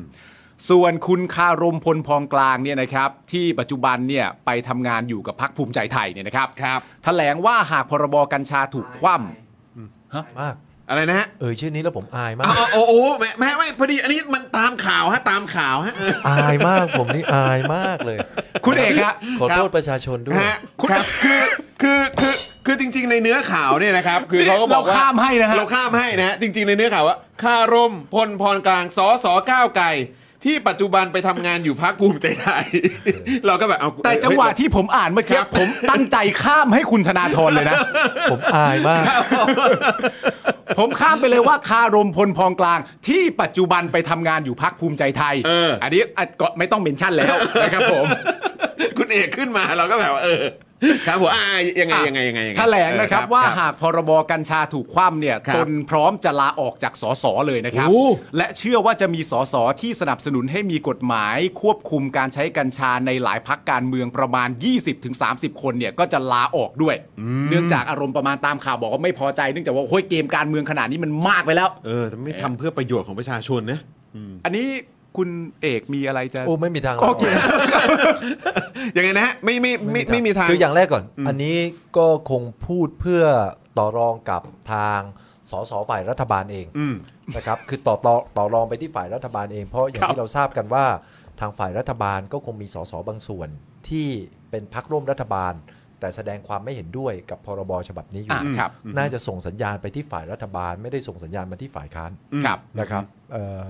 Speaker 3: ส่วนคุณคารมพลพองกลางเนี่ยนะครับ ที่ปัจจุบันเนี่ยไปทำงานอยู่กับพักภูมิใจไทยเนี่ยนะครับ
Speaker 2: ครับ
Speaker 3: แถลงว่าหากพรบกัญชาถูกคว่
Speaker 6: มาก
Speaker 2: อะไรนะฮะ
Speaker 6: เออชื่อนี้แล้วผมอายมาก
Speaker 2: อ้าวโอ้โหแม่แม่ไม่พอดีอันนี้มันตามข่าวฮะตามข่าวฮะ
Speaker 6: อายมากผมนี่อายมากเลย
Speaker 3: ำคุณเอกฮะ
Speaker 6: ขอโทษประชาชนด้วย
Speaker 2: ฮะครับคือคือคือคือจริง ๆ ในเนื้อข่าวเนี่ยนะครับ คือเขาก็บอกว่า
Speaker 3: เราข้ามให้นะฮะ
Speaker 2: เราข้ามให้นะฮะจริง ๆ ในเนื้อข่าวว่าข้าร่มพลพรกลางสอสอก้าวไกลที่ปัจจุบันไปทำงานอยู่พักภูมิใจไทย เราก็แบบเอา
Speaker 3: แต่จังหวะที่ผมอ่านเมื่อกี้ผมตั้งใจข้ามให้คุณธนาธร เลยนะ
Speaker 6: ผมอายมาก
Speaker 3: ผมข้ามไปเลยว่าคารมพลพองกลาง ที่ปัจจุบันไปทำงานอยู่พักภูมิใจไทยอันนี้อ่ะก็ไม่ต้องเมนชั่นแล้วนะครับผม
Speaker 2: คุณเอกขึ้นมาเราก็แบบว่าเออครับผมอ่ายังไง
Speaker 3: อ่ะ
Speaker 2: ยังไงยังไงยังไง
Speaker 3: แถลงนะครับ
Speaker 2: เออ
Speaker 3: ว่าหากพรบกัญชาถูกคว่ำเนี่ย
Speaker 2: ครับ
Speaker 3: ตนพร้อมจะลาออกจากสสเลยนะครับ
Speaker 2: โอ้
Speaker 3: และเชื่อว่าจะมีสสที่สนับสนุนให้มีกฎหมายควบคุมการใช้กัญชาในหลายพักการเมืองประมาณ 20-30 คนเนี่ยก็จะลาออกด้วย เนื่องจากอารมณ์ประมาณตามข่าวบอกว่าไม่พอใจเนื่องจากว่าโอ้ยเกมการเมืองขนาดนี้มันมากไปแล้ว
Speaker 2: เออแต่ไม่ทำเพื่อประโยชน์ของประชาชนนะ
Speaker 3: อันนี้คุณเอกมีอะไรจะ
Speaker 6: โอ้ไม่มีทาง
Speaker 3: โอเค
Speaker 2: ยังไงนะฮะไม่ไม่ไม่ไม่มีทาง
Speaker 6: คืออย่างแรกก่อน อันนี้ก็คงพูดเพื่อต่อรองกับทางสสฝ่ายรัฐบาลเอง
Speaker 2: อืม
Speaker 6: นะครับคือต่อต่อต่อรองไปที่ฝ่ายรัฐบาลเอง เพราะอย่างที่เราทราบกันว่าทางฝ่ายรัฐบาลก็คงมีสสบางส่วนที่เป็นพักร่วมรัฐบาล แต่แสดงความไม่เห็นด้วยกับพรบฉบับนี้อยู่
Speaker 3: อ่าครับ
Speaker 6: น่าจะส่งสัญญาณไปที่ฝ่ายรัฐบาล ไม่ได้ส่งสัญญาณมาที่ฝ่ายค้าน
Speaker 3: ครับ
Speaker 6: นะครับเอ่อ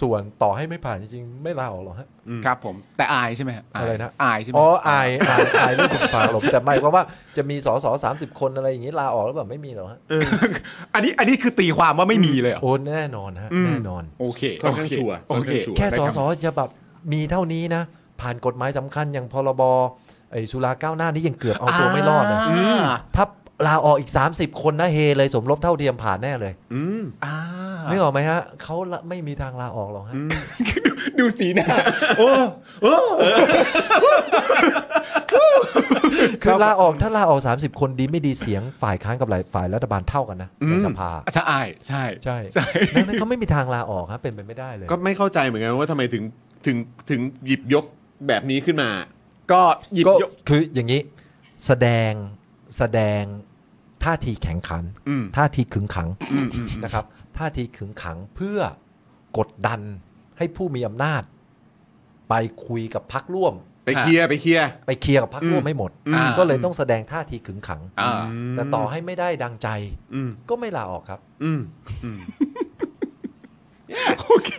Speaker 6: ส่วนต่อให้ไม่ผ่านจริงๆไม่ลาออกหรอกฮะ
Speaker 3: ครับผมแต่อายใช่ไหมฮ
Speaker 6: อะไรนะ
Speaker 3: อายใช่ไหม
Speaker 6: อ๋ออายอายอายเรื่องคุณฟาหลบแต่หมายความว่าจะมีสอสอสามสิบคนอะไรอย่างนี้ลาออกแล้วแบบไม่มีหรอฮะ
Speaker 3: อันนี้อันนี้คือตีความว่าไม่มีเลยเหรอ
Speaker 6: โอ้แน่นอนฮะแน่นอน
Speaker 3: โอเค
Speaker 2: ค่อนข้างชัวร์
Speaker 3: โอเค
Speaker 2: ค่อนข้างชัวร์
Speaker 6: แค่สอสอจะแบบมีเท่านี้นะ ผ่านกฎหมายสำคัญอย่างพรบไอ้สุราก้าวหน้านี่ยังเกือบเอาตัวไม่รอดนะ
Speaker 3: อ่า
Speaker 6: ถ้าลาออกอีก 30 คนนะเฮเลยสมรบเท่าเทียมผ่านแน่เลย
Speaker 2: อืม
Speaker 3: อ่า
Speaker 6: นึกออกไหมฮะเขาละไม่มีทางลาออกหรอกฮะ
Speaker 3: ดูสีหน้าโอ้
Speaker 6: คือลาออกถ้าลาออก 30 คนดีไม่ดีเสียงฝ่ายค้านกับฝ่ายรัฐบาลเท่ากันนะในสภา
Speaker 3: ใช่ใช่
Speaker 6: ใช่
Speaker 3: ใช่
Speaker 6: ดังนั้นเขาไม่มีทางลาออกครับเป็นไปไม่ได้เลย
Speaker 2: ก็ไม่เข้าใจเหมือนกันว่าทำไมถึงถึงถึงหยิบยกแบบนี้ขึ้นมา
Speaker 3: ก็หยิบ
Speaker 6: ก็
Speaker 3: ยก
Speaker 6: คืออย่างนี้แสดงแสดงท่าทีแข็งขัน
Speaker 2: อืม
Speaker 6: ท่าทีขึงขังนะครับ ท่าทีขึงขังเพื่อกดดันให้ผู้มีอำนาจ ไปคุยกับพักร่วม
Speaker 2: ไปเคลียร์ไปเคลียร์
Speaker 6: ไปเคลียร์กับพักร่วม
Speaker 2: อืม
Speaker 6: ให้หมด
Speaker 3: อ่า
Speaker 6: ก็เลยต้องแสดงท่าทีขึงขัง
Speaker 3: อ่า
Speaker 6: แต่ต่อให้ไม่ได้ดังใจ
Speaker 2: อืม
Speaker 6: ก็ไม่ลาออกครับ
Speaker 2: อืม
Speaker 3: โอเค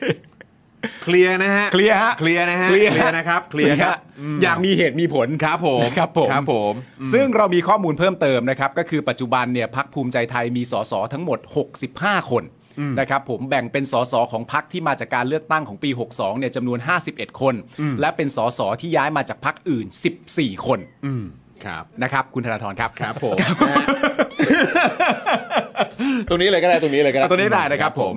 Speaker 2: เคลียร์นะฮะ
Speaker 3: เคลียร์ฮะ
Speaker 2: เคลียร์นะฮะ
Speaker 3: เคลียร์ฮะ
Speaker 2: นะครับ เคลียร์ครับอืม
Speaker 3: อย่างมีเหตุมีผล
Speaker 2: ครับผม
Speaker 3: ครับผม
Speaker 2: ครับผม
Speaker 3: ซึ่งเรามีข้อมูลเพิ่มเติมนะครับ ก็คือปัจจุบันเนี่ยพักภูมิใจไทยมีสสทั้งหมด 65 คนนะครับผมแบ่งเป็นสสของพักที่มาจากการเลือกตั้งของปี 62เนี่ยจำนวน 51 คน และเป็นสสที่ย้ายมาจากพักอื่น 14 คน
Speaker 2: อืม ครับ
Speaker 3: นะครับ คุณธนาธรครับ
Speaker 2: ครับผมนะฮะตรงนี้เลยก็ได้ตรงนี้เลยก็ได้
Speaker 3: เอาตัวนี้ได้นะครับผม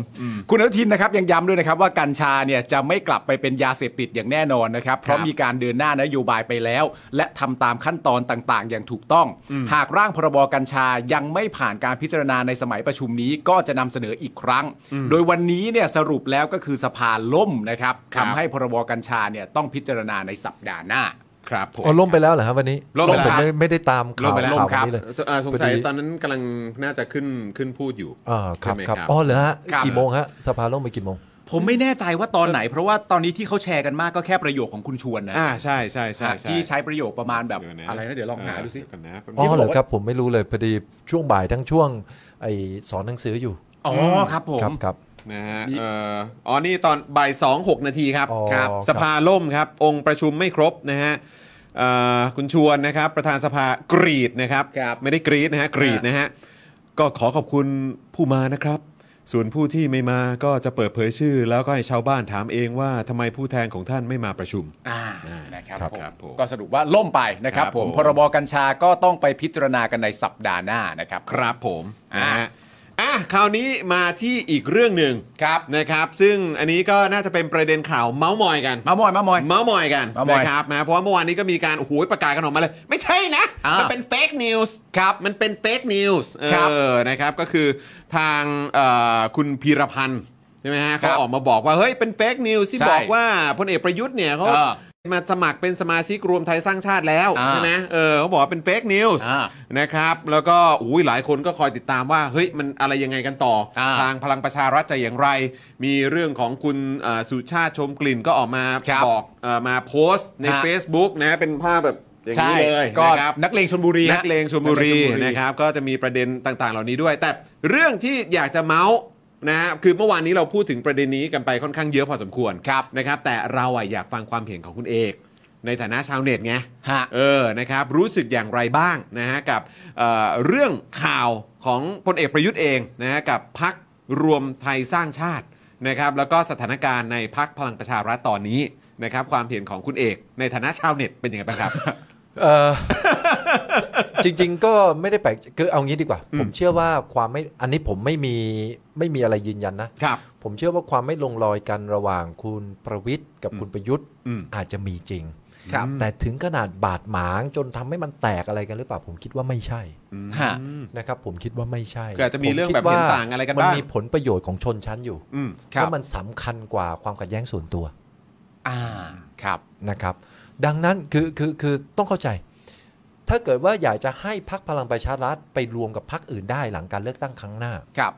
Speaker 3: คุณอนุทินนะครับยังย้ำด้วยนะครับว่ากัญชาเนี่ยจะไม่กลับไปเป็นยาเสพติดอย่างแน่นอนนะครับ เพราะมีการเดินหน้านโยบายไปแล้ว และทำตามขั้นตอนต่างๆ อย่างถูกต้อง หากร่างพรบกัญชายังไม่ผ่านการพิจารณาในสมัยประชุมนี้ก็จะนำเสนออีกครั้ง โดยวันนี้เนี่ยสรุปแล้วก็คือสภาล่มนะครับ
Speaker 2: ครับ
Speaker 3: ทำให้พรบกัญชาเนี่ยต้องพิจารณาในสัปดาห์หน้า
Speaker 2: ครับผม
Speaker 6: อ๋อล่มไปแล้วเหรอครับวันนี้
Speaker 2: ล่มไปแล้ว
Speaker 6: ผม
Speaker 2: ครับ
Speaker 6: ไม่ไม่ได้ตาม
Speaker 2: ล่
Speaker 6: ข่าม ว
Speaker 2: ไปแล้ว
Speaker 6: ข่าว
Speaker 2: ครับ
Speaker 6: นี้เลย
Speaker 2: เอ่อสงสัย
Speaker 6: พอดี
Speaker 2: ตอนนั้นกำลังน่าจะขึ้นขึ้นพูดอยู่
Speaker 6: อ่าครับ
Speaker 2: ใช่ไหม
Speaker 6: ครับอ๋อเหรอฮะ
Speaker 3: ครับ
Speaker 6: กี่โมงฮะสภาล่มไปกี่โมง
Speaker 3: ผมไม่แน่ใจว่าตอนไหน เพราะว่าตอนนี้ที่เขาแชร์กันมากก็แค่ประโยคของคุณชวนนะ
Speaker 2: อ่าใช่ใช่ใช่ช่
Speaker 3: ที่ใช้ประโยคประมาณแบบ
Speaker 2: เดี๋ยว
Speaker 3: อะไรนะเดี๋ยวลองหาดูสิ
Speaker 2: เยวกันนะแป๊บ
Speaker 6: อ๋
Speaker 2: นึ
Speaker 6: อง เหรอครับผมไม่รู้เลยพอดีช่วงบ่ายทั้งช่วงไอสอนหนังสืออยู่
Speaker 3: อ๋อครับผม
Speaker 6: ครับครับ
Speaker 2: นะฮะ
Speaker 3: นี่
Speaker 2: เอ่ออ๋อ นี่ตอนบ่ายสองหกนาทีครับ
Speaker 6: อ๋อครับ
Speaker 2: สภาล่มครับ องค์ประชุมไม่ครบนะฮะเอ่อคุณชวนนะครับ ประธานสภากรีดนะครับ
Speaker 3: ครับ
Speaker 2: ไม่ได้กรีดนะฮะ กรีดนะฮะ ก็ขอขอบคุณผู้มานะครับ ส่วนผู้ที่ไม่มาก็จะเปิดเผยชื่อ แล้วก็ให้ชาวบ้านถามเองว่าทำไมผู้แทนของท่านไม่มาประชุม
Speaker 3: อ่านะครับ
Speaker 2: ครับ
Speaker 3: ผม
Speaker 2: ครับผม
Speaker 3: ก็สรุปว่าล่มไปนะครับ
Speaker 2: ครับ
Speaker 3: ผม
Speaker 2: ผม
Speaker 3: พรบกัญชาก็ต้องไปพิจารณากันในสัปดาห์หน้านะครับ
Speaker 2: ครับผม
Speaker 3: อ่ะ
Speaker 2: นะฮะอ่ะคราวนี้มาที่อีกเรื่องหนึ่ง
Speaker 3: ครับ
Speaker 2: นะครับ ซึ่งอันนี้ก็น่าจะเป็นประเด็นข่าวเมาส์มอยกัน
Speaker 3: มามอยมามอย
Speaker 2: เมาส์มอยกัน
Speaker 3: เมาส์มอย
Speaker 2: นะครับนะเพราะว่าเมื่อวานนี้ก็มีการโอ้โหประกาศกันออกมาเลย ไม่ใช่นะ
Speaker 3: อ่ามั
Speaker 2: มันเป็นเฟกนิวส์
Speaker 3: ครับ
Speaker 2: มันเป็นเฟกนิวส์เอ
Speaker 3: ครับ
Speaker 2: อนะครับก็คือทางเอ่อคุณพีรพันธ์ใช่ไหมฮะ
Speaker 3: ครั
Speaker 2: เขา
Speaker 3: บ
Speaker 2: ออกมาบอกว่าเฮ้ยเป็นเฟกนิวส์ที่
Speaker 3: ใช่
Speaker 2: บอกว่าพลเอกประยุทธ์เนี่ยเขา
Speaker 3: เออ
Speaker 2: มาสมัครเป็นสมาชิกรวมไทยสร้างชาติแล้ว
Speaker 3: อ่า
Speaker 2: ใช่ไหมเออเขาบอกว่าเป็นเฟกนิวส์
Speaker 3: อ่า
Speaker 2: นะครับแล้วก็อุ้ยหลายคนก็คอยติดตามว่าเฮ้ยมันอะไรยังไงกันต่ออา ทางพลังประชารัฐจะอย่างไร มีเรื่องของคุณเอ่อสุชาติชมกลิ่นก็ออกมา
Speaker 3: ครับ
Speaker 2: อกเอ่อมาโพสต์ใน
Speaker 3: ฮะ
Speaker 2: Facebook นะเป็นภาพแบบอย่าง
Speaker 3: ใช่
Speaker 2: นี้เลย
Speaker 3: ก็
Speaker 2: นะครับ
Speaker 3: นักเลงชนบุรี
Speaker 2: นักเลงชลบุรีนะครับก็จะมีประเด็นต่างๆ เหล่านี้ด้วย แต่เรื่องที่อยากจะเมาส์นะคือเมื่อวานนี้เราพูดถึงประเด็นนี้กันไปค่อนข้างเยอะพอสมควร
Speaker 3: ครับ
Speaker 2: นะครับ แต่เราอ่ะอยากฟังความเห็นของคุณเอก ในฐานะชาวเน็ตไง
Speaker 3: ฮะ
Speaker 2: เออนะครับรู้สึกอย่างไรบ้างนะฮะกับเอ่อเรื่องข่าวของพลเอกประยุทธ์เองนะฮะกับพักรวมไทยสร้างชาตินะครับแล้วก็สถานการณ์ในพักพลังประชารัฐตอนนี้นะครับความเห็นของคุณเอกในฐานะชาวเน็ตเป็นยังไงบ้างครับ
Speaker 6: เอ่อ จริงๆ ก็ไม่ได้แปลกคือเอางี้ดีกว่า ผมเชื่อว่าความไม่อันนี้ผมไม่มีไม่มีอะไรยืนยันนะ
Speaker 2: ครับ
Speaker 6: ผมเชื่อว่าความไม่ลงรอยกันระหว่างคุณประวิทย์กับคุณประยุทธ์
Speaker 2: อืม
Speaker 6: อาจจะมีจริง
Speaker 3: ครับ
Speaker 6: แต่ถึงขนาดบาดหมางจนทำให้มันแตกอะไรกันหรือเปล่า ผมคิดว่าไม่ใช่
Speaker 3: ฮะ
Speaker 6: นะครับ ผมคิดว่าไม่ใช่
Speaker 2: คืออาจจะมีเรื่องแบบ
Speaker 6: ผคิด
Speaker 2: เห็น
Speaker 6: ว่า
Speaker 2: ต่างอะไรกัน
Speaker 6: มัน
Speaker 2: บ้าง
Speaker 6: มีผลประโยชน์ของชนชั้นอยู่
Speaker 2: อืม
Speaker 3: ครับ
Speaker 6: เพราะมันสำคัญกว่าความขัดแย้งส่วนตัว
Speaker 3: อ่าครับ
Speaker 6: นะครับ ดังนั้นคือคือคือต้องเข้าใจ ถ้าเกิดว่าอยากจะให้พักพลังประชารัฐไปรวมกับพักอื่นได้หลังการเลือกตั้งครั้งหน้า
Speaker 3: ครับ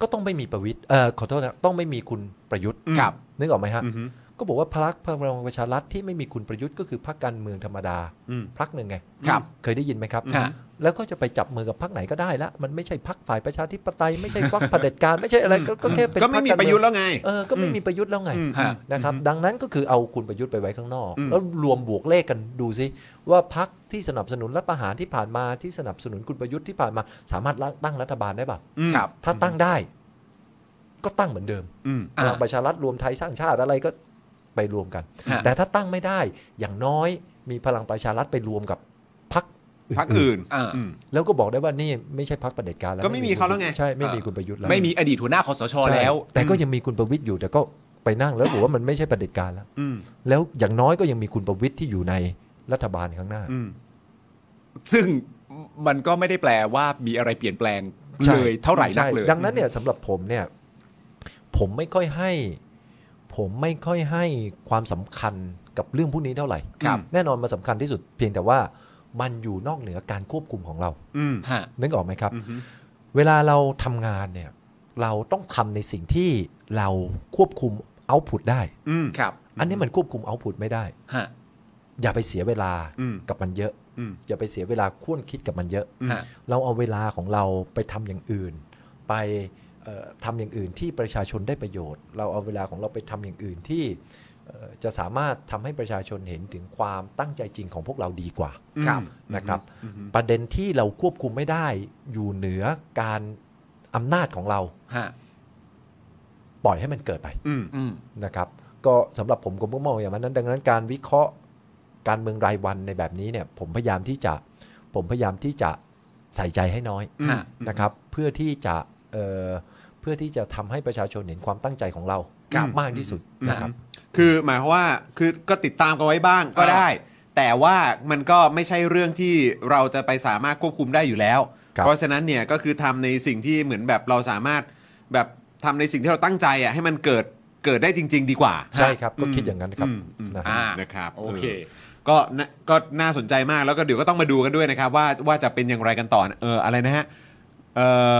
Speaker 6: ก็ต้องไม่มีประวิทย์เอ่อขอโทษนะต้องไม่มีคุณประยุทธ์
Speaker 2: ครับ
Speaker 6: นึกออกไหมฮะ
Speaker 2: อืม
Speaker 6: ก็บอกว่าพักพลังประชารัฐที่ไม่มีคุณประยุทธ์ก็คือพักการเมืองธรรมดา
Speaker 2: อืม
Speaker 6: พักหนึ่งไง
Speaker 3: ครับ
Speaker 6: เคยได้ยินไหมครับ
Speaker 3: ฮะ
Speaker 6: แล้วก็จะไปจับมือกับพักไหนก็ได้ละมันไม่ใช่พักฝ่ายประชาธิปไตยไม่ใช่พักเผด็จการไม่ใช่อะไรก็ก็แค่เป็น
Speaker 2: ก็ไม่มี
Speaker 6: พค
Speaker 2: ประ
Speaker 6: กาเอง
Speaker 2: ยุทธ์แล้วไง
Speaker 6: เออ ก็ไม่มีประยุทธ์แล้วไง
Speaker 2: อืม
Speaker 3: ฮะ
Speaker 6: นะครับ ดังนั้นก็คือเอาคุณประยุทธ์ไปไว้ข้างนอก
Speaker 2: อืม
Speaker 6: แล้วรวมบวกเลขกันดูซิว่าพักที่สนับสนุนรัฐประหารที่ผ่านมาที่สนับสนุนคุณประยุทธ์ที่ผ่านมา สามารถตั้งรัฐบาลได้ป่ะ
Speaker 2: อืม
Speaker 3: ครับ
Speaker 6: ถ้าตั้งได้ ก็ตั้งเหมือนเดิม
Speaker 2: อืม
Speaker 6: พลังประชารัฐรวมไทยสร้างชาติอะไรก็ไปรวมกัน
Speaker 3: ฮะ
Speaker 6: แต่ถ้าตั้งไม่ได้อย่างน้อยมีพลังประชารัฐไปรวมกับพัก
Speaker 2: พักอื่น
Speaker 3: อ่า
Speaker 2: อืม
Speaker 6: แล้วก็บอกได้ว่านี่ไม่ใช่พักประเผด็จการแล้ว
Speaker 2: ก็ไม่มีเขาแล้วไง
Speaker 6: ใช่ไม่มีคุณประยุทธ์แล้ว
Speaker 3: ไม่มีอดีตหัวหน้าคอสชแล้ว
Speaker 6: ใช่แต่ก็ยังมีคุณประวิทย์อยู่แต่ก็ไปนั่งแล้วบอกว่ามันไม่ใช่ประเด็จการแล้ว
Speaker 2: อืม
Speaker 6: แล้วอย่างน้อยก็ยังมีคุณประวิทย์ที่อยู่ในรัฐบาลข้างหน้า
Speaker 2: อืม
Speaker 3: ซึ่งมันก็ไม่ได้แปลว่ามีอะไรเปลี่ยนแปลง
Speaker 6: ใช่
Speaker 3: เลยเท่าไหร่นัก
Speaker 6: ใช่
Speaker 3: เลย
Speaker 6: ดังนั้นเนี่ยสำหรับผมเนี่ย ผมไม่ค่อยให้ ผมไม่ค่อยให้ความสำคัญกับเรื่องพวกนี้เท่าไหร่
Speaker 3: ครับ
Speaker 6: แน่นอนมันสำคัญที่สุดเพียงแต่ว่ามันอยู่นอกเหนือการควบคุมของเรา
Speaker 2: อืม
Speaker 3: ฮะ
Speaker 6: นึกออกไหมครับ
Speaker 2: อือฮึ
Speaker 6: เวลาเราทำงานเนี่ย เราต้องทำในสิ่งที่เราควบคุมเอาพุตได้
Speaker 2: อืม
Speaker 3: ครับ
Speaker 6: อันนี้มันควบคุมเอาพุตไม่ได้
Speaker 3: ฮะ
Speaker 6: อย่าไปเสียเวลา
Speaker 2: อืม
Speaker 6: กับมันเยอะ
Speaker 2: อืม
Speaker 6: อย่าไปเสียเวลาควนคิดกับมันเยอะ
Speaker 3: ฮะ
Speaker 6: เราเอาเวลาของเราไปทำอย่างอื่น ไปเอ่อทำอย่างอื่นที่ประชาชนได้ประโยชน์ เราเอาเวลาของเราไปทำอย่างอื่นที่เอ่อจะสามารถทำให้ประชาชนเห็นถึงความตั้งใจจริงของพวกเราดีกว่า
Speaker 3: ครับ
Speaker 6: นะครับ ประเด็นที่เราควบคุมไม่ได้อยู่เหนือการอำนาจของเรา
Speaker 3: ฮะ
Speaker 6: ปล่อยให้มันเกิดไป
Speaker 2: อืม
Speaker 3: อืม
Speaker 6: นะครับก็สำหรับผมผมก็มองอย่างนั้น ดังนั้นการวิเคราะห์การเมืองรายวันในแบบนี้เนี่ยผมพยายามที่จะผมพยายามที่จะใส่ใจให้น้อย
Speaker 3: ฮะ
Speaker 6: นะครับเพื่อที่จะเอ่อเพื่อที่จะทำให้ประชาชนเห็นความตั้งใจของเรา
Speaker 2: ครับ
Speaker 6: มากที่สุดนะครับ
Speaker 2: คือหมายความว่าคือก็ติดตามกันไว้บ้างก็
Speaker 3: อ่า
Speaker 2: ได้ แต่ว่ามันก็ไม่ใช่เรื่องที่เราจะไปสามารถควบคุมได้อยู่แล้ว
Speaker 6: ครับ
Speaker 2: เพราะฉะนั้นเนี่ยก็คือทำในสิ่งที่เหมือนแบบเราสามารถแบบทำในสิ่งที่เราตั้งใจอ่ะให้มันเกิดเกิดได้จริง ๆ ดีกว่า
Speaker 6: ใช่ครับก็คิดอย่างนั้นครับ
Speaker 2: มอืม
Speaker 6: นะฮะ
Speaker 2: อ่านะครับ
Speaker 3: โอเค
Speaker 2: ก็น่าก็น่าสนใจมากแล้วก็เดี๋ยวก็ต้องมาดูกันด้วยนะครับ ว่าว่าจะเป็นอย่างไรกันต่อนะเอออะไรนะฮะเออ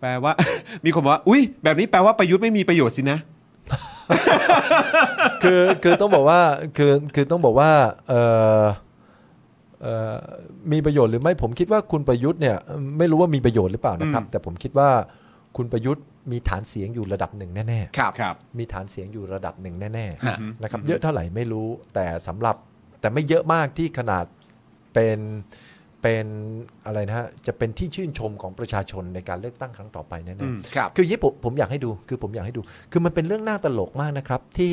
Speaker 2: แปลว่า มีคนบอกว่าอุ้ยแบบนี้แปลว่าประยุทธ์ไม่มีประโยชน์สินะ
Speaker 6: คือคือต้องบอกว่าคือคือต้องบอกว่าเอ่อเอ่อมีประโยชน์หรือไม่ผมคิดว่าคุณประยุทธ์เนี่ยไม่รู้ว่ามีประโยชน์หรือเปล่านะครับ
Speaker 2: อืม
Speaker 6: แต่ผมคิดว่าคุณประยุทธ์มีฐานเสียงอยู่ระดับหนึ่งแน่ๆ
Speaker 3: ครับ
Speaker 2: ครับ
Speaker 6: มีฐานเสียงอยู่ระดับหนึ่งแน่
Speaker 3: ฮะ
Speaker 6: ๆนะครับเยอะเท่าไหร่ไม่รู้แต่สำหรับแต่ไม่เยอะมากที่ขนาดเป็น เป็นอะไรนะฮะจะเป็นที่ชื่นชมของประชาชนในการเลือกตั้งครั้งต่อไปแน่
Speaker 2: อื
Speaker 6: ๆ
Speaker 2: ม
Speaker 3: ครับ
Speaker 6: คืออยางนี้ผมผมอยากให้ดูคือผมอยากให้ดู คือมันเป็นเรื่องน่าตลกมากนะครับ ที่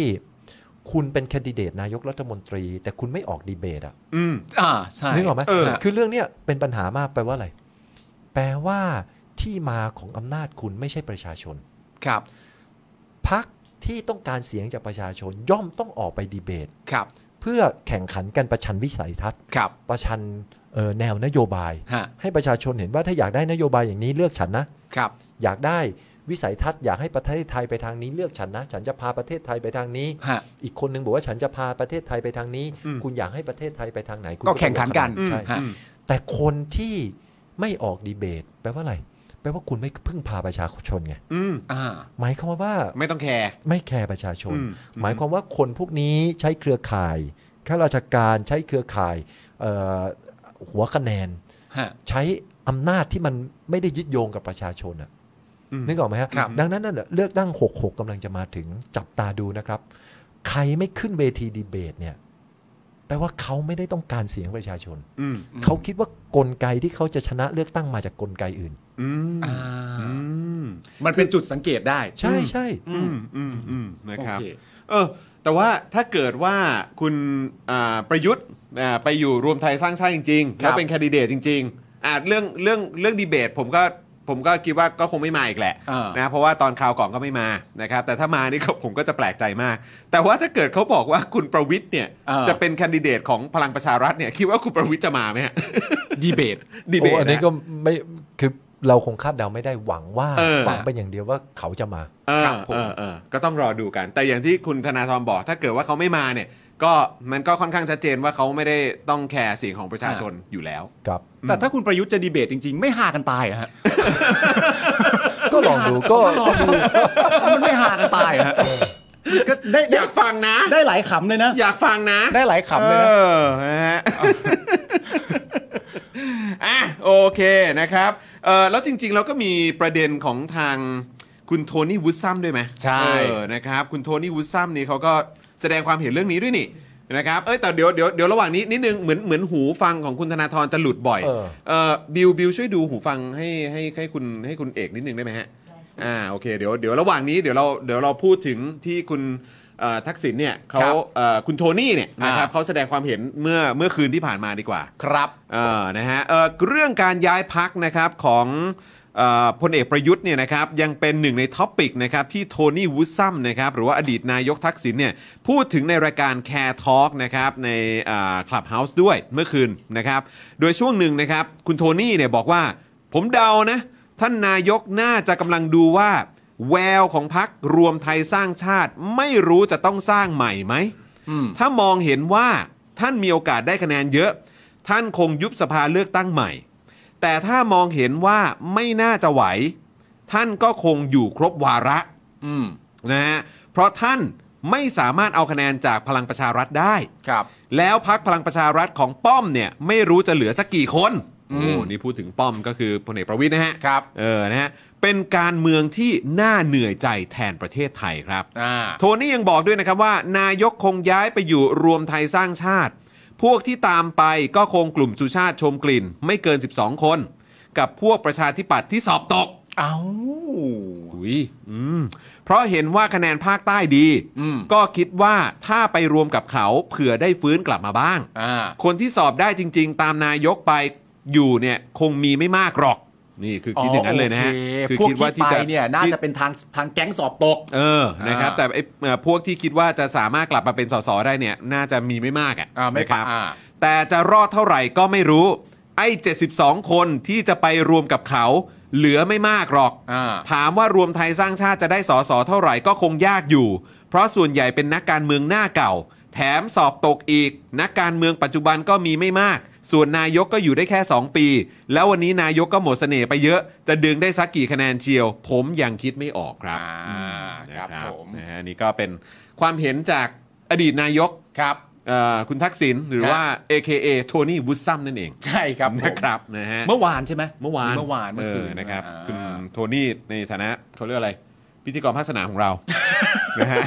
Speaker 6: คุณเป็นแคนดิเดตนายกรัฐมนตรี แต่คุณไม่ออกดีเบตอะ
Speaker 2: อืม
Speaker 3: อ่าใช่
Speaker 6: นึกออกไหม
Speaker 3: เออ
Speaker 6: คือเรื่องเนี้ยเป็นปัญหามากแปลว่าอะไร แปลว่าที่มาของอำนาจคุณไม่ใช่ประชาชน
Speaker 3: ครับ
Speaker 6: พักที่ต้องการเสียงจากประชาชนย่อมต้องออกไปดีเบต
Speaker 3: ครับ
Speaker 6: เพื่อแข่งขันกันประชันวิสัยทัศน์
Speaker 3: ครับ
Speaker 6: ประชันเอ่อแนวนโยบาย
Speaker 3: ฮะ
Speaker 6: ให้ประชาชนเห็นว่าถ้าอยากได้นโยบายอย่างนี้เลือกฉันนะ
Speaker 3: ครับ
Speaker 6: อยากได้วิสัยทัศน์อยากให้ประเทศไทยไปทางนี้เลือกฉันนะ ฉันจะพาประเทศไทยไปทางนี้
Speaker 3: ฮะ
Speaker 6: อีกคนนึงบอกว่าฉันจะพาประเทศไทยไปทางนี้ คุณอยากให้ประเทศไทยไปทางไหนคุณ
Speaker 3: ก็แข่งขันกัน
Speaker 6: ใช่
Speaker 3: ฮะ
Speaker 6: แต่คนที่ไม่ออกดีเบต แปลว่าอะไร แปลว่าคุณไม่พึ่งพาประชาชนไง
Speaker 2: อืม
Speaker 3: อ่า
Speaker 6: หมายความว่า
Speaker 2: ไม่ต้องแคร์
Speaker 6: ไม่แคร์ประชาชน
Speaker 2: อืม
Speaker 6: หมายความว่าคนพวกนี้ใช้เครือข่ายข้าราชการใช้เครือข่ายเอ่อหัวคะแนน
Speaker 3: ฮะ
Speaker 6: ใช้อำนาจที่มันไม่ได้ยึดโยงกับประชาชนอะ
Speaker 2: อืม
Speaker 6: นึกออกไหมฮะ
Speaker 3: ครับ
Speaker 6: ดังนั้นนั่นแหละเลือกตั้ง 66กำลังจะมาถึงจับตาดูนะครับ ใครไม่ขึ้นเวทีดีเบตเนี่ยแปลว่าเขาไม่ได้ต้องการเสียงประชาชน
Speaker 2: อืม
Speaker 6: เขาคิดว่ากลไกที่เขาจะชนะเลือกตั้งมาจากกลไกอื่น
Speaker 2: อืม
Speaker 3: อ่า
Speaker 2: อืม
Speaker 3: มันเป็นจุดสังเกตได้
Speaker 6: ใช่ใช่
Speaker 2: อืมอืมอืมนะ
Speaker 3: โอ
Speaker 2: ครับ
Speaker 3: เค
Speaker 2: เออ แต่ว่าถ้าเกิดว่าคุณอ่าประยุทธ์อ่าไปอยู่รวมไทยสร้างชาติจริง ๆ แล้วเป็นแคนดิเดตจริง ๆอ่าเรื่องเรื่องเรื่องดีเบต ผมก็ผมก็คิดว่าก็คงไม่มาอีกแหละ
Speaker 3: อ่า
Speaker 2: นะเพราะว่าตอนข่าวก่อนก็ไม่มานะครับแต่ถ้ามานี่ก็ ผมก็จะแปลกใจมาก แต่ว่าถ้าเกิดเขาบอกว่าคุณประวิทย์เนี่ย
Speaker 3: เออ
Speaker 2: จะเป็นแคนดิเดตของพลังประชารัฐเนี่ยคิดว่าคุณประวิทย์จะมาไหมฮะ
Speaker 3: ดีเบ ต
Speaker 2: ดีเบ
Speaker 6: โอ้
Speaker 2: ต
Speaker 6: อันนี้
Speaker 2: นะ
Speaker 6: ก็ไม่คือเราคงคาดเดาไม่ได้หวังว่า
Speaker 2: เออ
Speaker 6: หวังเป็นอย่างเดียวว่าเขาจะมา
Speaker 2: เออ
Speaker 3: ครับผม
Speaker 2: เออเออก็ต้องรอดูกัน แต่อย่างที่คุณธนาธรบอก ถ้าเกิดว่าเขาไม่มาเนี่ย ก็มันก็ค่อนข้างชัดเจนว่าเขาไม่ได้ต้องแคร์เสียงของประชาชนอยู่แล้ว
Speaker 6: ครับ
Speaker 3: แต่ถ้าคุณประยุทธ์จะดีเบตจริง ๆ ไม่หากันตายเหรอฮะ
Speaker 6: ก็ลองดูก็
Speaker 3: ลองดูมันไม่หากันตายเหรอฮะก็ได้
Speaker 2: อ
Speaker 3: ได้
Speaker 2: ยากฟังนะ
Speaker 3: ได้หลายขำเลยนะ
Speaker 2: อยากฟังนะ
Speaker 3: ได้หลายขำเลยนะ
Speaker 2: เออนะฮะ อ่ะโอเคนะครับเออแล้วจริงๆเราก็มีประเด็นของทางคุณโทนี่วูดซัมด้วยไหม
Speaker 3: ใช่
Speaker 2: เออนะครับคุณโทนี่วูดซัมนี่เขาก็แสดงความเห็นเรื่องนี้ด้วยนี่นะครับเอ้ยแต่เดี๋ยวเดี๋ยวเดี๋ยวระหว่างนี้นิดนึงเหมือนเหมือนหูฟังของคุณธนาธรจะหลุดบ่อย
Speaker 6: เออ
Speaker 2: เออบิวบิวช่วยดูหูฟังให้ให้ให้คุณให้คุณเอกนิดนึงได้ไหมฮะอ่าโอเคเดี๋ยวเดี๋ยวระหว่างนี้เดี๋ยวเราเดี๋ยวเราพูดถึงที่คุณเอ่อทักษิณเนี่ยเขา
Speaker 3: ครับ
Speaker 2: เอ่อคุณโทนี่เนี่ยนะครับ
Speaker 3: อ่า
Speaker 2: เขาแสดงความเห็นเมื่อเมื่อคืนที่ผ่านมาดีกว่า
Speaker 3: ครับ
Speaker 2: เออนะฮะเอ่อเรื่องการย้ายพักนะครับของเอ่อพลเอกประยุทธ์เนี่ยนะครับยังเป็นหนึ่งในท็อปิกนะครับที่โทนี่วูดซัมนะครับหรือว่าอดีตนายกทักษิณเนี่ยพูดถึงในรายการ Care Talk นะครับในคลับเฮาส์ด้วยเมื่อคืนนะครับโดยช่วงหนึ่งนะครับคุณโทนี่เนี่ยบอกว่า ผมเดานะ ท่านนายกน่าจะกำลังดูว่า แววของพักรวมไทยสร้างชาติ ไม่รู้จะต้องสร้างใหม่ไหม
Speaker 3: อืม
Speaker 2: ถ้ามองเห็นว่าท่านมีโอกาสได้คะแนนเยอะ ท่านคงยุบสภาเลือกตั้งใหม่ แต่ถ้ามองเห็นว่าไม่น่าจะไหว ท่านก็คงอยู่ครบวาระ
Speaker 3: อืม
Speaker 2: นะฮะเพราะท่านไม่สามารถเอาคะแนนจากพลังประชารัฐได้
Speaker 3: ครับ
Speaker 2: แล้วพักพลังประชารัฐของป้อมเนี่ยไม่รู้จะเหลือสักกี่คน
Speaker 3: อื
Speaker 2: โอ้
Speaker 3: ม
Speaker 2: นี่พูดถึงป้อมก็คือพลเอกประวิทย์นะฮะ
Speaker 3: ครับ
Speaker 2: เออนะฮะเป็นการเมืองที่น่าเหนื่อยใจแทนประเทศไทยครับ
Speaker 3: อ่า
Speaker 2: โทนี่ยังบอกด้วยนะครับว่า นายกคงย้ายไปอยู่รวมไทยสร้างชาติ พวกที่ตามไปก็คงกลุ่มสุชาติชมกลิ่น ไม่เกิน 12 คน กับพวกประชาธิปัตย์ที่สอบตก
Speaker 3: เอ้า
Speaker 2: อุยอืมเพราะเห็นว่าคะแนนภาคใต้ดี
Speaker 3: อืม
Speaker 2: ก็คิดว่าถ้าไปรวมกับเขาเผื่อได้ฟื้นกลับมาบ้าง
Speaker 3: อ่า
Speaker 2: คนที่สอบได้จริง ๆ ตามนายกไปอยู่เนี่ยคงมีไม่มากหรอก นี่คือคิดอย่างนั้นเลยนะฮะ
Speaker 3: โอ
Speaker 2: คือ
Speaker 3: พวก
Speaker 2: คิด
Speaker 3: ที่
Speaker 2: ว่าที่
Speaker 3: ไป
Speaker 2: จะ
Speaker 3: เนี่ยน่าจะเป็นทางทางแก๊งสอบตก
Speaker 2: เออ นะครับ
Speaker 3: อ่า
Speaker 2: แต่ไอ้เอ่อพวกที่คิดว่าจะสามารถกลับมาเป็นสสได้เนี่ย น่าจะมีไม่มากอ่ะ
Speaker 3: อ่าไม่
Speaker 2: นะ
Speaker 3: ป
Speaker 2: ค
Speaker 3: รั
Speaker 2: รับ
Speaker 3: อ่า
Speaker 2: แต่จะรอดเท่าไหร่ก็ไม่รู้ ไอ้ 72 คนที่จะไปรวมกับเขา เหลือไม่มากหรอก
Speaker 3: อ่า
Speaker 2: ถามว่ารวมไทยสร้างชาติจะได้สอสอเท่าไหร่ก็คงยากอยู่ เพราะส่วนใหญ่เป็นนักการเมืองหน้าเก่า แถมสอบตกอีก นักการเมืองปัจจุบันก็มีไม่มาก ส่วนนายกก็อยู่ได้แค่ 2 ปี แล้ววันนี้นายกก็หมดเสน่ห์ไปเยอะ จะดึงได้สักกี่คะแนนเชียว ผมยังคิดไม่ออกครับอื
Speaker 3: อ่า
Speaker 2: มนะครับ
Speaker 3: ผม
Speaker 2: นะฮะนี่ก็เป็นความเห็นจากอดีตนายก
Speaker 3: ครับ
Speaker 2: เอ่อคุณทักษิณหรือ
Speaker 3: ฮะ
Speaker 2: ว่า AKA โทนี่วูดซัมนั่นเอง
Speaker 3: ใช่ครับผม
Speaker 2: นะครับนะฮะ
Speaker 3: เมื่อวานใช่ไหม
Speaker 2: เมื่อวาน
Speaker 3: เมื่อวานเมื่อคืน
Speaker 2: เนะครับ
Speaker 3: อ่า
Speaker 2: คุณโทนี่ในฐานะเขาเรียกอะไร พิธีกรภาคสนามของเรา นะฮะ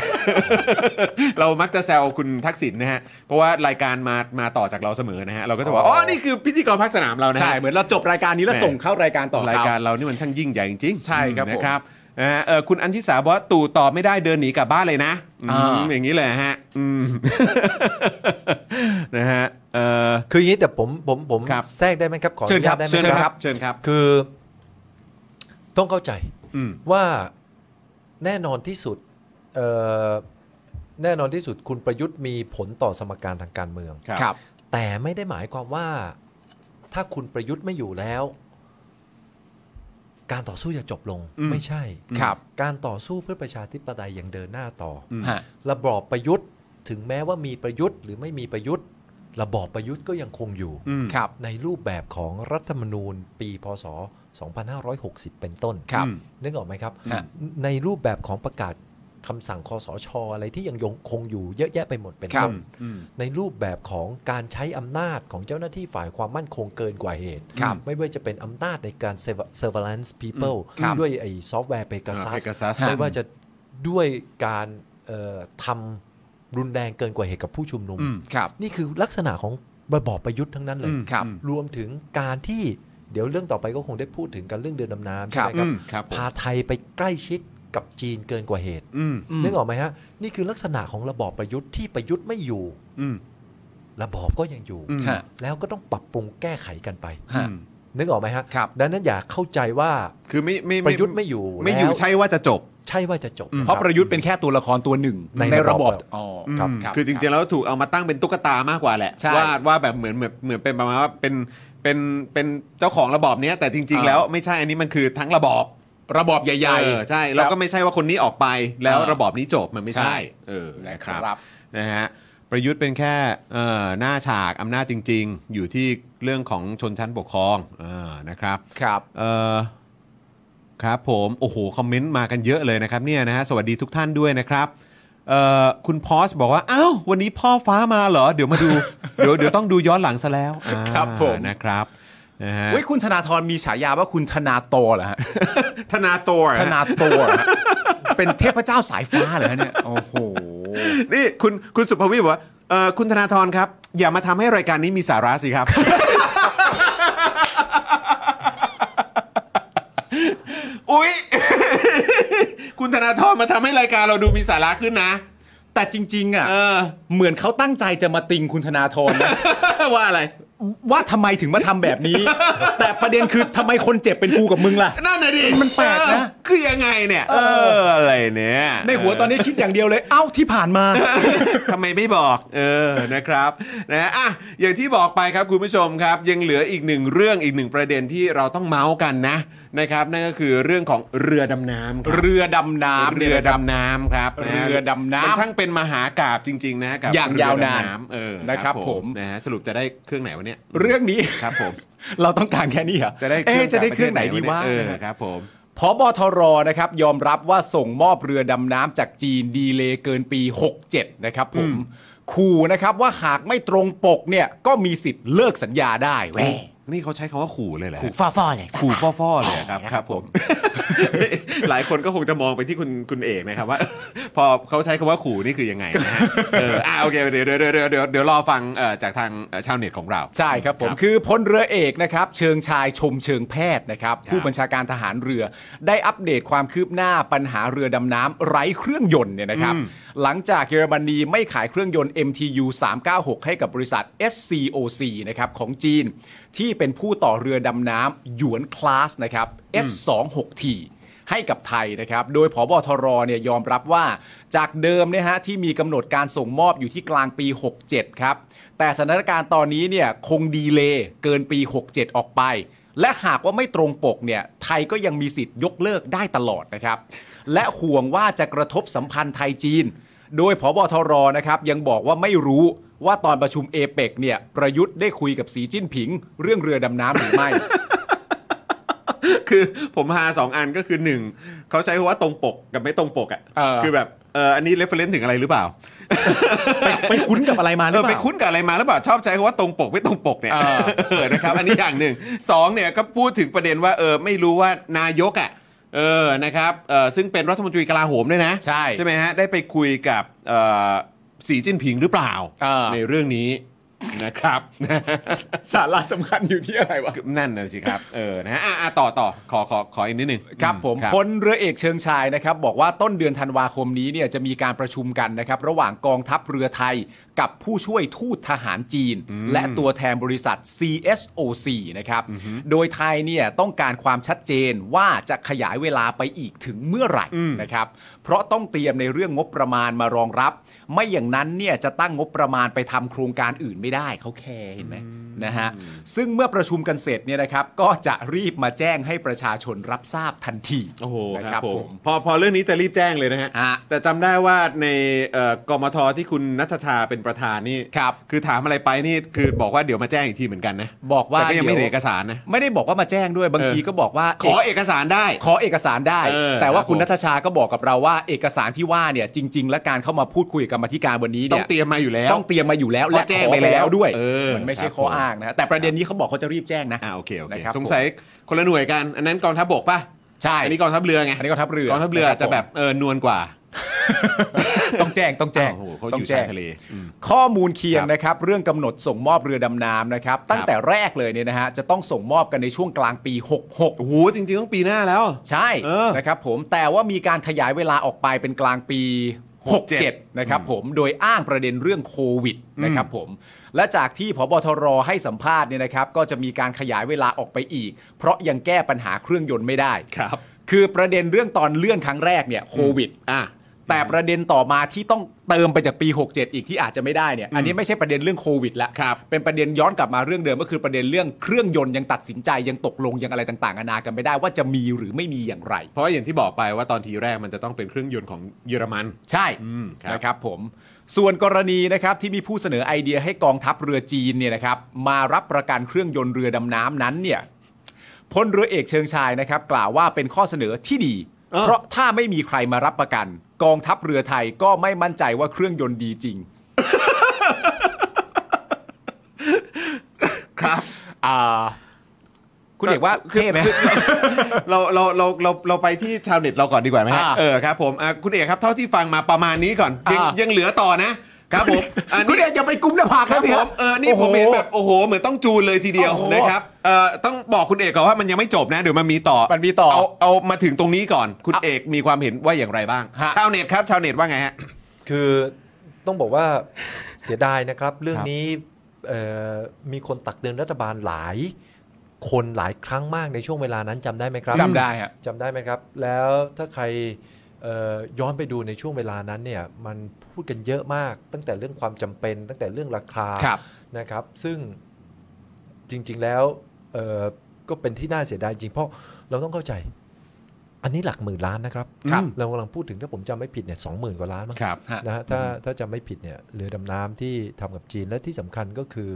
Speaker 2: เรามักจะแซวคุณทักษิณนะฮะ เพราะว่ารายการมามาต่อจากเราเสมอนะฮะ เราก็จะบอกว่าอ๋อ นี่คือพิธีกรภาคสนามเรานะฮะ
Speaker 3: ใช่เหมือนเราจบรายการนี้แล้ว
Speaker 2: แหม่
Speaker 3: ส่งเข้ารายการต่อคบ
Speaker 2: รายการเรานี่มันช่างยิ่งใหญ่จริงๆ
Speaker 3: ใช่ครับผม
Speaker 2: นะครับนะฮะเอ่อคุณอัญชิสาบอกว่าตู่ตอบไม่ได้เดินหนีกลับบ้านเลยนะอืม
Speaker 3: อ่า
Speaker 2: อย่างนี้เลยฮะอืม นะฮะเอ่อ
Speaker 6: คืออย่างนี้แต่ผมผมผม
Speaker 2: ครับ
Speaker 6: แทรกได้ไหมครับขออ
Speaker 2: เชิญ
Speaker 6: นุ
Speaker 2: ครั
Speaker 6: ญา
Speaker 2: บ
Speaker 6: ตได้ไหม
Speaker 2: เชิญ
Speaker 6: ครับ
Speaker 2: ครับ เชิญครับ
Speaker 6: คือต้องเข้าใจ
Speaker 2: อืม
Speaker 6: ว่าแน่นอนที่สุดเอ่อแน่นอนที่สุดคุณประยุทธ์มีผลต่อสมการทางการเมือง
Speaker 2: ครับ
Speaker 3: ครับ
Speaker 6: แต่ไม่ได้หมายความว่า ถ้าคุณประยุทธ์ไม่อยู่แล้ว การต่อสู้จะจบลง
Speaker 2: อืม
Speaker 6: ไม่ใช่
Speaker 3: ครับ
Speaker 6: การต่อสู้เพื่อประชาธิปไตยยังเดินหน้าต่ออ
Speaker 3: ฮะ
Speaker 6: ระบอบประยุทธ์ถึงแม้ว่ามีประยุทธ์ หรือไม่มีประยุทธ์ ระบอบประยุทธ์ก็ยังคงอยู่
Speaker 2: อืม
Speaker 3: ครับ
Speaker 6: ในรูปแบบของรัฐธรรมนูญปี พศ 2560 เป็นต้น
Speaker 3: ครับ
Speaker 6: นึกออกไหมครับ
Speaker 3: ฮะ
Speaker 6: ในรูปแบบของประกาศคำสั่งคอสช อะไรที่ยังยงคงอยู่เยอะแยะไปหมดเป็น
Speaker 3: ครับ
Speaker 6: ต้น ในรูปแบบของการใช้อำนาจของเจ้าหน้าที่ฝ่ายความมั่นคงเกินกว่าเหตุ
Speaker 3: ครับ
Speaker 6: ไม่ว่าจะเป็นอำนาจในการ surve- surveillance people
Speaker 3: ครับ
Speaker 6: ด้วยไอ้ซอฟต์แวร์เปกาซั
Speaker 2: อ่า Pegasus
Speaker 6: สไม่ว่าจะด้วยการเอ่อทำรุนแรงเกินกว่าเหตุกับผู้ชุมนุม
Speaker 2: อืม
Speaker 3: ครับ
Speaker 6: นี่คือลักษณะของระบอบประยุทธ์ทั้งนั้นเลย
Speaker 2: อืม
Speaker 3: ครับ
Speaker 6: รวมถึงการที่เดี๋ยวเรื่องต่อไปก็คงได้พูดถึงกันเรื่องเดือนดำ
Speaker 3: ค
Speaker 6: น้ำใช่
Speaker 3: รับ
Speaker 6: ไหมครับ
Speaker 2: อืมครับผม
Speaker 6: พาไทยไปใกล้ชิดกับจีนเกินกว่าเหตุ
Speaker 2: อืม
Speaker 3: อืม
Speaker 6: นึกออกไหมฮะ นี่คือลักษณะของระบอบประยุทธ์ที่ประยุทธ์ไม่อยู่
Speaker 2: อืม
Speaker 6: ระบอบก็ยังอยู่
Speaker 2: อืม
Speaker 3: ฮะ
Speaker 6: แล้วก็ต้องปรับปรุงแก้ไขกันไป
Speaker 3: ฮะ
Speaker 6: นึกออกไหมฮะ
Speaker 3: ครับ
Speaker 6: ดังนั้นอย่าเข้าใจว่า
Speaker 2: คือไม่ไม่
Speaker 6: ประยุทธ์ไม่อยู่
Speaker 2: ไม่อยู่
Speaker 6: แล้ว
Speaker 2: ใช่ว่าจะจบ
Speaker 6: ใช่ว่าจะจบ
Speaker 3: เพราะประยุทธ์เป็นแค่ตัวละครตัวหนึ่ง
Speaker 6: ใน
Speaker 3: ในระบอบ
Speaker 6: ระบอบ
Speaker 3: อ๋อ
Speaker 6: ครับ
Speaker 2: อืมคือจริงๆแล้วถูกเอามาตั้งเป็นตุ๊กตามากกว่าแหละ
Speaker 3: ใช่
Speaker 2: ว่าว่าแบบเหมือนเหมือนเหมือนเป็นประมาณว่าเป็นเป็นเป็นเจ้าของระบอบเนี้ยแต่จริง ๆ
Speaker 3: อ่า
Speaker 2: แล้วไม่ใช่อันนี้มันคือทั้งระบอบ
Speaker 3: ระบอบใหญ่
Speaker 2: เออ
Speaker 3: ๆ
Speaker 2: ใช่แล้วก็ไม่ใช่ว่าคนนี้ออกไปแล้ว
Speaker 3: อ่า
Speaker 2: ระบอบนี้จบมันไม่ใช่
Speaker 3: ใช่
Speaker 2: เออนะครับ
Speaker 3: นะครับ
Speaker 2: นะฮะประยุทธ์เป็นแค่เอ่อหน้าฉากอำนาจจริง ๆ อยู่ที่เรื่องของชนชั้นปกครองเออนะครับ
Speaker 3: ครับ
Speaker 2: เอ่อครับผมโอ้โห คอมเมนต์มากันเยอะเลยนะครับเนี่ยนะฮะสวัสดีทุกท่านด้วยนะครับเอ่อคุณพอสบอกว่า อ้าว วันนี้พ่อฟ้ามาเหรอ เดี๋ยวมาดู เดี๋ยวเดี๋ยวต้องดูย้อนหลังซะแล้วอ่า
Speaker 3: ครับผม
Speaker 2: นะครับนะฮะ
Speaker 3: เฮ้ยคุณธนาธรมีฉายาว่าคุณธนาโตเหร อฮะ
Speaker 2: ธนาโตร์
Speaker 3: ธนาโตเหรอฮะเป็นเทพเจ้าสายฟ้าเหรอฮะเนี่ย โอ้โห
Speaker 2: นี่คุณคุณสุภวิทย์บอกว่าเอ่อคุณธนาธรครับ อย่ามาทำให้รายการนี้มีสาระสิครับ อุ๊ย คุณธนาธรมาทำให้รายการเราดูมีสาระขึ้นนะ
Speaker 3: แต่จริง ๆ อ่ะ
Speaker 2: เออ
Speaker 3: เหมือนเขาตั้งใจจะมาติงคุณธนาธร นะ
Speaker 2: ว่าอะไร
Speaker 3: ว่าทำไมถึงมาทำแบบนี้ แต่ประเด็นคือทำไมคนเจ็บเป็นกูกับมึงล่ะ
Speaker 2: นั่นน่ะดิ
Speaker 3: มันแปลก
Speaker 2: เอ
Speaker 3: นะ
Speaker 2: อคือยังไงเนี่ย เออ อะไรเนี่ย
Speaker 3: ในหัวตอนนี้คิดอย่างเดียวเลย เอ้าที่ผ่านมา
Speaker 2: ทำไมไม่บอก เออ นะครับ นะอ่ะอย่างที่บอกไปครับคุณผู้ชมครับ ยังเหลืออีกหนึ่งเรื่องอีกหนึ่งประเด็นที่เราต้องเมาส์กันนะ นะครับ นั่นก็คือเรื่องของเรือดำน้ำครับ
Speaker 3: เรือดำน้ำ
Speaker 2: เรื
Speaker 3: เนี่
Speaker 2: อ
Speaker 3: ยนะครับ
Speaker 2: ดำน้ำครับนะ
Speaker 3: เรือดำน้ำ
Speaker 2: มันช่างเป็นมหากาบจริง ๆ นะกับ
Speaker 3: อย่าง
Speaker 2: เรื
Speaker 3: ยาวนาน
Speaker 2: ดำำเออ
Speaker 3: นะครับผม
Speaker 2: นะฮะสรุปจะได้เครื่องไหนวันเนี้ย
Speaker 3: เรื่องนี้
Speaker 2: ครับผม
Speaker 3: เราต้องการแค่นี้เหรอ
Speaker 2: จะได้
Speaker 3: เอ๊ะจะได้เครื่องไหนดี
Speaker 2: จกปะเทศ
Speaker 3: ว่า
Speaker 2: เออครับผม
Speaker 3: พอบอทรนะครับยอมรับว่าส่งมอบเรือดำน้ำจากจีนดีเลย์เกินปี 67 นะครับผมขู่นะครับว่าหากไม่ตรงปกเนี่ยก็มีสิทธิ์เลิกสัญญาได้แหว
Speaker 2: นี่เขาใช้คำว่าขู่เลยเหรอฮะ
Speaker 3: ขู่ฟ้าฟ้าเลย
Speaker 2: ขู่ฟ่อๆเลยครับครับผม หลาย คนก็คงจะมองไปที่คุณคุณเอกนะครับว่า พอเขาใช้คำว่าขู่นี่คือยังไงนะฮะเอออ่าโอเคเดี๋ยวเดี๋ยวเดี๋ยวเดี๋ยวเดี๋ยวรอฟังเอ่อจากทางเอ่อชาวเน็ตของเรา
Speaker 3: ใช่ครับผมคือพลเรือเอกนะครับเชิงชายชมเชิงแพทย์นะครับ
Speaker 2: ครับ
Speaker 3: ผู้บัญชาการทหารเรือ ได้อัปเดตความคืบหน้าปัญหาเรือดำน้ำไร้เครื่องยนต์เนี่ยนะครับหลังจากเยอรมนีไม่ขายเครื่องยนต์ MTU 396 ให้กับบริษัท SCOC นะครับของจีน ที่เป็นผู้ต่อเรือดำน้ำหยวนคลาสนะครับ S26T ให้กับไทยนะครับ โดยผบทรเนี่ยยอมรับว่าจากเดิมเนะฮะที่มีกำหนดการส่งมอบอยู่ที่กลางปี 67 ครับ แต่สถานการณ์ตอนนี้เนี่ยคงดีเลย์เกินปี 67 ออกไป และหากว่าไม่ตรงปกเนี่ยไทยก็ยังมีสิทธิ์ยกเลิกได้ตลอดนะครับ และห่วงว่าจะกระทบสัมพันธ์ไทยจีน โดยผบทรนะครับยังบอกว่าไม่รู้ว่าตอนประชุมเอเปกเนี่ยประยุทธ์ได้คุยกับสีจิ้นผิง เรื่องเรือดำน้ำหรือไม่
Speaker 2: คือผมหาสองอันก็คือหนึ่งเขาใช้คำว่าตรงปกกับไม่ตรงปกอ่ะ
Speaker 3: เออ
Speaker 2: คือแบบเอออันนี้เรฟเฟรนซ์ถึงอะไรหรือเปล่า
Speaker 3: ไป ไปคุ้นกับอะไรมาห
Speaker 2: เอ
Speaker 3: รือ
Speaker 2: อ
Speaker 3: เป
Speaker 2: ไป
Speaker 3: ล่า
Speaker 2: คุ้นกับอะไรมาหรือเปล่าชอบใช้คำว่าตรงปกไม่ตรงปกเนี่ย
Speaker 3: เออ
Speaker 2: เออนะครับ อันนี้อย่างหนึ่งสองเนี่ยก็พูดถึงประเด็นว่าเออไม่รู้ว่านายกอ่ะ เออนะครับเอ่อซึ่งเป็นรัฐมนตรีกลาโหมด้วยนะ
Speaker 3: ใช่
Speaker 2: ใช่ไหมฮะได้ไปคุยกับเอ่อสีจิ้นผิงหรือเปล่า
Speaker 3: เออ
Speaker 2: ในเรื่องนี้นะครับ
Speaker 3: สาระสำคัญอยู่ที่อะไรวะ
Speaker 2: นั่นน่ะสิครับเออนะฮะอ่ะอ่ะต่อต่อขอขอขออีกนิดหนึง
Speaker 3: ครับ
Speaker 2: อื
Speaker 3: ผมพลเรือเอกเชิงชายนะครับ บอกว่าต้นเดือนธันวาคมนี้เนี่ยจะมีการประชุมกันนะครับ ระหว่างกองทัพเรือไทยกับผู้ช่วยทูตทหารจีน และตัวแทนบริษัท CSOC นะครับ โดยไทยเนี่ยต้องการความชัดเจนว่าจะขยายเวลาไปอีกถึงเมื่อไหร่นะครับ เพราะต้องเตรียมในเรื่องงบประมาณมารองรับ ไม่อย่างนั้นเนี่ยจะตั้งงบประมาณไปทำโครงการอื่นไม่ได้เขาแคร์เห็นไหมนะฮะซึ่งเมื่อประชุมกันเสร็จเนี่ยนะครับ ก็จะรีบมาแจ้งให้ประชาชนรับทราบทันที
Speaker 2: โอ้โห
Speaker 3: นะครับ
Speaker 2: ผม
Speaker 3: ม
Speaker 2: พอพอเรื่องนี้จะรีบแจ้งเลยนะฮะ
Speaker 3: ฮะ
Speaker 2: แต่จำได้ว่าในเอ่อกมทที่คุณนัทชาเป็นประธานนี่
Speaker 3: ครับ
Speaker 2: คือถามอะไรไปนี่คือบอกว่าเดี๋ยวมาแจ้งอีกทีเหมือนกันนะ
Speaker 3: บอกว่า
Speaker 2: แต่ก็ยังไม่
Speaker 3: เดี๋
Speaker 2: ได้
Speaker 3: ยว
Speaker 2: เอกสารนะ
Speaker 3: ไม่ได้บอกว่ามาแจ้งด้วยบาง
Speaker 2: เออ
Speaker 3: ทีก็บอกว่า
Speaker 2: ขอเอกสารได้
Speaker 3: ขอเอกสารได้
Speaker 2: เออ
Speaker 3: แต่ว่าคุณ
Speaker 2: ครั
Speaker 3: นั
Speaker 2: บผม
Speaker 3: ทชาก็บอกกับเราว่าเอกสารที่ว่าเนี่ยจริง ๆ และการเข้ามาพูดคุยกับกรรมาธิการวันนี้
Speaker 2: ต้อ
Speaker 3: เนี่
Speaker 2: ง
Speaker 3: ย
Speaker 2: เตรียมมาอยู่แล้ว
Speaker 3: ต้องเตรียมมาอยู่แล้ว
Speaker 2: เพ
Speaker 3: และ
Speaker 2: ราะแจ้ง
Speaker 3: ขอ
Speaker 2: ไปแล้ว
Speaker 3: ด้วย
Speaker 2: เออ
Speaker 3: มันไม่ใช่
Speaker 2: ครับ
Speaker 3: ข้อ
Speaker 2: ผม
Speaker 3: อ้างนะ แต่ประเด็นนี้เขาบอกเขาจะรีบแจ้งนะ
Speaker 2: อ่าโอเคโอ
Speaker 3: นะ
Speaker 2: เค
Speaker 3: ครับ
Speaker 2: สงสัยคนละหน่วยกัน อันนั้นกองทัพบกป่ะ
Speaker 3: ใช่
Speaker 2: อันนี้กองทัพเรือไง
Speaker 3: อันนี้ก็ทัพเรือก
Speaker 2: องทัพเรือ
Speaker 3: ค
Speaker 2: จะแบบเออนวลกว่า
Speaker 3: ต้องแจ้งต้องแจ้ง
Speaker 2: อ้าวโอ้โหเขา
Speaker 3: ต้
Speaker 2: อยู่
Speaker 3: งแจ้
Speaker 2: ชาง ยทะเลอืม
Speaker 3: ข้อมูลเคีย
Speaker 2: ค
Speaker 3: ง
Speaker 2: รับ
Speaker 3: นะครับเรื่องกำหนดส่งมอบเรือดำน้ำนะครับ ตั้งแต่แรกเลยเนี่ยนะฮะจะต้องส่งมอบกันในช่วงกลางปี
Speaker 2: โอ้โหจริงๆต้องปีหน้าแล้ว
Speaker 3: 66 ใช่
Speaker 2: เออ
Speaker 3: นะครับผมแต่ว่ามีการขยายเวลาออกไปเป็นกลางปี 67
Speaker 2: 67
Speaker 3: นะครับผมโดยอ้างประเด็นเรื่องโควิดนะครับผมและจากที่พบทรให้สัมภาษณ์เนี่ยนะครับก็จะมีการขยายเวลาออกไปอีก เพราะยังแก้ปัญหาเครื่องยนต์ไม่ได้
Speaker 2: ครับ
Speaker 3: คือประเด็นเรื่องตอนเลื่อนครั้งแรกเนี่ยโควิด
Speaker 2: อ่ะ
Speaker 3: แต่ประเด็นต่อมาที่ต้องเติมไปจากปี 67 อีกที่อาจจะไม่ได้เนี่ย อันนี้ไม่ใช่ประเด็นเรื่องโควิดแล้ว
Speaker 2: ครับ
Speaker 3: เป็นประเด็นย้อนกลับมาเรื่องเดิมก็คือประเด็นเรื่องเครื่องยนต์ยังตัดสินใจยังตกลงยังอะไรต่างๆนานากันไม่ได้ว่าจะมีหรือไม่มีอย่างไร
Speaker 2: เพราะอย่างที่บอกไปว่าตอนทีแรกมันจะต้องเป็นเครื่องยนต์ของเยอรมัน
Speaker 3: ใช่
Speaker 2: อืมครับ
Speaker 3: นะครับผม ส่วนกรณีนะครับที่มีผู้เสนอไอเดียให้กองทัพเรือจีนเนี่ยนะครับมารับประกันเครื่องยนต์เรือดำน้ำนั้นเนี่ยพลเรือเอกเชิงชายนะครับ กล่าวว่าเป็นข้อเสนอที่ดี เพราะถ้าไม่มีใครมารับประกัน กองทัพเรือไทยก็ไม่มั่นใจว่าเครื่องยนต์ดีจริง
Speaker 2: ครับ
Speaker 3: อ่าคุณเอกว่าเท่ไหม
Speaker 2: เราเราเราเราเราไปที่ชาวเน็ตเราก่อนดีกว่าไหมฮะ
Speaker 3: อ่า
Speaker 2: เออครับผมอ่ะคุณเอกครับเท่าที่ฟังมาประมาณนี้ก่อน ยัง
Speaker 3: อ่ายั
Speaker 2: ยังเหลือต่อนะครับผมอัน
Speaker 3: คุณ
Speaker 2: นี้
Speaker 3: เอกอย่าไปกุ้มหน้าผาก
Speaker 2: ครับ
Speaker 3: สิ
Speaker 2: ผ
Speaker 3: ฮะ
Speaker 2: มเออนี่
Speaker 3: โโห
Speaker 2: ผมเห็นแบบโอ้โห เหมือนต้องจูนเลยทีเดียว
Speaker 3: โอ้โห
Speaker 2: นะครับเอ่อต้องบอกคุณเอกก่อนว่ามันยังไม่จบนะเดี๋ยวมันมีต่อ
Speaker 3: มันมีต่อ
Speaker 2: เอาเอามาถึงตรงนี้ก่อน คุณ
Speaker 3: อ่ะ
Speaker 2: เอกมีความเห็นว่าอย่างไรบ้าง
Speaker 3: ฮะ
Speaker 2: ชาวเน็ตครับชาวเน็ตว่าไงฮะ
Speaker 6: คือต้องบอกว่า เสียดายนะครับ เรื่อง
Speaker 2: ครับ
Speaker 6: นี้เอ่อมีคนตักเตือนรัฐบาลหลาย คนหลายครั้งมากในช่วงเวลานั้นจำได้ไหมครับ
Speaker 3: จำได้ฮะ
Speaker 6: จำได้ไหมครับ แล้วถ้าใครเอ่อย้อนไปดูในช่วงเวลานั้นเนี่ยมันพูดกันเยอะมาก ตั้งแต่เรื่องความจำเป็น ตั้งแต่เรื่องราคา
Speaker 3: ครับ
Speaker 6: นะครับ ซึ่งจริงๆแล้วเอ่อก็เป็นที่น่าเสียดายจริงเพราะเราต้องเข้าใจ อันนี้หลักหมื่นล้านนะครับ
Speaker 3: ครับ
Speaker 6: เรากำลังพูดถึงถ้าผมจำไม่ผิดเนี่ยสองหมื่นกว่าล้านมั้ง
Speaker 3: ครับฮะ
Speaker 6: นะฮะถ้าถ้าจำไม่ผิดเนี่ยเรือดำน้ำที่ทำกับจีนและที่สำคัญก็คือ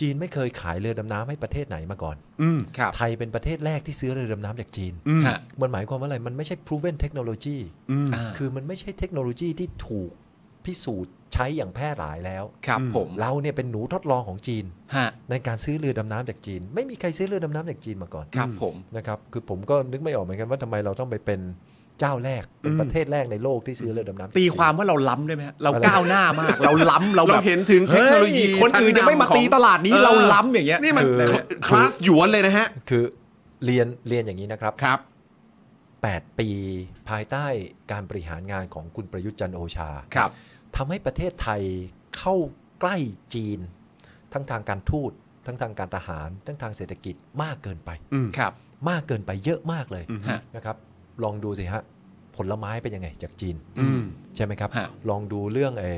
Speaker 6: จีนไม่เคยขายเรือดำน้ำให้ประเทศไหนมาก่อน
Speaker 2: อืม
Speaker 3: ครับ
Speaker 6: ไทยเป็นประเทศแรกที่ซื้อเรือดำน้ำจากจีน
Speaker 2: อืม
Speaker 3: ฮะ
Speaker 6: มันหมายความว่าอะไรมันไม่ใช่ proven technology
Speaker 2: อืม
Speaker 3: อ่า
Speaker 6: คือมันไม่ใช่เทคโนโลยีที่ถูกพิสูจน์ใช้อย่างแพร่หลายแล้ว
Speaker 3: ครับผม
Speaker 6: เราเนี่ยเป็นหนูทดลองของจีน
Speaker 3: ฮะ
Speaker 6: ในการซื้อเรือดำน้ำจากจีน ไม่มีใครซื้อเรือดำน้ำจากจีนมาก่อน
Speaker 3: ครับผม
Speaker 6: นะครับ คือผมก็นึกไม่ออกเหมือนกันว่าทำไมเราต้องไปเป็นเจ้าแรก เป็นประเทศแรกในโลกที่ซื้อเรือดำน้ำจกจีน
Speaker 3: ตีความว่าเราล้ำได้ไหมฮะเราก้าวหน้ามาก เราล้ำเราแบ
Speaker 2: เรา
Speaker 3: บ
Speaker 2: เห็นถึงเทคโนโลยี
Speaker 3: ฮ้คนอื่นยังไม่มาตีตลาดนี้
Speaker 2: เออ
Speaker 3: เราล้ำอย่างเงี้ย
Speaker 2: นี่มัน
Speaker 3: เออ
Speaker 2: คลาสหยวนเลยนะฮะ
Speaker 6: คือเรียนเรียนอย่างนี้นะครับ
Speaker 2: ครับ
Speaker 6: 8 ปีภายใต้การบริหารงานของคุณประยุทธ์จันทร์โอชา
Speaker 3: ครับ
Speaker 6: ทำให้ประเทศไทยเข้าใกล้จีน ทั้งทางการทูต ทั้งทางการทหาร ทั้งทางเศรษฐกิจมากเกินไป
Speaker 3: ครับ
Speaker 6: มากเกินไปเยอะมากเลย
Speaker 3: ฮะ
Speaker 6: นะครับ ลองดูสิฮะ ผลไม้เป็นยังไงจากจีน
Speaker 2: อืม
Speaker 6: ใช่ไหมครับ
Speaker 3: ฮะ
Speaker 6: ลองดูเรื่องไอ้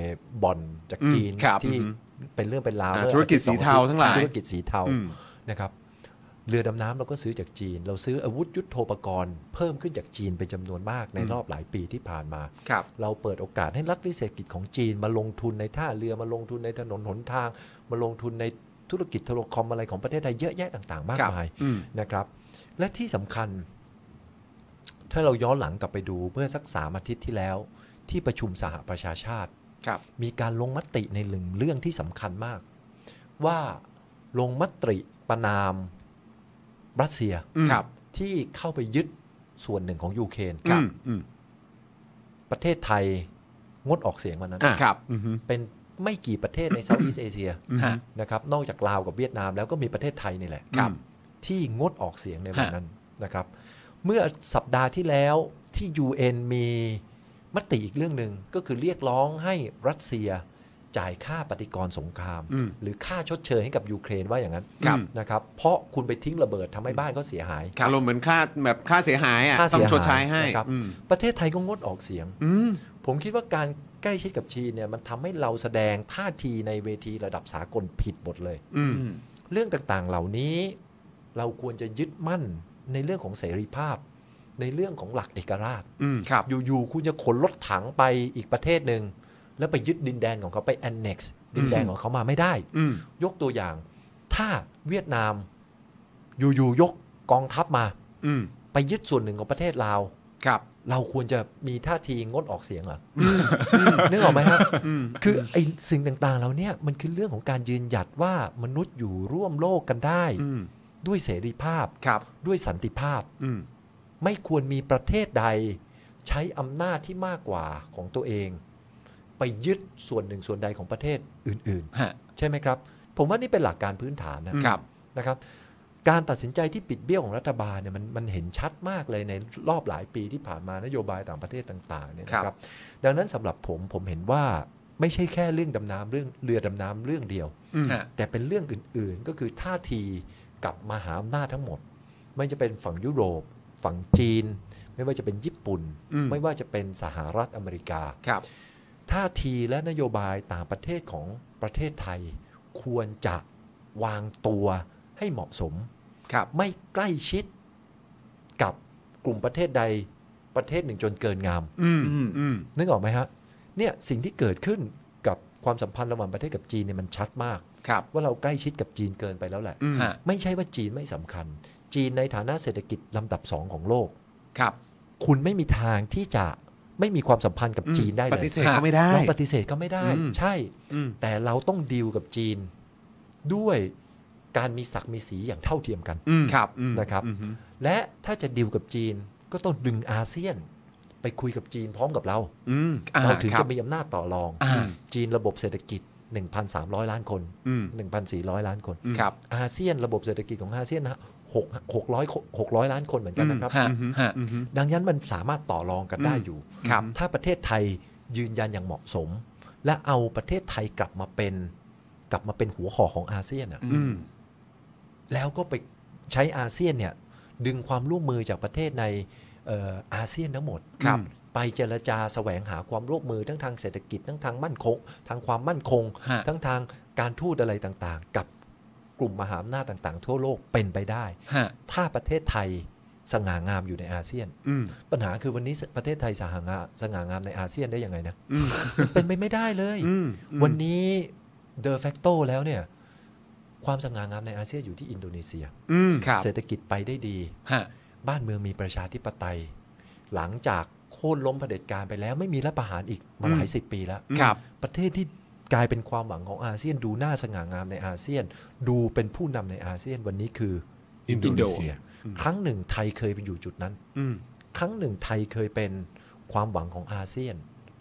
Speaker 6: บ่อนจากจีน
Speaker 3: อืมครับ
Speaker 6: ที่
Speaker 2: อือฮึ
Speaker 6: เป็นเรื่องเป็นราว
Speaker 2: อ่า
Speaker 6: เมื่อ
Speaker 2: ธุรกิจสีเทาทั้งหลาย
Speaker 6: ธุรกิจสีเทา
Speaker 2: อืม
Speaker 6: นะครับเรือดำน้ำเราก็ซื้อจากจีน เราซื้ออาวุธยุโทโธปกรณ์เพิ่มขึ้นจากจีนเป็นจำนวนมากในรอบหลายปีที่ผ่านมา
Speaker 3: ครับ
Speaker 6: เราเปิดโอกาสให้รัฐวิสาหกิจของจีนมาลงทุนในท่าเรือมาลงทุนในถนนหนทาง มาลงทุนในธุรกิจโทรคมอะไรของประเทศไทยเยอะแยะต่าง ๆ มาก
Speaker 3: ครับ
Speaker 6: มาย
Speaker 2: อืม
Speaker 6: นะครับและที่สำคัญ ถ้าเราย้อนหลังกลับไปดูเมื่อสักสามอาทิตย์ที่แล้ว ที่ประชุมสหประชาชาติ
Speaker 3: ครับ
Speaker 6: มีการลงมติในหนึ่งเรื่องที่สำคัญมาก ว่าลงมติประนามรัสเซีย
Speaker 3: ครับ
Speaker 6: ที่เข้าไปยึด ส่วนหนึ่งของยูเครน
Speaker 2: อืมอืม
Speaker 6: ประเทศไทยงดออกเสียงวันนั้น
Speaker 2: อ่ะ
Speaker 3: ครับ
Speaker 2: อือฮึ
Speaker 6: เป็นไม่กี่ประเทศใน s ซา t h อีสเอเชีย
Speaker 2: อืมฮะ
Speaker 6: นะครับนอกจากลาวกับเวียดนามแล้วก็มีประเทศไทยนี่แหละ
Speaker 2: ครับ
Speaker 6: ที่งดออกเสียงในวันนั้นนะครับ เมื่อสัปดาห์ที่แล้วที่ UN มีมติอีกเรื่องหนึ่งก็คือเรียกร้องให้รัสเซียจ่ายค่าปฏิกรณ์สงคราม
Speaker 2: อืม
Speaker 6: หรือค่าชดเชยให้กับยูเครนว่าอย่างนั้น
Speaker 2: ครับ
Speaker 6: นะครับเพราะคุณไปทิ้งระเบิดทำให้บ้านเขาเสียหาย
Speaker 2: อารมณ์เหมือนค่าแบบค่าเสียหายอ่ะ
Speaker 6: ค่าเสี
Speaker 2: ต้อย ง
Speaker 6: หาย
Speaker 2: ชดใช้ให้
Speaker 6: นะครับ
Speaker 2: อืม
Speaker 6: ประเทศไทยก็งดออกเสียง
Speaker 2: อืม
Speaker 6: ผมคิดว่าการใกล้ชิดกับจีนเนี่ยมันทำให้เราแสดงท่าทีในเวทีระดับสากลผิดหมดเลย
Speaker 2: อืม
Speaker 6: เรื่องต่างๆเหล่านี้เราควรจะยึดมั่นในเรื่องของเสรีภาพ ในเรื่องของหลักเอกราช
Speaker 2: อืม
Speaker 3: ครับ
Speaker 6: อยู่ๆคุณจะขนรถถังไปอีกประเทศหนึ่งแล้วไปยึดดินแดนของเขาไป annex ดินแดนของเขามาไม่ได้
Speaker 2: อืม
Speaker 6: ยกตัวอย่าง ถ้าเวียดนามอยู่ๆยกกองทัพมา
Speaker 2: อืม
Speaker 6: ไปยึดส่วนหนึ่งของประเทศลาว
Speaker 3: ครับ
Speaker 6: เราควรจะมีท่าทีงดออกเสียงเหรออนึกออกไหมฮะ คือไอ้สิ่งต่างๆเราเนี่ยมันคือเรื่องของการยืนหยัดว่ามนุษย์อยู่ร่วมโลกกันได้
Speaker 2: อืม
Speaker 6: ด้วยเสรีภาพ
Speaker 3: ครับ
Speaker 6: ด้วยสันติภาพ
Speaker 2: อืม
Speaker 6: ไม่ควรมีประเทศใด ใช้อำนาจที่มากกว่าของตัวเอง ไปยึดส่วนหนึ่งส่วนใดของประเทศอื่น
Speaker 3: ฮะ
Speaker 6: ๆ ใช่ไหมครับ ผมว่านี่เป็นหลักการพื้นฐานนะ
Speaker 3: ครับ
Speaker 6: นะครับ การตัดสินใจที่ปิดเบี้ยวของรัฐบาลเนี่ยมันมันเห็นชัดมากเลยในรอบหลายปีที่ผ่านมานโยบายต่างประเทศต่างๆเนี่ยนะครับ ดังนั้นสำหรับผมผมเห็นว่าไม่ใช่แค่เรื่องดำน้ำเรื่องเรือดำน้ำเรื่องเดียว
Speaker 2: อืม
Speaker 3: ฮะ
Speaker 6: แต่เป็นเรื่องอื่นๆ ก็คือท่าทีกับมหาอำนาจทั้งหมด ไม่ว่าจะเป็นฝั่งยุโรป ฝั่งจีน ไม่ว่าจะเป็นญี่ปุ่น
Speaker 2: อืม
Speaker 6: ไม่ว่าจะเป็นสหรัฐอเมริกา
Speaker 3: ครับ
Speaker 6: ท่าทีและนโยบายต่างประเทศของประเทศไทย ควรจะวางตัวให้เหมาะสม
Speaker 3: ครับ
Speaker 6: ไม่ใกล้ชิดกับกลุ่มประเทศใดประเทศหนึ่งจนเกินงาม
Speaker 2: อืม อืม
Speaker 6: นึกออกไหมฮะเนี่ยสิ่งที่เกิดขึ้นกับความสัมพันธ์ระหว่างประเทศกับจีนเนี่ยมันชัดมาก
Speaker 3: ครับ
Speaker 6: ว่าเราใกล้ชิดกับจีนเกินไปแล้วแหละ
Speaker 2: อืม
Speaker 3: ฮะ
Speaker 6: ไม่ใช่ว่าจีนไม่สำคัญ จีนในฐานะเศรษฐกิจลำดับสองของโลก
Speaker 3: ครับ
Speaker 6: คุณไม่มีทางที่จะไม่มีความสัมพันธ์กับจีนได้เลย
Speaker 2: ปฏิเสธเขาไม่ได้
Speaker 6: เราปฏิเสธก็ไม่ได้
Speaker 2: อืม
Speaker 6: ใช่
Speaker 2: อืม
Speaker 6: แต่เราต้องดีลกับจีนด้วยการมีศักดิ์มีสีอย่างเท่าเทียมกัน
Speaker 2: อืม
Speaker 3: ครับ
Speaker 2: อืม
Speaker 6: นะครับ
Speaker 2: อืม
Speaker 6: และถ้าจะดีลกับจีนก็ต้องดึงอาเซียน ไปคุยกับจีนพร้อมกับเรา
Speaker 2: อืม
Speaker 3: อ่า
Speaker 6: เราถึง
Speaker 3: ครั
Speaker 6: จะ
Speaker 3: บ
Speaker 6: มีอำนาจต่อรอง
Speaker 3: อ่า
Speaker 6: จีนระบบเศรษฐกิจ 1,300 ล้านคน
Speaker 2: อืม
Speaker 6: 1,400 ล้านคน
Speaker 3: ครับ
Speaker 6: อาเซียนระบบเศรษฐกิจของอาเซียนนะหกหกร้อยหกร้อยล้านคนเหมือนกันนะครับ
Speaker 3: ฮะ ฮะ
Speaker 6: ดังนั้นมันสามารถต่อรองกันได้อยู่
Speaker 3: ครับ
Speaker 6: ถ้าประเทศไทยยืนยันอย่างเหมาะสม และเอาประเทศไทยกลับมาเป็น กลับมาเป็นหัวหอกของอาเซียนอะ
Speaker 2: อืม
Speaker 6: แล้วก็ไปใช้อาเซียนเนี่ยดึงความร่วมมือจากประเทศในเอ่ออาเซียนทั้งหมด
Speaker 2: ครับ
Speaker 6: ไปเจรจาแสวงหาความร่วมมือทั้งทางเศรษฐกิจทั้งทางมั่นคง ทางความมั่นคง
Speaker 3: ฮะ
Speaker 6: ทั้งทางการทูตอะไรต่างๆ กับกลุ่มมหาอำนาจต่างๆ ทั่วโลกเป็นไปได้
Speaker 3: ฮะ
Speaker 6: ถ้าประเทศไทยสง่างามอยู่ในอาเซียน
Speaker 2: อืม
Speaker 6: ปัญหาคือวันนี้ประเทศไทยสง่างามสง่างามในอาเซียนได้ยังไงนะ
Speaker 2: อืม
Speaker 6: เป็นไปไม่ได้เลย
Speaker 2: อืม
Speaker 6: วันนี้เดอ f a กโตแล้วเนี่ย ความสง่างามในอาเซียนอยู่ที่อินโดนีเซีย
Speaker 2: อืม
Speaker 3: ครับ
Speaker 6: เศรษฐกิจไปได้ดี
Speaker 3: ฮะ
Speaker 6: บ้านเมืองมีประชาธิปไตย หลังจากโค่นล้มเผด็จการไปแล้ว ไม่มีรัฐประหารอีกมาหลายสิบปีแล้ว
Speaker 3: ครับ
Speaker 6: ประเทศที่กลายเป็นความหวังของอาเซียนดูน่าสง่างามในอาเซียน ดูเป็นผู้นำในอาเซียนวันนี้คือ
Speaker 2: อิ
Speaker 6: อิ
Speaker 2: น
Speaker 6: น
Speaker 2: โดนี
Speaker 6: โดนี
Speaker 2: เซี
Speaker 6: เซี
Speaker 2: ย
Speaker 6: ย ครั้งหนึ่งไทยเคยไปอยู่จุดนั้น
Speaker 2: อืม
Speaker 6: ครั้งหนึ่งไทยเคยเป็นความหวังของอาเซียน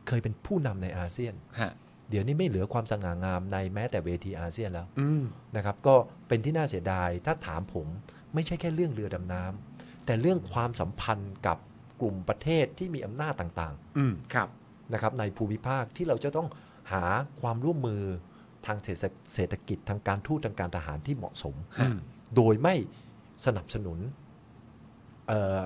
Speaker 6: เคยเป็นผู้นำในอาเซียน
Speaker 3: ฮะ
Speaker 6: เดี๋ยวนี้ไม่เหลือความสง่างามในแม้แต่เวทีอาเซียนแล้ว
Speaker 2: อืม
Speaker 6: นะครับก็เป็นที่น่าเสียดายถ้าถามผมไม่ใช่แค่เรื่องเรือดำน้ำแต่เรื่องความสัมพันธ์กับกลุ่มประเทศที่มีอำนาจต่าง
Speaker 2: อืม
Speaker 3: ครับ
Speaker 6: ๆนะครับในภูมิภาคที่เราจะต้องหาความร่วมมือทางเศรษฐกิจทางการทูตทางการทหารที่เหมาะสม
Speaker 3: ฮะ
Speaker 6: โดยไม่สนับสนุนเอ่อ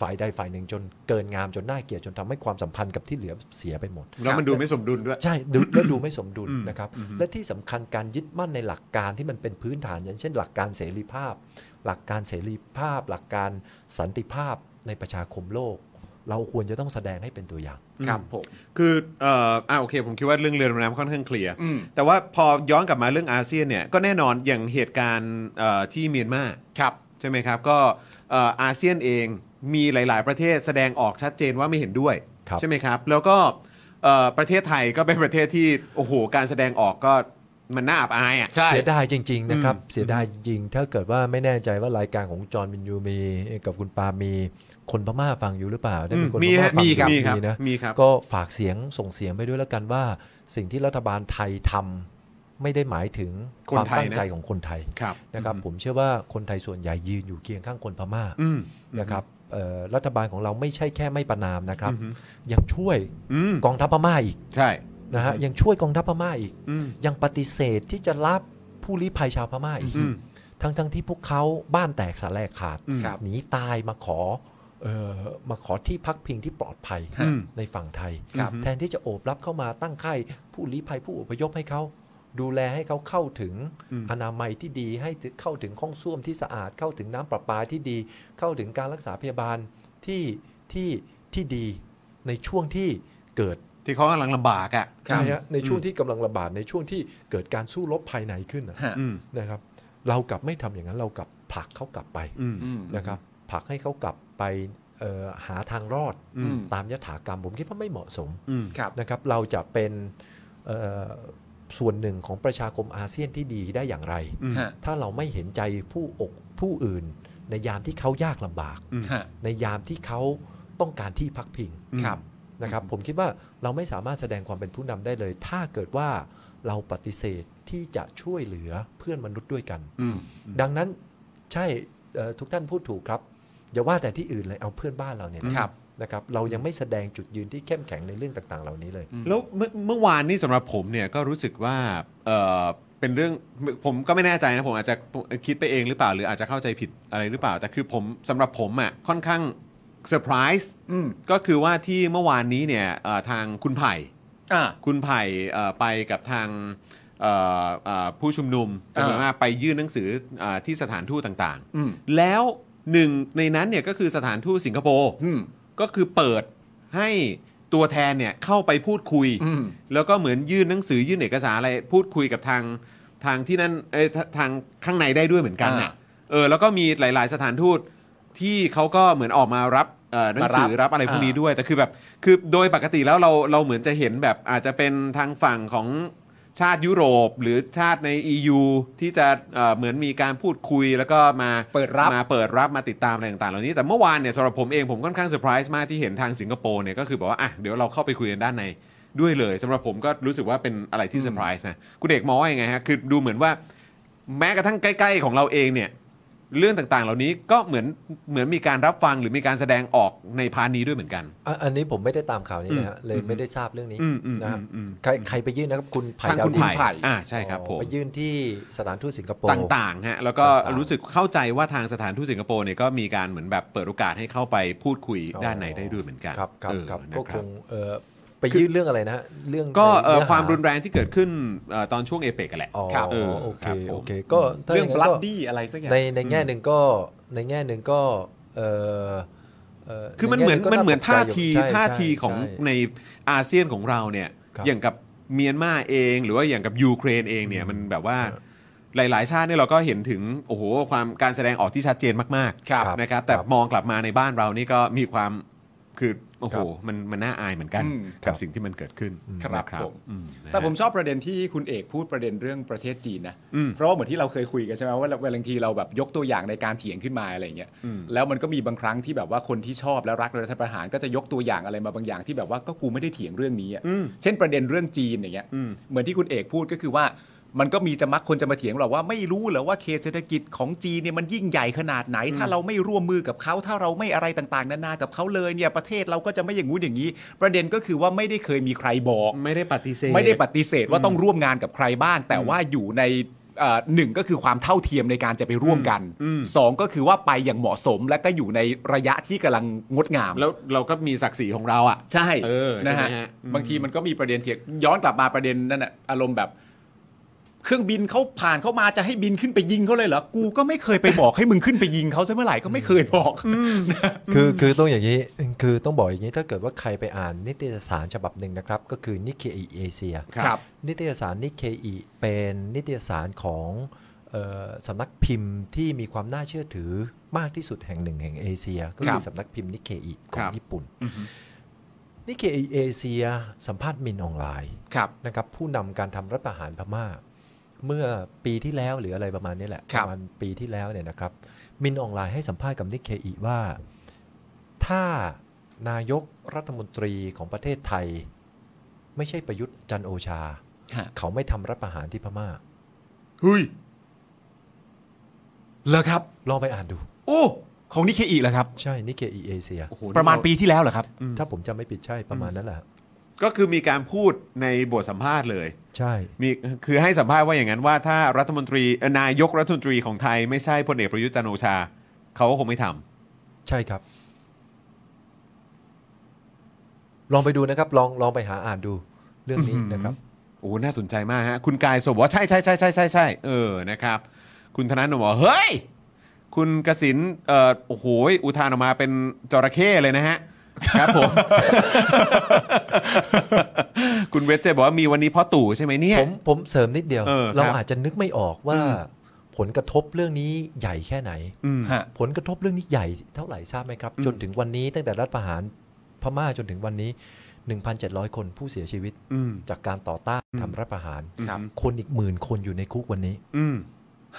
Speaker 6: ฝ่ายใดฝ่ายหนึ่งจนเกินงามจนน่าเกลียดจนทำให้ความสัมพันธ์กับที่เหลือเสียไปหมด
Speaker 2: แล้วมันดูไม่สมดุลด้วย
Speaker 6: ใช่ดูแล้วดูไม่สมดุล
Speaker 2: อืม
Speaker 6: นะครับ
Speaker 2: อืม
Speaker 6: และที่สำคัญการยึดมั่นในหลักการที่มันเป็นพื้นฐาน อย่างเช่น หลักการเสรีภาพ หลักการเสรีภาพ หลักการสันติภาพในประชาคมโลก เราควรจะต้องแสดงให้เป็นตัวอย่าง
Speaker 3: ครับผม
Speaker 2: คือเอ่ออ่าโอเค ผมคิดว่าเรื่องเรือดำน้ำค่อนข้างเคลียร์
Speaker 3: อืม
Speaker 2: แต่ว่าพอย้อนกลับมาเรื่องอาเซียนเนี่ย ก็แน่นอนอย่างเหตุการณ์เอ่อที่เมียนมา
Speaker 3: ครับ
Speaker 2: ใช่ไหมครับ ก็เอ่ออาเซียนเองมีหลาย ๆ ประเทศแสดงออกชัดเจนว่าไม่เห็นด้วย
Speaker 6: ครับ
Speaker 2: ใช่ไหมครับ แล้วก็เอ่อประเทศไทยก็เป็นประเทศที่ โอ้โห การแสดงออกก็ มันน่าอับอายอ่ะ
Speaker 3: ใช่
Speaker 6: เสียดายจริง ๆ นะครับ เสียดายจริงๆถ้าเกิดว่าไม่แน่ใจว่ารายการของจอห์นวินยูมีกับคุณปามีคนพม่าฟังอยู่หรือเปล่าได้เป็นคนพ
Speaker 2: มี
Speaker 6: ม่า
Speaker 2: ฮะ
Speaker 6: ฟัง
Speaker 2: มี
Speaker 6: อยู่
Speaker 2: ครับ
Speaker 6: มีนะ
Speaker 2: มีครับ
Speaker 6: ก็ฝากเสียงส่งเสียงไปด้วยแล้วกันว่า สิ่งที่รัฐบาลไทยทำไม่ได้หมายถึงความตั้งใจของคนไทย
Speaker 2: ครับ
Speaker 6: นะครับ ผมเชื่อว่าคนไทยส่วนใหญ่ยืนอยู่เคียงข้างคนพม่า
Speaker 2: อืม
Speaker 6: นะครับเอ่อรัฐบาลของเราไม่ใช่แค่ไม่ประนามนะครับ ยังช่วย
Speaker 2: อืม
Speaker 6: กองทัพพม่าอีก
Speaker 2: ใช่
Speaker 6: นะฮะยังช่วยกองทัพพม่าอีก
Speaker 2: อืม
Speaker 6: ยังปฏิเสธที่จะรับผู้ลี้ภัยชาวพม่าอีก
Speaker 2: อืม
Speaker 6: ทั้งทั้งที่พวกเขาบ้านแตกสาแลกขาด
Speaker 2: อืม
Speaker 3: ครับ
Speaker 6: หนีตายมาขอเอ่อมาขอที่พักพิงที่ปลอดภัย
Speaker 2: อืม
Speaker 6: ในฝั่งไทย
Speaker 2: ครับ
Speaker 6: แทนที่จะโอบรับเข้ามาตั้งค่ายผู้ลี้ภัยผู้อพยพให้เขา ดูแลให้เขาเข้าถึง
Speaker 2: อืม
Speaker 6: อนามัยที่ดีให้เข้าถึงห้องส้วมที่สะอาดเข้าถึงน้ำประปาที่ดี เข้าถึงการรักษาพยาบาลที่ที่ที่ดีในช่วงที่เกิด
Speaker 2: ที่เขากำลังลำบากอ่ะ
Speaker 6: ใช่ฮะในช่วงที่กำลังระบาดในช่วงที่เกิดการสู้รบภายในขึ้นนะ
Speaker 3: ฮะ
Speaker 2: อืม
Speaker 6: นะครับเรากลับไม่ทำอย่างนั้นเรากลับผลักเขากลับไป
Speaker 2: อืม
Speaker 3: อืม
Speaker 6: นะครับผลักให้เขากลับไปเอ่อหาทางรอด
Speaker 3: อืม
Speaker 6: ตามยถากรรมผมคิดว่าไม่เหมาะสม
Speaker 2: อืม
Speaker 3: ครับ
Speaker 6: นะครับเราจะเป็นเอ่อส่วนหนึ่งของประชาคมอาเซียนที่ดีได้อย่างไร
Speaker 2: อืม
Speaker 3: ฮะ
Speaker 6: ถ้าเราไม่เห็นใจผู้อกผู้อื่น ในยามที่เขายากลำบาก
Speaker 3: ฮะ
Speaker 6: ในยามที่เขาต้องการที่พักพิง
Speaker 3: ครับ
Speaker 6: นะครับผมคิดว่าเราไม่สามารถแสดงความเป็นผู้นำได้เลย ถ้าเกิดว่าเราปฏิเสธที่จะช่วยเหลือเพื่อนมนุษย์ด้วยกัน
Speaker 2: อืม
Speaker 6: ดังนั้นใช่เอ่อทุกท่านพูดถูกครับ อย่าว่าแต่ที่อื่นเลยเอาเพื่อนบ้านเราเนี่ยนะครับ นะครับ เรายังไม่แสดงจุดยืนที่เข้มแข็งในเรื่องต่าง ๆ เหล่านี้เลย
Speaker 2: แล้วเมื่อเมื่อวานนี่สำหรับผมเนี่ยก็รู้สึกว่าเอ่อเป็นเรื่องผมก็ไม่แน่ใจนะผมอาจจะคิดไปเองหรือเปล่า หรืออาจจะเข้าใจผิดอะไรหรือเปล่า แต่คือผมสำหรับผมอ่ะค่อนข้างเซอร์ไพรส์
Speaker 3: อืม
Speaker 2: ก็คือว่าที่เมื่อวานนี้เนี่ยเอ่อทางคุณไผ่
Speaker 3: อ่า
Speaker 2: คุณไผ่เอ่อไปกับทางเอ่อเอ่อผู้ชุมนุมจำนว
Speaker 3: อ่าม
Speaker 2: นากไปยื่นหนังสืออ่าที่สถานทูตต่าง
Speaker 3: อืม
Speaker 2: ๆ แล้วหนึ่งในนั้นเนี่ยก็คือสถานทูตสิงคโปร์
Speaker 3: อืม
Speaker 2: ก็คือเปิดให้ตัวแทนเนี่ยเข้าไปพูดคุย
Speaker 3: อืม
Speaker 2: แล้วก็เหมือนยื่นหนังสือยื่นเอกสารอะไรพูดคุยกับทางทางที่นั่นเอ้ยทาทางข้างในได้ด้วยเหมือนกันน่ะ
Speaker 3: อ่า
Speaker 2: เออแล้วก็มีหลาย ๆ สถานทูตที่เขาก็เหมือนออกมารับเอ่อหนังสือ
Speaker 3: มารับ
Speaker 2: รับอะไรพวกนี้
Speaker 3: อ่า
Speaker 2: ด้วยแต่คือแบบคือโดยปกติแล้วเราเราเหมือนจะเห็นแบบอาจจะเป็นทางฝั่งของชาติยุโรป หรือชาติใน EU ที่จะเอ่อเหมือนมีการพูดคุยแล้วก็มา
Speaker 3: เปิดรับ
Speaker 2: มาเปิดรับมาติดตามอะไรต่างๆ เหล่านี้แต่เมื่อวานเนี่ยสำหรับผมเองผมค่อนข้างเซอร์ไพรส์มากที่เห็นทางสิงคโปร์เนี่ยก็คือบอกว่าอ่ะเดี๋ยวเราเข้าไปคุยกันด้านในด้วยเลยสำหรับผมก็รู้สึกว่าเป็นอะไรที่เซอร์ไพรส์นะคุณเอกมองว่ายังไงฮะคือดูเหมือนว่า แม้กระทั่งใกล้ ๆ ของเราเองเนี่ยเรื่องต่างๆ เหล่านี้ก็เหมือนเหมือนมีการรับฟังหรือมีการแสดงออกในพาร์ทนี้ด้วยเหมือนกัน
Speaker 6: อ่ะอันนี้ผมไม่ได้ตามข่าวนี้นะฮะเลยไม่ได้ทราบเรื่องนี้
Speaker 2: อืมอืม
Speaker 6: นะฮะ
Speaker 2: อืมอืม
Speaker 6: ใครใครไปยื่นนะครับคุณไผ่
Speaker 2: ทาง
Speaker 6: ดาว
Speaker 2: คุณ
Speaker 6: ดิน
Speaker 2: ไผ่อ่าใช่ครับ
Speaker 6: อ๋อ
Speaker 2: ผม
Speaker 6: ไปยื่นที่สถานทูตสิงคโปร์
Speaker 2: ต่างๆฮะแล้วก็
Speaker 6: ต่างๆ
Speaker 2: รู้สึกเข้าใจว่าทางสถานทูตสิงคโปร์เนี่ยก็มีการเหมือนแบบเปิดโอกาสให้เข้าไปพูดคุยด้านในได้ด้วยเหมือนกัน
Speaker 6: ครับครับ
Speaker 2: เออ
Speaker 6: ครับ
Speaker 2: นะ
Speaker 6: ก็คงเอ่อไปยื่นเรื่องอะไรนะฮะเรื่อง
Speaker 2: ก็
Speaker 6: ใน
Speaker 2: เอ่อ
Speaker 6: เนื้อห
Speaker 2: ความรุนแรงที่เกิดขึ้นเอ่อตอนช่วงเอเปกกันแหละ
Speaker 6: อ๋อ
Speaker 3: ครับ
Speaker 2: เ
Speaker 6: โอ
Speaker 2: ออค
Speaker 6: เค
Speaker 2: รับผม
Speaker 6: โอเคก็ถ้า
Speaker 3: เรื่องบ
Speaker 6: ย่านั้น
Speaker 3: ลัด
Speaker 6: ก็
Speaker 3: ดี้อะไรสักอย่าง
Speaker 6: ในในแง่หนึ่งก็ในแง่หนึ่งก็เออเ
Speaker 2: คือมันเหมือน
Speaker 6: ใแง่
Speaker 2: มันเหมือน
Speaker 6: ก็
Speaker 2: ท่า
Speaker 6: ตกใจ
Speaker 2: ที
Speaker 6: อยู่ใช่
Speaker 2: ท่าทีของ
Speaker 6: ใช่
Speaker 2: ในอาเซียนของเราเนี่ย
Speaker 6: ครับ
Speaker 2: อย่างกับเมียนมาเอง หรือว่าอย่างกับยูเครนเองเนี่ยมันแบบว่าหลาย ๆ ชาติเนี่ยเราก็เห็นถึงโอ้โหความการแสดงออกที่ชัดเจนมาก
Speaker 3: ครับ
Speaker 2: ๆนะครับแต่
Speaker 6: ครับ
Speaker 2: มองกลับมาในบ้านเรานี่ก็มีความคือโอ้โห
Speaker 6: ครับ
Speaker 2: มันมันน่าอายเหมือนกัน
Speaker 3: อืม
Speaker 2: กับ
Speaker 6: ครับ
Speaker 2: สิ่งที่มันเกิดขึ้น
Speaker 3: ครับ
Speaker 2: นะ
Speaker 3: ผม
Speaker 2: อืมนะฮะ
Speaker 3: แต่ผมชอบประเด็นที่คุณเอกพูดประเด็นเรื่องประเทศจีนนะ
Speaker 2: อืม
Speaker 3: เพราะว่าเหมือนที่เราเคยคุยกันใช่ไหมว่าบางทีเราแบบยกตัวอย่างในการเถียงขึ้นมาอะไรอย่างเงี้ย
Speaker 2: อืม
Speaker 3: แล้วมันก็มีบางครั้งที่แบบว่าคนที่ชอบและรักรัฐประหารก็จะยกตัวอย่างอะไรมาบางอย่างที่แบบว่าก็กูไม่ได้เถียงเรื่องนี้อะ
Speaker 2: อืม
Speaker 3: เช่นประเด็นเรื่องจีนอย่างเงี้ย
Speaker 2: อืม
Speaker 3: เหมือนที่คุณเอกพูดก็คือว่า มันก็มีจะมักคนจะมาเถียงเราว่าไม่รู้เหรอว่าเขตเศรษฐกิจของจีนเนี่ยมันยิ่งใหญ่ขนาดไหน ถ้าเราไม่ร่วมมือกับเขาถ้าเราไม่อะไรต่างๆนานากับเขาเลยเนี่ยประเทศเราก็จะไม่อย่างงู้นอย่างนี้ ประเด็นก็คือว่าไม่ได้เคยมีใครบอก
Speaker 2: ไม่ได้ปฏิเสธ
Speaker 3: ไม่ได้ปฏิเสธว่าต้องร่วมงานกับใครบ้าง แต่ว่าอยู่ในเอ่อหนึ่งก็คือความเท่าเทียมในการจะไปร่วมกัน
Speaker 2: อืม
Speaker 3: สองก็คือว่าไปอย่างเหมาะสมและก็อยู่ในระยะที่กำลังงดงาม
Speaker 2: แล้วเราก็มีศักดิ์ศรีของเราอ่ะ
Speaker 3: ใช่
Speaker 2: เออ
Speaker 3: นะ
Speaker 2: ใช่
Speaker 3: ฮะ
Speaker 2: ไหมฮะอืม
Speaker 3: บางทีมันก็มีประเด็นเถียงย้อนกลับมาประเด็นนั่นน่ะอารมณ์แบบ เครื่องบินเขาผ่านเข้ามาจะให้บินขึ้นไปยิงเขาเลยเหรอกูก็ไม่เคยไปบอกให้มึงขึ้นไปยิงเขาซะเมื่อไหร่ก็ไม่เคยบอก
Speaker 6: คือคือต้องอย่างนี้คือต้องบอกอย่างนี้ถ้าเกิดว่าใครไปอ่านนิตยสารฉบับหนึ่งนะครับ ก็คือนิเคอีเอเชีย
Speaker 3: ครับ
Speaker 6: นิตยสารนิเคอีเป็นนิตยสารของเอ่อสำนักพิมพ์ที่มีความน่าเชื่อถือมากที่สุดแห่งหนึ่งแห่งเอเชีย ก็คือสำนักพิมพ์นิเคอีขอ
Speaker 2: ค
Speaker 6: ง
Speaker 2: รับ
Speaker 6: ญี่ปุ่นนิเคอีเอเชียสัมภาษณ์มินออนไลน์
Speaker 3: ครับ
Speaker 6: นะครับผู้นำการทำรัฐประหารพม่า เมื่อปีที่แล้วหรืออะไรประมาณนี้แหละ
Speaker 3: ครั
Speaker 6: ป
Speaker 3: บ
Speaker 6: ระมาณปีที่แล้วเนี่ยนะครับ มินออนไลน์ให้สัมภาษณ์กับนิกเคอีว่า ถ้านายกรัฐมนตรีของประเทศไทย ไม่ใช่ประยุทธ์จันทร์โอชา
Speaker 3: ฮะ
Speaker 6: เขาไม่ทำรัฐประหารที่พม่า
Speaker 3: เฮ้ยเหรอครับ
Speaker 6: ลองไปอ่านดู
Speaker 3: โอ้ของนิเคอีเหรอครับ
Speaker 6: ใช่นิกเคอีเอเชีย
Speaker 3: ประมาณปีที่แล้วเหรอครับ
Speaker 6: ถ้าผมจำไม่ผิดใช่ประมาณนั้นแหละครับ
Speaker 2: ก็คือมีการพูดในบทสัมภาษณ์เลย
Speaker 6: ใช่
Speaker 2: มีคือให้สัมภาษณ์ว่าอย่างนั้นว่าถ้ารัฐมนตรีเอ่อนายกรัฐมนตรีของไทยไม่ใช่พลเอกประยุทธ์จันทร์โอชา เขาก็คงไม่ทำ
Speaker 6: ใช่ครับ ลองไปดูนะครับ ลองลองไปหาอ่านดูเรื่องนี้นะครับ
Speaker 2: โอ้น่าสนใจมากฮะ คุณกายสมบอกว่าใช่ใช่ใช่ใช่ใช่ใช่เออนะครับ คุณธนาโนมบอกว่าเฮ้ย คุณกสินเอ่อโอ้โหอุทานออกมาเป็นจระเข้เลยนะฮะ ครับผม คุณเวจเจบอกว่ามีวันนี้เพ่อตู่ใช่ไหมเนี่ย
Speaker 6: ผมผมเสริมนิดเดียว
Speaker 2: เออครับ
Speaker 6: เราอาจจะนึกไม่ออกว่า ผลกระทบเรื่องนี้ใหญ่แค่ไหน
Speaker 2: อืม
Speaker 3: ฮะ
Speaker 6: ผลกระทบเรื่องนี้ใหญ่เท่าไหร่ทราบไหมครับ
Speaker 2: อืม
Speaker 6: จนถึงวันนี้ตั้งแต่รัฐประหารพม่าจนถึงวันนี้ 1,700 คนผู้เสียชีวิต
Speaker 2: อืม
Speaker 6: จากการต่อต้านทำรัฐประหาร
Speaker 2: ครับ
Speaker 6: คนอีกหมื่นคนอยู่ในคุกวันนี้
Speaker 2: อืม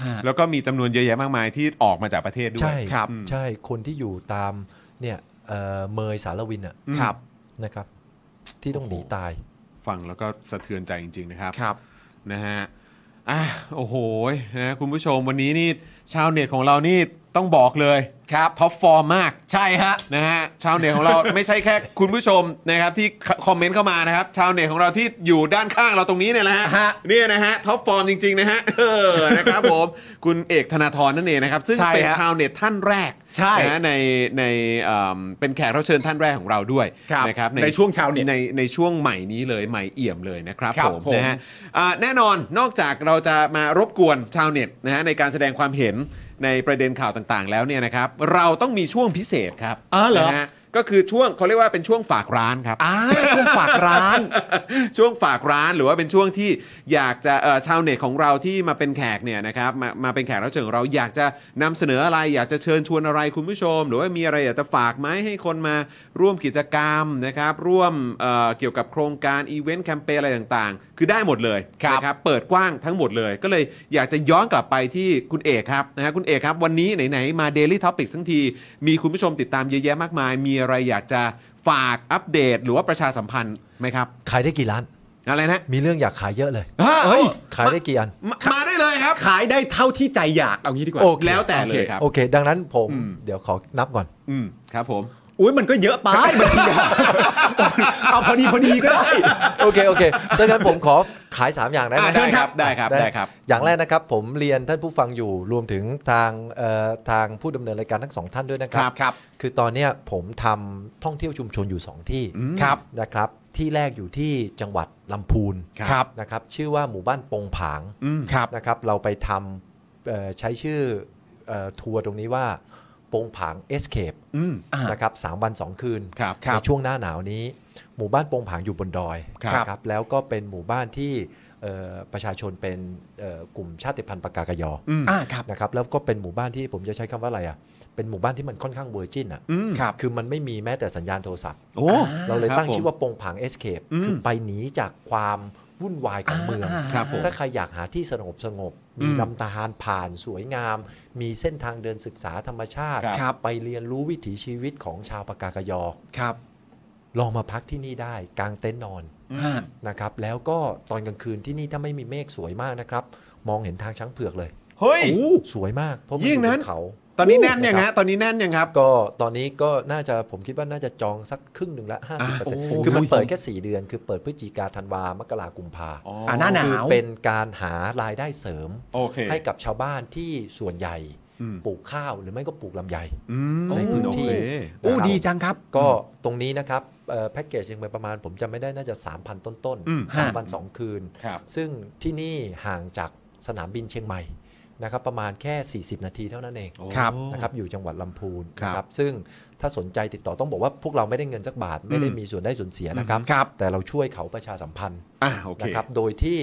Speaker 3: ฮะ
Speaker 2: แล้วก็มีจำนวนเยอะแยะมากมายที่ออกมาจากประเทศด้วย
Speaker 6: ใช่
Speaker 3: ครับ
Speaker 2: อืม
Speaker 6: ใช่คนที่อยู่ตามเนี่ยเอ่อเมยสารวินอะ
Speaker 3: ครับ
Speaker 6: นะครับ ที่ต้องหนีตาย
Speaker 2: ฟังแล้วก็สะเทือนใจจริง ๆ นะครับ
Speaker 3: ครับ
Speaker 2: นะฮะ อ่ะ โอ้โหนะคุณผู้ชมวันนี้นี่ชาวเน็ตของเรานี่ต้องบอกเลยครับท็อปฟอร์มมาก
Speaker 3: ใช่ฮะ
Speaker 2: นะฮะชาวเน็ตของเรา ไม่ใช่แค่คุณผู้ชมนะครับที่คอมเมนต์เข้ามานะครับ ชาวเน็ตของเราที่อยู่ด้านข้างเราตรงนี้เนี่ยนะฮะ
Speaker 3: ฮะ
Speaker 2: เนี่ยนะฮะท็อปฟอร์มจริง ๆ นะฮะเออนะครับ ผม คุณเอกธนาธรนั่นเองนะครับ ซึ่ง
Speaker 3: ใช่ฮะ
Speaker 2: เป็นชาวเน็ตท่านแรก
Speaker 3: ใช่
Speaker 2: นะฮะในในเอ่อเป็นแขกรับเชิญท่านแรกของเราด้วย
Speaker 3: ครับ
Speaker 2: นะครับ
Speaker 3: ในช่วงชาวเน็ต
Speaker 2: ในในช่วงใหม่นี้เลยใหม่เอี่ยมเลยนะครับ
Speaker 3: ครับ
Speaker 2: ผม
Speaker 3: ผม
Speaker 2: นะฮะ อ่าแน่นอนนอกจากเราจะมารบกวนชาวเน็ตนะฮะในการแสดงความเห็นในประเด็นข่าวต่างๆ แล้วเนี่ยนะครับเราต้องมีช่วงพิเศษครับ
Speaker 3: อ๋อเหรอ
Speaker 2: นะฮะก็คือช่วงเขาเรียกว่าเป็นช่วงฝากร้านครับ
Speaker 3: อ่าช่วงฝากร้าน
Speaker 2: ช่วงฝากร้านหรือว่าเป็นช่วงที่อยากจะเอ่อชาวเน็ตของเราที่มาเป็นแขกเนี่ยนะครับมามาเป็นแขกรับเชิญของเราอยากจะนำเสนออะไร อยากจะเชิญชวนอะไรคุณผู้ชม หรือว่ามีอะไรอยากจะฝากไหมให้คนมาร่วมกิจกรรมนะครับร่วมเอ่อเกี่ยวกับโครงการอีเวนต์แคมเปญอะไรต่างๆ คือได้หมดเลย
Speaker 3: ครับ
Speaker 2: นะครับเปิดกว้างทั้งหมดเลย ก็เลยอยากจะย้อนกลับไปที่คุณเอกครับนะฮะคุณเอกครับวันนี้ไหนๆมา Daily Topics ทั้งที มีคุณผู้ชมติดตามเยอะแยะมากมาย มีอะไรอยากจะฝากอัปเดต หรือว่าประชาสัมพันธ์ไหมครับ
Speaker 6: ขายได้กี่ล้าน
Speaker 2: อะไรนะ
Speaker 6: มีเรื่องอยากขายเยอะเลย
Speaker 2: เฮ้ย
Speaker 6: ขายได้กี่อัน
Speaker 2: มามาได้เลยครับ
Speaker 3: ขายได้เท่าที่ใจอยากเอางี้ดีกว่า
Speaker 6: โอเค
Speaker 2: แล้วแต่เลยครับ
Speaker 6: โอเค ดังนั้นผม
Speaker 2: อืม
Speaker 6: เดี๋ยวขอนับก่อน
Speaker 2: อืมครับผม
Speaker 3: อุ้ยมันก็เยอะไปมันก็เยอะ เอาพอดีพอดีก็ได้
Speaker 6: โอเค โอเค ดังนั้นผมขอขาย 3 อย่างได้ไหม
Speaker 2: อ่ะเชิญครับได้ครับได้ครับ
Speaker 6: อย่างแรกนะครับ ผมเรียนท่านผู้ฟังอยู่รวมถึงทางเอ่อทางผู้ดำเนินรายการทั้งสองท่านด้วยนะครั คือตอนเนี้ยผมทำท่องเที่ยวชุมชนอยู่ 2 ที่
Speaker 2: อืม
Speaker 3: ครับ
Speaker 6: นะครับ ที่แรกอยู่ที่จังหวัดลำพูน
Speaker 2: ครับ
Speaker 6: นะครับ ชื่อว่าหมู่บ้านปงผาง
Speaker 2: อืม
Speaker 3: ครับ
Speaker 6: นะครับ เราไปทำเอ่อใช้ชื่อเอ่อทัวร์ตรงนี้ว่าปงผาง Escape
Speaker 2: อืม
Speaker 3: อ่าน
Speaker 6: นะครับสามวัน 2 คืน
Speaker 2: ครับ
Speaker 3: ครับ
Speaker 6: ในช่วงหน้าหนาวนี้ หมู่บ้านโปงผางอยู่บนดอย
Speaker 2: ครับ
Speaker 6: นะครับแล้วก็เป็นหมู่บ้านที่เอ่อประชาชนเป็นเอ่อกลุ่มชาติพันธุ์ปากากยออ
Speaker 3: อ่าครับ
Speaker 6: นะครับแล้วก็เป็นหมู่บ้านที่ผมจะใช้คำว่าอะไรอ่ะเป็นหมู่บ้านที่มันค่อนข้างเวอร์จินอ่ะ
Speaker 2: อืม
Speaker 3: ครับ
Speaker 6: คือมันไม่มีแม้แต่สัญญาณโทรศัพท์
Speaker 2: โอ้
Speaker 6: เราเลยตั้
Speaker 2: ค
Speaker 6: ง
Speaker 2: รับผม
Speaker 6: ชื่อว่าโปงผางเอสเคป
Speaker 2: อืม
Speaker 6: คือไปหนีจากความวุ่นวายของเมือง
Speaker 3: อ่า
Speaker 2: ครับผม
Speaker 6: ถ้าใครอยากหาที่สงบสงบๆมี
Speaker 2: อืม
Speaker 6: ลำธารผ่านสวยงาม มีเส้นทางเดินศึกษาธรรมชาติ
Speaker 2: ครับ
Speaker 6: ไปเรียนรู้วิถีชีวิตของชาวปากากยอ
Speaker 3: ครับ
Speaker 6: ลองมาพักที่นี่ได้กางเต็นท์นอน
Speaker 3: อ่า
Speaker 6: นะครับ แล้วก็ตอนกลางคืนที่นี่ถ้าไม่มีเมฆสวยมากนะครับ มองเห็นทางช้างเผือกเลย
Speaker 2: เฮ้ย
Speaker 6: สวยมากเพราะมั
Speaker 2: ยิ่ง
Speaker 6: อยู่บ
Speaker 2: นั้น
Speaker 6: เขา
Speaker 2: ตอนนี้แน่นยัง
Speaker 6: นะครั
Speaker 2: ฮะ
Speaker 6: บ
Speaker 2: ตอนนี้แน่นยังครับ
Speaker 6: ก็ตอนนี้ก็น่าจะผมคิดว่าน่าจะจองสักครึ่งหนึ่งละห้าสิบเปอร์เซ็นต์
Speaker 2: โอ้โห
Speaker 6: คือมันเปิดแค่สี่เดือน คือเปิดพฤศจิกาธันวามกรากุมภา
Speaker 2: อ๋อ
Speaker 3: หน้าหนาว
Speaker 6: คือเป็นการหารายได้เสริม
Speaker 2: โอเค
Speaker 6: ให้กับชาวบ้านที่ส่วนใหญ่
Speaker 2: อืม
Speaker 6: ปลูกข้าวหรือไม่ก็ปลูกลำไย
Speaker 2: อืม
Speaker 6: ในพื้นที่
Speaker 2: โอเค
Speaker 3: โอ้
Speaker 6: นะครับ
Speaker 3: ดีจังครับ
Speaker 6: ก็ตรงนี้นะครับเอ่อแพ็กเกจยังไปประมาณผมจำไม่ได้น่าจะ 3,000 ต้นต้น
Speaker 3: อืม
Speaker 6: สามวันสองคืน
Speaker 2: ครับ
Speaker 6: ซึ่งที่นี่ห่างจากสนามบินเชียงใหม่นะครับประมาณแค่ 40 นาทีเท่านั้นเอง
Speaker 3: ครับ
Speaker 6: นะครับอยู่จังหวัดลำพูน
Speaker 2: ครับ
Speaker 6: นะครับซึ่งถ้าสนใจติดต่อต้องบอกว่าพวกเราไม่ได้เงินสักบาท ไม่ได้มีส่วนได้ส่วนเสียนะครับ
Speaker 3: ครับ
Speaker 6: แต่เราช่วยเขาประชาสัมพันธ์
Speaker 2: อ่ะโอเค
Speaker 6: นะครับโดยที่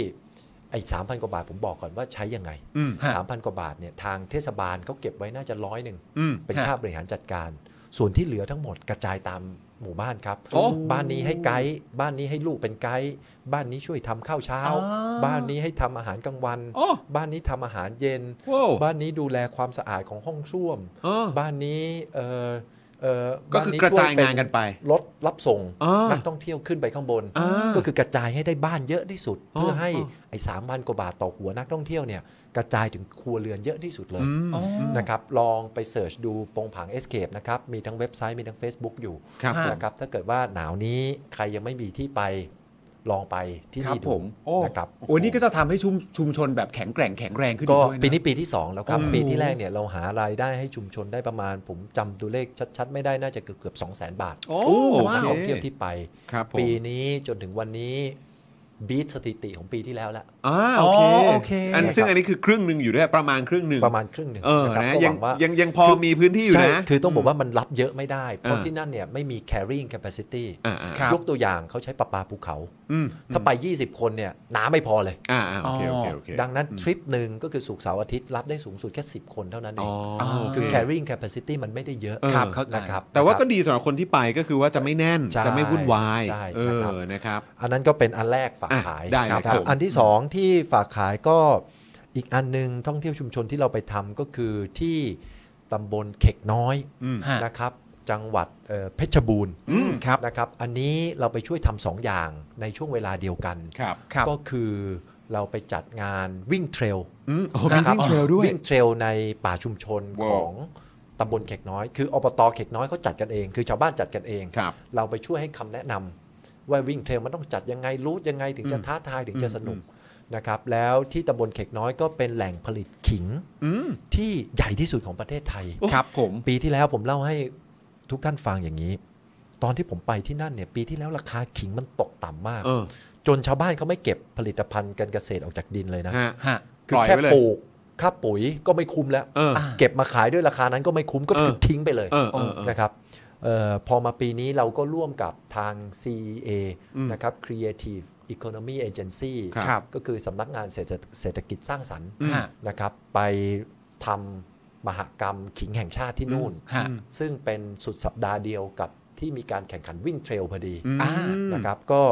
Speaker 6: ไอ้สามพันกว่าบาทผมบอกก่อนว่าใช้ยังไง
Speaker 2: อืม
Speaker 6: สามพันกว่าบาทเนี่ยทางเทศบาลเขาเก็บไว้น่าจะร้อยหนึ่ง
Speaker 2: อืม
Speaker 6: เป็น
Speaker 3: ฮะ
Speaker 6: ค่าบริหารจัดการ ส่วนที่เหลือทั้งหมดกระจายตาม หมู่บ้านครับ
Speaker 2: โอ้
Speaker 6: บ้านนี้ให้ไกด์บ้านนี้ให้ลูกเป็นไกด์บ้านนี้ช่วยทำข้าวเช้า
Speaker 3: อ่า
Speaker 6: บ้านนี้ให้ทำอาหารกลางวัน
Speaker 2: โอ้
Speaker 6: บ้านนี้ทำอาหารเย็น
Speaker 2: โว้ว
Speaker 6: บ้านนี้ดูแลความสะอาดของห้องส้วม
Speaker 2: อ๋อ
Speaker 6: บ้านนี้เออเออ
Speaker 2: ก็คือ
Speaker 6: บ้นนี้
Speaker 2: กระจาย
Speaker 6: ช่วเป็
Speaker 2: งานกันไป
Speaker 6: รถรับส่ง
Speaker 2: อ่านั
Speaker 6: นักท่องเที่ยวขึ้นไปข้างบน
Speaker 2: อ่า
Speaker 6: ก็คือกระจายให้ได้บ้านเยอะที่สุด
Speaker 2: อ๋อ
Speaker 6: เพื่อให้
Speaker 2: อ๋อ
Speaker 6: ไอ้สามพันกว่าบาทต่อหัวนักท่องเที่ยวเนี่ยกระจายถึงครัวเรือนเยอะที่สุดเลย
Speaker 2: อืม
Speaker 6: นะครับลองไปเสิร์ชดูโปงผาง Escape นะครับ มีทั้งเว็บไซต์ มีทั้ง Facebook อยู่
Speaker 2: ครับผม
Speaker 6: นะครับถ้าเกิดว่าหนาวนี้ใครยังไม่มีที่ไปลองไปที่
Speaker 3: ครับ
Speaker 6: นี่
Speaker 3: ผ
Speaker 6: ดู
Speaker 3: มโอ้
Speaker 6: นะครับ
Speaker 3: โอ้นี่ก็จะทำให้ชุมชุมชนแบบแข็งแกร่งแข็งแรงขึ้น
Speaker 6: ก็
Speaker 3: ด้วยะ
Speaker 6: ปีนี้ปีที่ 2 แล้วครับ
Speaker 3: โอ้โห
Speaker 6: ปีที่แรกเนี่ยเราหารายได้ให้ชุมชนได้ประมาณ ผมจำตัวเลขชัด ๆ ไม่ได้น่าจะเกือบเกือบสองแสนบาท
Speaker 2: โอ้
Speaker 6: จากนั
Speaker 2: ว้าก ว
Speaker 6: ท่องเที่ยวที่ไป
Speaker 2: ครับผม
Speaker 6: ปีนี้จนถึงวันนี้บีทสถิติของปีที่แล้วละ
Speaker 2: อ่าโอเค
Speaker 3: อ๋อโอเค
Speaker 2: อันซึ่ง
Speaker 6: ครับ
Speaker 2: อันนี้คือครึ่งหนึ่งอยู่ด้วยประมาณครึ่งหนึ่ง
Speaker 6: ประมาณครึ่งหนึ่ง
Speaker 2: เออ
Speaker 6: นะครับ
Speaker 2: นะ
Speaker 6: ก็ห
Speaker 2: ยั
Speaker 6: วั
Speaker 2: ง
Speaker 6: งว่า
Speaker 2: ยังยังพอมีพื้นที่อยู่
Speaker 6: ใช่
Speaker 2: นะ
Speaker 6: คือต้องบอกว่ามันรับเยอะไม่ได้ เพราะ
Speaker 2: อ่า
Speaker 6: ที่นั่นเนี่ยไม่มี carrying capacity
Speaker 2: อ่าอ่า
Speaker 3: ครับ
Speaker 6: ยกตัวอย่างเขาใช้ประปาภูเขา
Speaker 2: อืม
Speaker 6: ถ้าไป 20 คนเนี่ยน้ำไม่พอเลย
Speaker 2: อ่าอ่าโอเคโอเคโอเค
Speaker 6: ดังนั้นทริปหนึ่งก็คือสุกร์เสาร์อาทิตย์รับได้สูงสุดแค่ 10 คนเท่านั้นเอ
Speaker 2: อ๋อง โอเค
Speaker 6: คือ carrying capacity มันไม่ได้เยอะ
Speaker 2: เออ
Speaker 3: ครับเขานะ
Speaker 6: นะ
Speaker 3: ค
Speaker 6: ค
Speaker 3: รั
Speaker 6: รับ บ
Speaker 2: แต่ว่าก็
Speaker 6: นะครับ
Speaker 2: ดีสำหรับคนที่ไปก็คือว่าจะไม่แน่น
Speaker 6: ใช่
Speaker 2: จะไม่วุ่นวาย
Speaker 6: ใช่
Speaker 2: เออ
Speaker 6: นะค
Speaker 2: นะค
Speaker 6: รับ
Speaker 2: รับ
Speaker 6: อันนั้นก็เป็นอันแรกฝาก
Speaker 2: อ่ะ
Speaker 6: ขาย
Speaker 2: ได้เลย
Speaker 6: นะครับ
Speaker 2: ผม
Speaker 6: อันที่ 2 ที่ฝากขายก็อีกอันหนึงท่องเที่ยวชุมชนที่เราไปทำก็คือที่ตำบลเข็กน้อย
Speaker 2: อืม
Speaker 3: ฮะ
Speaker 6: นะครับจังหวัดเอ่อเพชรบูรณ์
Speaker 2: อืมครับ
Speaker 6: นะครับอันนี้เราไปช่วยทำสองอย่างในช่วงเวลาเดียวกัน
Speaker 2: ครับ
Speaker 3: ครับ
Speaker 6: ก็คือเราไปจัดงานวิ่งเทรล
Speaker 2: อืมโอ้
Speaker 3: นะ
Speaker 2: มี
Speaker 3: ครับ
Speaker 2: วิ่งเทรลด้วย
Speaker 6: วิ่งเทรลในป่าชุมชน
Speaker 2: ว้าว
Speaker 6: ของตำบลเขกน้อย คืออบตเขกน้อยเขาจัดกันเอง คือชาวบ้านจัดกันเอง
Speaker 2: ครับ
Speaker 6: เราไปช่วยให้คำแนะนำว่าวิ่งเทรลมันต้องจัดยังไงรูทยังไงถึงจะ
Speaker 2: อืม
Speaker 6: ท้าทายถึงจะสนุก
Speaker 2: อื
Speaker 6: นะครับ แล้วที่ตำบลเขกน้อยก็เป็นแหล่งผลิตขิง
Speaker 2: อืม
Speaker 6: ที่ใหญ่ที่สุดของประเทศไทย
Speaker 3: ครับผม
Speaker 6: ปีที่แล้วผมเล่าให้ทุกท่านฟังอย่างนี้ ตอนที่ผมไปที่นั่นเนี่ยปีที่แล้วราคาขิงมันตกต่ำมาก
Speaker 2: เออ
Speaker 6: จนชาวบ้านเขาไม่เก็บผลิตภัณฑ์การเกษตรออกจากดินเลยนะ
Speaker 2: ฮะ
Speaker 3: ฮะ
Speaker 6: คือ
Speaker 2: ปล่อย
Speaker 6: แค่
Speaker 2: ไว้เลย
Speaker 6: ปลูกค่าปุ๋ยก็ไม่คุ้มแล้ว
Speaker 2: เออ
Speaker 3: อ่ะ
Speaker 6: เก็บมาขายด้วยราคานั้นก็ไม่คุ้มก็
Speaker 2: เออ
Speaker 6: คือทิ้งไปเลย
Speaker 2: เออเออเออ
Speaker 6: นะครับเอ่อพอมาปีนี้เราก็ร่วมกับทาง CEA
Speaker 2: อืม
Speaker 6: นะครับ Creative Economy Agency
Speaker 2: ครับ
Speaker 3: ครับ
Speaker 6: ก็คือสำนักงานเศรษฐเศรษฐกิจสร้างสรรค์
Speaker 2: อืม
Speaker 3: ฮะ
Speaker 6: นะครับ ไปทำมหกรรมขิงแห่งชาติที่นู่น
Speaker 3: ฮะ
Speaker 6: ซึ่งเป็นสุดสัปดาห์เดียวกับที่มีการแข่งขันวิ่งเทรลพอดี
Speaker 2: อืม
Speaker 3: อ่า
Speaker 6: นะครับก็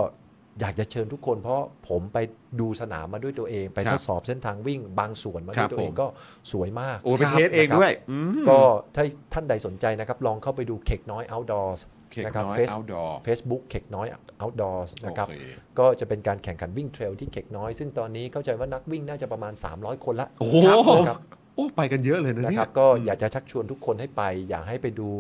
Speaker 6: อยากจะเชิญทุกคนเพราะผมไปดูสนามมาด้วยตัวเอง ไป
Speaker 2: ครับ
Speaker 6: ทดสอบเส้นทางวิ่งบางส่วนมา
Speaker 2: ค
Speaker 6: ด้
Speaker 2: รั
Speaker 6: ว
Speaker 2: บ
Speaker 6: ยตัวเอ
Speaker 2: ผ
Speaker 6: ง
Speaker 2: ม
Speaker 6: ก็สวยมาก
Speaker 2: โอ้ไป
Speaker 6: ครับ
Speaker 2: เทสเอง
Speaker 6: นะครับ
Speaker 2: ด้วยอืม
Speaker 6: ก็ถ้าท่านใดสนใจนะครับ ลองเข้าไปดูเข็กน้อย outdoors
Speaker 2: เค้ก
Speaker 6: นะครับ
Speaker 2: น้อย
Speaker 6: เฟซ
Speaker 2: outdoor
Speaker 6: Facebook เข็กน้อย outdoors นะครับ
Speaker 2: โอเค
Speaker 6: ก็จะเป็นการแข่งขันวิ่งเทรลที่เข็กน้อย ซึ่งตอนนี้เข้าใจว่านักวิ่งน่าจะประมาณ 300 คนละ
Speaker 2: โอ้โห
Speaker 6: นะครับ
Speaker 2: โอ้ไปกันเยอะเลยนะ
Speaker 6: นะ
Speaker 2: เนี่
Speaker 6: ค
Speaker 2: ย
Speaker 6: รับก็อยากจะชักชวนทุกคนให้ไป อยากให้ไปดู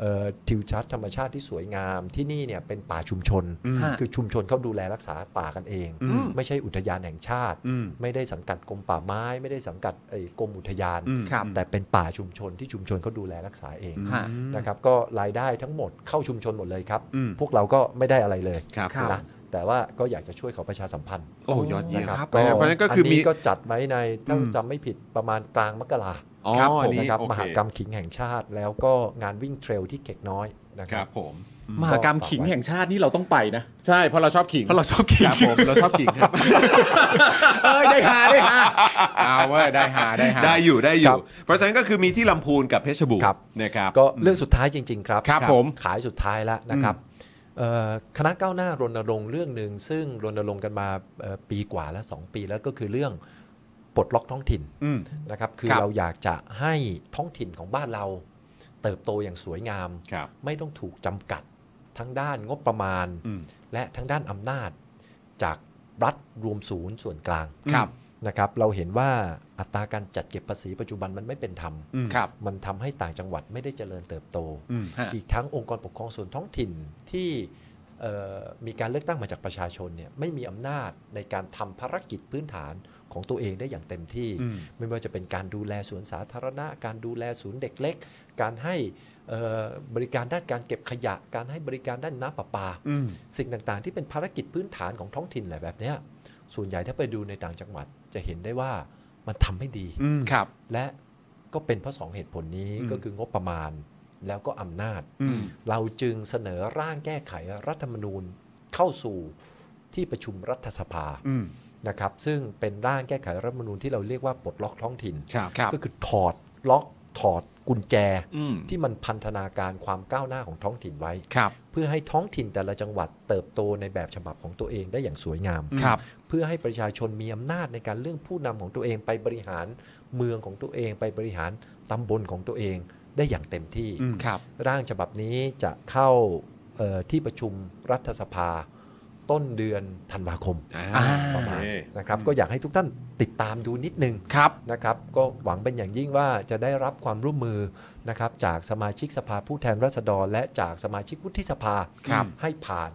Speaker 6: เอ่อทิวทัศน์ธรรมชาติที่สวยงามที่นี่เนี่ยเป็นป่าชุมชน
Speaker 2: อืม
Speaker 6: คือชุมชนเขาดูแลรักษาป่ากันเอง
Speaker 2: อืม
Speaker 6: ไม่ใช่อุทยานแห่งชาติ
Speaker 2: อืม
Speaker 6: ไม่ได้สังกัดกรมป่าไม้ ไม่ได้สังกัดเอ่อกรมอุทยาน
Speaker 2: อืมครับ
Speaker 6: แต่เป็นป่าชุมชนที่ชุมชนเขาดูแลรักษาเอง
Speaker 3: ฮะ
Speaker 6: นะครับก็รายได้ทั้งหมดเข้าชุมชนหมดเลยครับ
Speaker 2: อืม
Speaker 6: พวกเราก็ไม่ได้อะไรเลย
Speaker 2: ครับ
Speaker 3: ครับ
Speaker 6: นะแต่ว่าก็อยากจะช่วยเขาประชาสัมพันธ์
Speaker 2: โอ้ยอดเยี่ยม
Speaker 6: นะครับ
Speaker 2: นะฮะเพราะฉะนั้นก็คือมี
Speaker 6: ก็จัดไว้ในถ้า
Speaker 2: อืม
Speaker 6: จำไม่ผิดประมาณกลางมกรา
Speaker 2: อ๋อ
Speaker 6: ครับผ
Speaker 2: อัน
Speaker 6: ม
Speaker 2: นี้
Speaker 6: นะครับ
Speaker 2: โอ
Speaker 6: ม
Speaker 2: เค
Speaker 6: หากรรมขิงแห่งชาติ แล้วก็งานวิ่งเทรลที่เก็กน้อยนะค
Speaker 2: ค
Speaker 6: รั
Speaker 2: รับ บผม
Speaker 3: มหากรรมขิงแห่งชาตินี่เราต้องไปนะ
Speaker 2: ใช่เพราะเราชอบขิง
Speaker 3: เพราะเราชอบขิง
Speaker 2: ครับผมเราชอบขิงครับ
Speaker 3: เอ้ยได้หาได้หาเอาเว้ยได้หาได้หา
Speaker 2: ได้อยู่ได้อ
Speaker 6: ครั
Speaker 2: ยู่
Speaker 6: บ
Speaker 2: เพราะฉะนั้นก็คือมีที่ลำพูนกับเพชรบูร
Speaker 6: ครับ
Speaker 2: ณ์นะครับ
Speaker 6: ก็เรื่องสุดท้ายจริง ๆ ครับ
Speaker 3: ครับผม
Speaker 6: ขายสุดท้ายแล้วนะครับเอ่อคณะก้าวหน้ารณรงค์เรื่องหนึ่งซึ่งรณรงค์กันมาเอ่อปีกว่าแล้วสองปีแล้วก็คือเรื่องปลดล็อกท้องถิ่น
Speaker 2: อืม
Speaker 6: นะครับคือ
Speaker 2: ครับ
Speaker 6: เราอยากจะให้ท้องถิ่นของบ้านเรา เติบโตอย่างสวยงาม
Speaker 2: ครับ
Speaker 6: ไม่ต้องถูกจำกัดทั้งด้านงบประมาณ
Speaker 2: อืม
Speaker 6: และทั้งด้านอำนาจจากรัฐรวมศูนย์ส่วนกลาง
Speaker 2: ครับ
Speaker 6: นะครับ เราเห็นว่าอัตราการจัดเก็บภาษีปัจจุบันมันไม่เป็นธรรม
Speaker 2: อืม
Speaker 3: ครับ
Speaker 6: มันทำให้ต่างจังหวัดไม่ได้เจริญเติบโต
Speaker 2: อืม
Speaker 3: ฮะ
Speaker 6: อีกทั้งองค์กรปกครองส่วนท้องถิ่นที่เอ่อมีการเลือกตั้งมาจากประชาชนเนี่ยไม่มีอำนาจในการทำภารกิจพื้นฐานของตัวเองได้อย่างเต็มที่
Speaker 2: อืม
Speaker 6: ไม่ว่าจะเป็นการดูแลสวนสาธารณะ การดูแลศูนย์เด็กเล็ก การให้เอ่อบริการด้านการเก็บขยะ การให้บริการด้านน้ำประปา
Speaker 2: อืม
Speaker 6: สิ่งต่างๆ ที่เป็นภารกิจพื้นฐานของท้องถิ่นแหละแบบเนี้ยส่วนใหญ่ถ้าไปดูในต่างจังหวัดจะเห็นได้ว่ามันทำไม่ดี
Speaker 2: อืม
Speaker 3: ครับ
Speaker 6: และก็เป็นเพราะสองเหตุผลนี้
Speaker 2: อืม
Speaker 6: ก็คืองบประมาณแล้วก็อำนาจ
Speaker 2: อืม
Speaker 6: เราจึงเสนอร่างแก้ไขรัฐธรรมนูญเข้าสู่ที่ประชุมรัฐสภา
Speaker 2: อืม
Speaker 6: นะครับ ซึ่งเป็นร่างแก้ไขรัฐธรรมนูญที่เราเรียกว่าปลดล็อกท้องถิ่น
Speaker 2: ครับ
Speaker 3: ครับ
Speaker 6: ก็คือถอดล็อก ถอดกุญแจ
Speaker 3: อืม
Speaker 6: ที่มันพันธนาการความก้าวหน้าของท้องถิ่นไว้
Speaker 3: ครับ
Speaker 6: เพื่อให้ท้องถิ่นแต่ละจังหวัดเติบโตในแบบฉบับของตัวเองได้อย่างสวยงาม
Speaker 3: ครับ
Speaker 6: เพื่อให้ประชาชนมีอำนาจในการเรื่องผู้นำของตัวเองไปบริหารเมืองของตัวเองไปบริหารตำบลของตัวเองได้อย่างเต็มที่
Speaker 2: อืม
Speaker 3: ครับ
Speaker 6: ร่างฉบับนี้จะเข้าเอ่อที่ประชุมรัฐสภาต้นเดือนธันวาคม
Speaker 2: อ่า
Speaker 6: ประมาณนะครับ ก็อยากให้ทุกท่านติดตามดูนิดนึง
Speaker 3: ครับ
Speaker 6: นะครับก็หวังเป็นอย่างยิ่งว่าจะได้รับความร่วมมือนะครับจากสมาชิกสภาผู้แทนราษฎร และจากสมาชิกวุฒิสภา
Speaker 3: ครับ
Speaker 6: ให้ผ่าน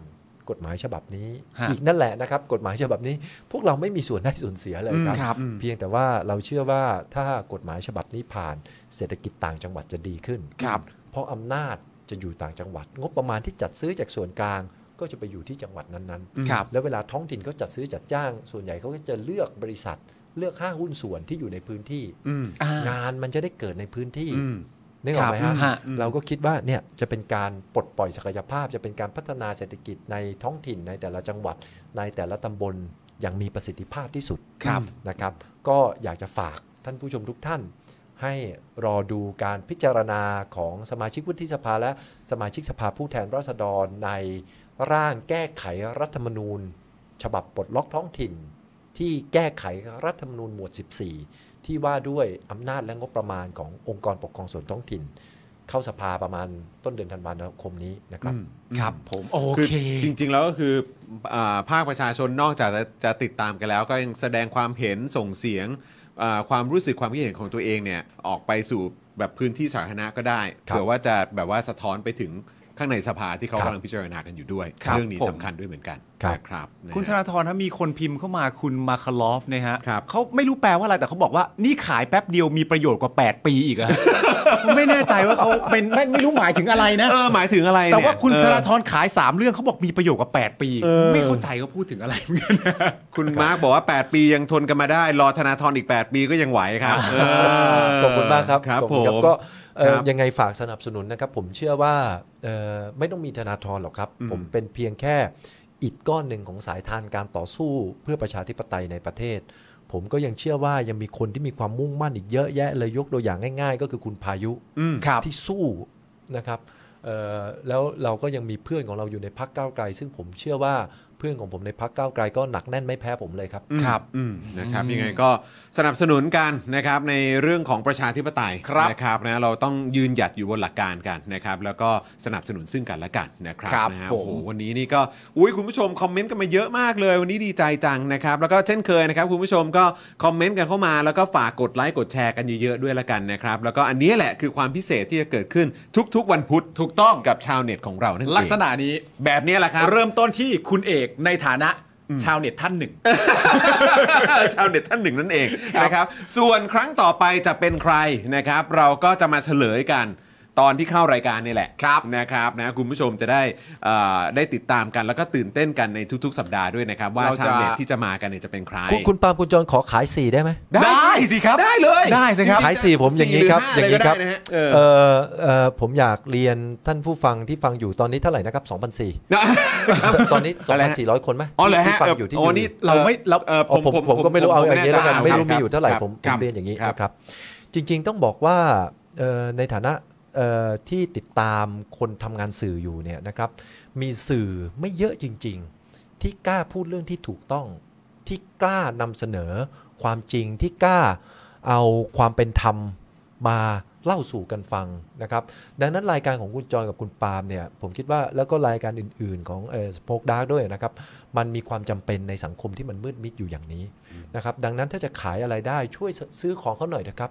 Speaker 6: กฎหมายฉบับนี้
Speaker 3: ฮะ
Speaker 6: อีกนั่นแหละนะครับ กฎหมายฉบับนี้ พวกเราไม่มีส่วนได้ส่วนเสียเลยครับ
Speaker 3: ครับ
Speaker 6: เพียงแต่ว่าเราเชื่อว่าถ้ากฎหมายฉบับนี้ผ่านเศรษฐกิจต่างจังหวัดจะดีขึ้น
Speaker 3: ครับ
Speaker 6: เพราะอำนาจจะอยู่ต่างจังหวัด งบประมาณที่จัดซื้อจากส่วนกลาง ก็จะไปอยู่ที่จังหวัดนั้น
Speaker 3: ครับ
Speaker 6: แล้วเวลาท้องถิ่นเขาจัดซื้อจัดจ้าง ส่วนใหญ่เขาก็จะเลือกบริษัท เลือกห้างหุ้นส่วนที่อยู่ในพื้นที่
Speaker 2: อืม
Speaker 3: อ่าง
Speaker 6: งานมันจะได้เกิดในพื้นที่
Speaker 2: อืม
Speaker 6: นึกออกไหม
Speaker 3: ครับ
Speaker 6: ฮะ
Speaker 3: ฮะ
Speaker 6: เราก็คิดว่าเนี่ยจะเป็นการปลดปล่อยศักยภาพ จะเป็นการพัฒนาเศรษฐกิจในท้องถิ่นในแต่ละจังหวัด ในแต่ละตำบลอย่างมีประสิทธิภาพที่สุด
Speaker 3: ครับ
Speaker 6: นะครับ ก็อยากจะฝากท่านผู้ชมทุกท่าน ให้รอดูการพิจารณาของสมาชิกวุฒิสภา และสมาชิกสภาผู้แทนราษฎรในร่างแก้ไขรัฐธรรมนูญ ฉบับปลดล็อกท้องถิ่น ที่แก้ไขรัฐธรรมนูญหมวด 14 ที่ว่าด้วยอำนาจและงบประมาณขององค์กรปกครองส่วนท้องถิ่น เข้าสภาประมาณต้นเดือนธันวาคมนี้นะครับ
Speaker 3: ครับผมโอ
Speaker 2: คือ
Speaker 3: เค
Speaker 2: จริง ๆ แล้วก็คืออ่าภาคประชาชนนอกจากจะจะติดตามกันแล้ว ก็ยังแสดงความเห็นส่งเสียงอ่าความรู้สึกความคิดเห็นของตัวเองเนี่ยออกไปสู่แบบพื้นที่สาธารณะก็ได้
Speaker 6: ครับ
Speaker 2: เผื่อว่าจะแบบว่าสะท้อนไปถึงข้างในสภาที่เขา
Speaker 6: ครับ
Speaker 2: กำลังพิจารณากันอยู่ด้วย
Speaker 3: ครับ
Speaker 2: เรื่องนี้
Speaker 3: ผม
Speaker 2: สำคัญด้วยเหมือนกัน
Speaker 6: ครับ
Speaker 2: นะครับนะฮะ
Speaker 3: คุณธนาธรถ้ามีคนพิมพ์เข้ามาคุณมาคาลอฟนะฮะ
Speaker 2: ครับ
Speaker 3: เขาไม่รู้แปลว่าอะไรแต่เขาบอกว่านี่ขายแป๊บเดียวมีประโยชน์กว่า 8 ปีอีกอะ ผมไม่แน่ใจว่าเขาเป็นไม่ไม่รู้หมายถึงอะไรนะ
Speaker 2: เออหมายถึงอะไรเนี่ย
Speaker 3: แต่ว่าคุณ
Speaker 2: เออ
Speaker 3: ธนาธรขาย 3 เรื่องเขาบอกมีประโยชน์กว่า 8 ปี
Speaker 2: เออ
Speaker 3: ไม่เข้าใจเขาพูดถึงอะไรเหมือนกันนะ
Speaker 2: คุณมาร์กบอกว่า 8 ปียังทนกันมาได้ รอธนาธรอีก 8 ปีก็ยังไหวครับเ
Speaker 6: ขอบคุณมากครับ
Speaker 2: ครับ
Speaker 6: ขอบ
Speaker 2: ผ
Speaker 6: คุณครับ
Speaker 2: ม
Speaker 6: ก็เอ่อ
Speaker 2: ครับ
Speaker 6: ยังไงฝากสนับสนุนนะครับ ผมเชื่อว่าเอ่อไม่ต้องมีธนาธรหรอกครับ
Speaker 2: อืม
Speaker 6: ผมเป็นเพียงแค่อีกก้อนหนึ่งของสายทานการต่อสู้เพื่อประชาธิปไตยในประเทศ ผมก็ยังเชื่อว่ายังมีคนที่มีความมุ่งมั่นอีกเยอะแยะเลยยกตัวอย่างง่าย ๆ ก็คือคุณพายุ
Speaker 2: อืม
Speaker 6: ที่สู้นะครับเอ่อแล้วเราก็ยังมีเพื่อนของเราอยู่ในพักก้าวไกล ซึ่งผมเชื่อว่าเพื่อนของผมในพักก้าวไกลก็หนักแน่นไม่แพ้ผมเลยครับ
Speaker 2: ครับอืมนะครับยังไงก็สนับสนุนกันนะครับในเรื่องของประชาธิปไตย
Speaker 3: ครับ
Speaker 2: นะครับนะเราต้องยืนหยัดอยู่บนหลักการกันนะครับแล้วก็สนับสนุนซึ่งกันและกันนะครับ
Speaker 3: ครับ
Speaker 2: นะฮะ
Speaker 3: ผม
Speaker 2: โอ้โหวันนี้นี่ก็อุ้ยคุณผู้ชมคอมเมนต์กันมาเยอะมากเลยวันนี้ดีใจจังนะครับแล้วก็เช่นเคยนะครับคุณผู้ชมก็คอมเมนต์กันเข้ามาแล้วก็ฝากกดไลค์กดแชร์กันเยอะๆด้วยละกันนะครับแล้วก็อันนี้แหละคือความพิเศษที่จะเกิดขึ้นทุกๆ วันพุธ
Speaker 3: ถูกต้อง
Speaker 2: กับชาวเน็ตของเรานั่นเอง
Speaker 3: ลักษณะนี้
Speaker 2: แบบนี้แหละครับ
Speaker 3: เริ่มต้นที่คุณเอกในฐานะชาวเน็ตท่านหนึ่ง
Speaker 2: ชาวเน็ตท่านหนึ่งนั่นเองนะครับ ส่วนครั้งต่อไปจะเป็นใครนะครับ เราก็จะมาเฉลยกันตอนที่เข้ารายการนี่แหละ
Speaker 3: ครับ
Speaker 2: นะครับนะคุณผู้ชมจะได้เอ่อได้ติดตามกันแล้วก็ตื่นเต้นกันในทุกๆ สัปดาห์ด้วยนะครับ ว่า
Speaker 3: เราจะ
Speaker 2: ชาวเน็ตที่จะมากันเนี่ยจะเป็นใคร
Speaker 6: คุณคุณปาล์มคุณจรขอขายสี่ได้ไหม
Speaker 3: ได้สิครับ
Speaker 2: ได้เลย
Speaker 3: ได้สิครับ
Speaker 6: ขายสี่ผมอย่างนี้ครับ
Speaker 2: ห
Speaker 6: อ
Speaker 2: รื
Speaker 6: ย่างนี้ครับ
Speaker 2: ห้เลยก็ได้นะฮะเออ
Speaker 6: เอ่อเอ่อผมอยากเรียนท่านผู้ฟังที่ฟังอยู่ตอนนี้เท่าไหร่นะครับ2,400
Speaker 2: นะครับ
Speaker 6: ตอนนี้
Speaker 2: อะไร ฮะ
Speaker 6: 2,400 คนไหม
Speaker 2: อ๋อเหรอฮะ
Speaker 6: ที่ฟังอยู่ที่
Speaker 2: โอ้
Speaker 6: อยู่
Speaker 2: นี่
Speaker 3: เราไม่เรา
Speaker 2: เอ่อ
Speaker 6: เอ่อผมผมก็ไม่รู้เอาอย่างนี้แล้วกัน
Speaker 2: ผ
Speaker 6: ไม่รู้
Speaker 2: แน่
Speaker 6: มี
Speaker 2: ใจ
Speaker 6: อยู่เท่าไหร่
Speaker 2: คบ
Speaker 6: ผมผ
Speaker 2: ค
Speaker 6: ม
Speaker 2: บ
Speaker 6: เรียนอย่างนี้
Speaker 2: ครับ
Speaker 6: นะครับ จริงๆต้องบอกว่าเอ่อในฐานะเอ่อที่ติดตามคนทำงานสื่ออยู่เนี่ยนะครับ มีสื่อไม่เยอะจริง ๆ ที่กล้าพูดเรื่องที่ถูกต้อง ที่กล้านำเสนอความจริงที่กล้าเอาความเป็นธรรมมาเล่าสู่กันฟังนะครับ ดังนั้นรายการของคุณจอยกับคุณปาล์มเนี่ยผมคิดว่าแล้วก็รายการอื่น ๆ ของสป็อกดาร์กด้วยนะครับ มันมีความจำเป็นในสังคมที่มันมืดมิดอยู่อย่างนี้นะครับ ดังนั้นถ้าจะขายอะไรได้ช่วยซื้อของเขาหน่อยนะครั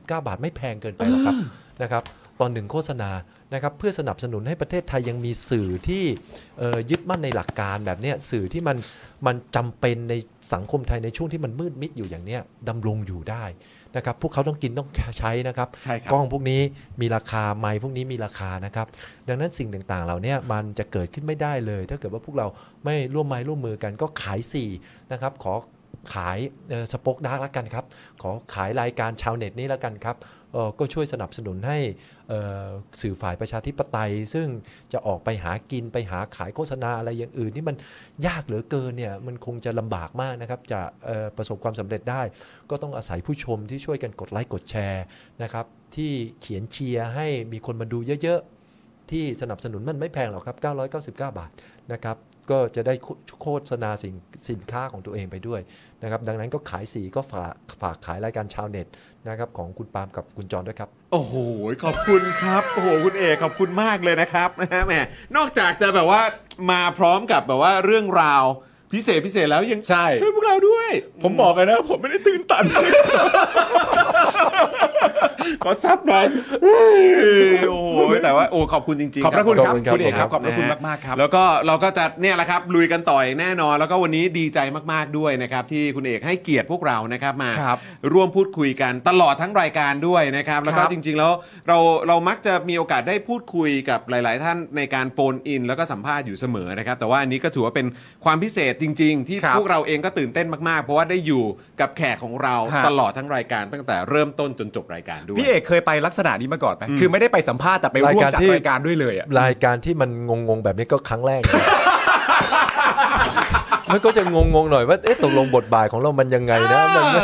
Speaker 6: บ 999 บาทไม่แพงเกินไปหรอกครับนะครับตอนหนึ่งโฆษณานะครับเพื่อสนับสนุนให้ประเทศไทยยังมีสื่อที่เอ่อยึดมั่นในหลักการแบบเนี้ยสื่อที่มันมันจำเป็นในสังคมไทยในช่วงที่มันมืดมิดอยู่อย่างเนี้ยดำรงอยู่ได้นะครับพวกเขาต้องกินต้องใช้นะครับ
Speaker 2: ใช่ครับ
Speaker 6: กล้องพวกนี้มีราคาไมค์พวกนี้มีราคานะครับ ดังนั้นสิ่งต่างๆ เหล่าเนี้ยมันจะเกิดขึ้นไม่ได้เลย ถ้าเกิดว่าพวกเราไม่ร่วมไม้ร่วมมือกันก็ขาย4นะครับขอ ขายสป็อกดาร์กแล้วกันครับ ขอขายรายการชาวเน็ตนี้แล้วกันครับเอ่อก็ช่วยสนับสนุนให้เอ่อสื่อฝ่ายประชาธิปไตย ซึ่งจะออกไปหากินไปหาขายโฆษณาอะไรอย่างอื่นที่มันยากเหลือเกินเนี่ยมันคงจะลำบากมากนะครับจะเอ่อประสบความสำเร็จได้ ก็ต้องอาศัยผู้ชมที่ช่วยกันกดไลค์กดแชร์นะครับที่เขียนเชียร์ให้มีคนมาดูเยอะๆ ที่สนับสนุนมันไม่แพงหรอกครับ 999 บาทนะครับ ก็จะได้โฆษณาสินสินค้าของตัวเองไปด้วยนะครับ ดังนั้นก็ขายสีก็ฝากฝากขายรายการชาวเน็ตนะครับของคุณปาล์มกับคุณจอนด้วยครับ
Speaker 2: โอ้โห ขอบคุณครับ โอ้โห คุณเอกขอบคุณมากเลยนะครับนะฮะแหม นอกจากจะแบบว่ามาพร้อมกับแบบว่าเรื่องราวพิเศษพิเศษแล้วยัง
Speaker 3: ใช่
Speaker 2: ช่วยพวกเราด้วย
Speaker 3: ผมบอกเลยนะ ผมไม่ได้ตื่นตัน
Speaker 2: ขอซับหน่อยเฮ้ยโอ้โห แต่ว่า โอ้ ขอบคุณจริงๆ
Speaker 3: ขอบพระคุณครับ
Speaker 6: ขอ
Speaker 3: คุณ
Speaker 6: บคุณครับ
Speaker 3: เอกครับ ขอบพระคุณ
Speaker 2: นฮ
Speaker 3: มากๆครับ
Speaker 2: แล้วก็เราก็จะเนี่ยแหละครับ ลุยกันต่ออย่างแน่นอน แล้วก็วันนี้ดีใจมากๆด้วยนะครับ ที่คุณเอกให้เกียรติพวกเรานะครับมา
Speaker 3: ครับ
Speaker 2: ร่วมพูดคุยกันตลอดทั้งรายการด้วยนะครับ แล้วก็
Speaker 3: ครับ
Speaker 2: จริง ๆ แล้วเราเรามักจะมีโอกาสได้พูดคุยกับหลาย ๆ ท่านในการโฟนอิน แล้วก็สัมภาษณ์อยู่เสมอนะครับ แต่ว่าอันนี้ก็ถือว่าเป็นความพิเศษจริง ๆ ที่
Speaker 3: ครับ
Speaker 2: พวกเราเองก็ตื่นเต้นมากๆ เพราะว่าได้อยู่กับแขกของเรา
Speaker 3: ฮะ
Speaker 2: ตลอดทั้งรายการตั้งแต่เริ่มต้นจนจบรายการด้วย
Speaker 3: พี่เอกเคยไปลักษณะนี้มาก่อนไหมคือไม่ได้ไปสัมภาษณ์แต่ไปร่วมจัดรายการด้วยเลยอ่ะ
Speaker 6: รายการที่มันงงๆแบบนี้ก็ครั้งแรก มันก็จะงงๆหน่อยว่าเอ๊ะตกลงบทบาทของเรามันยังไงนะมันก็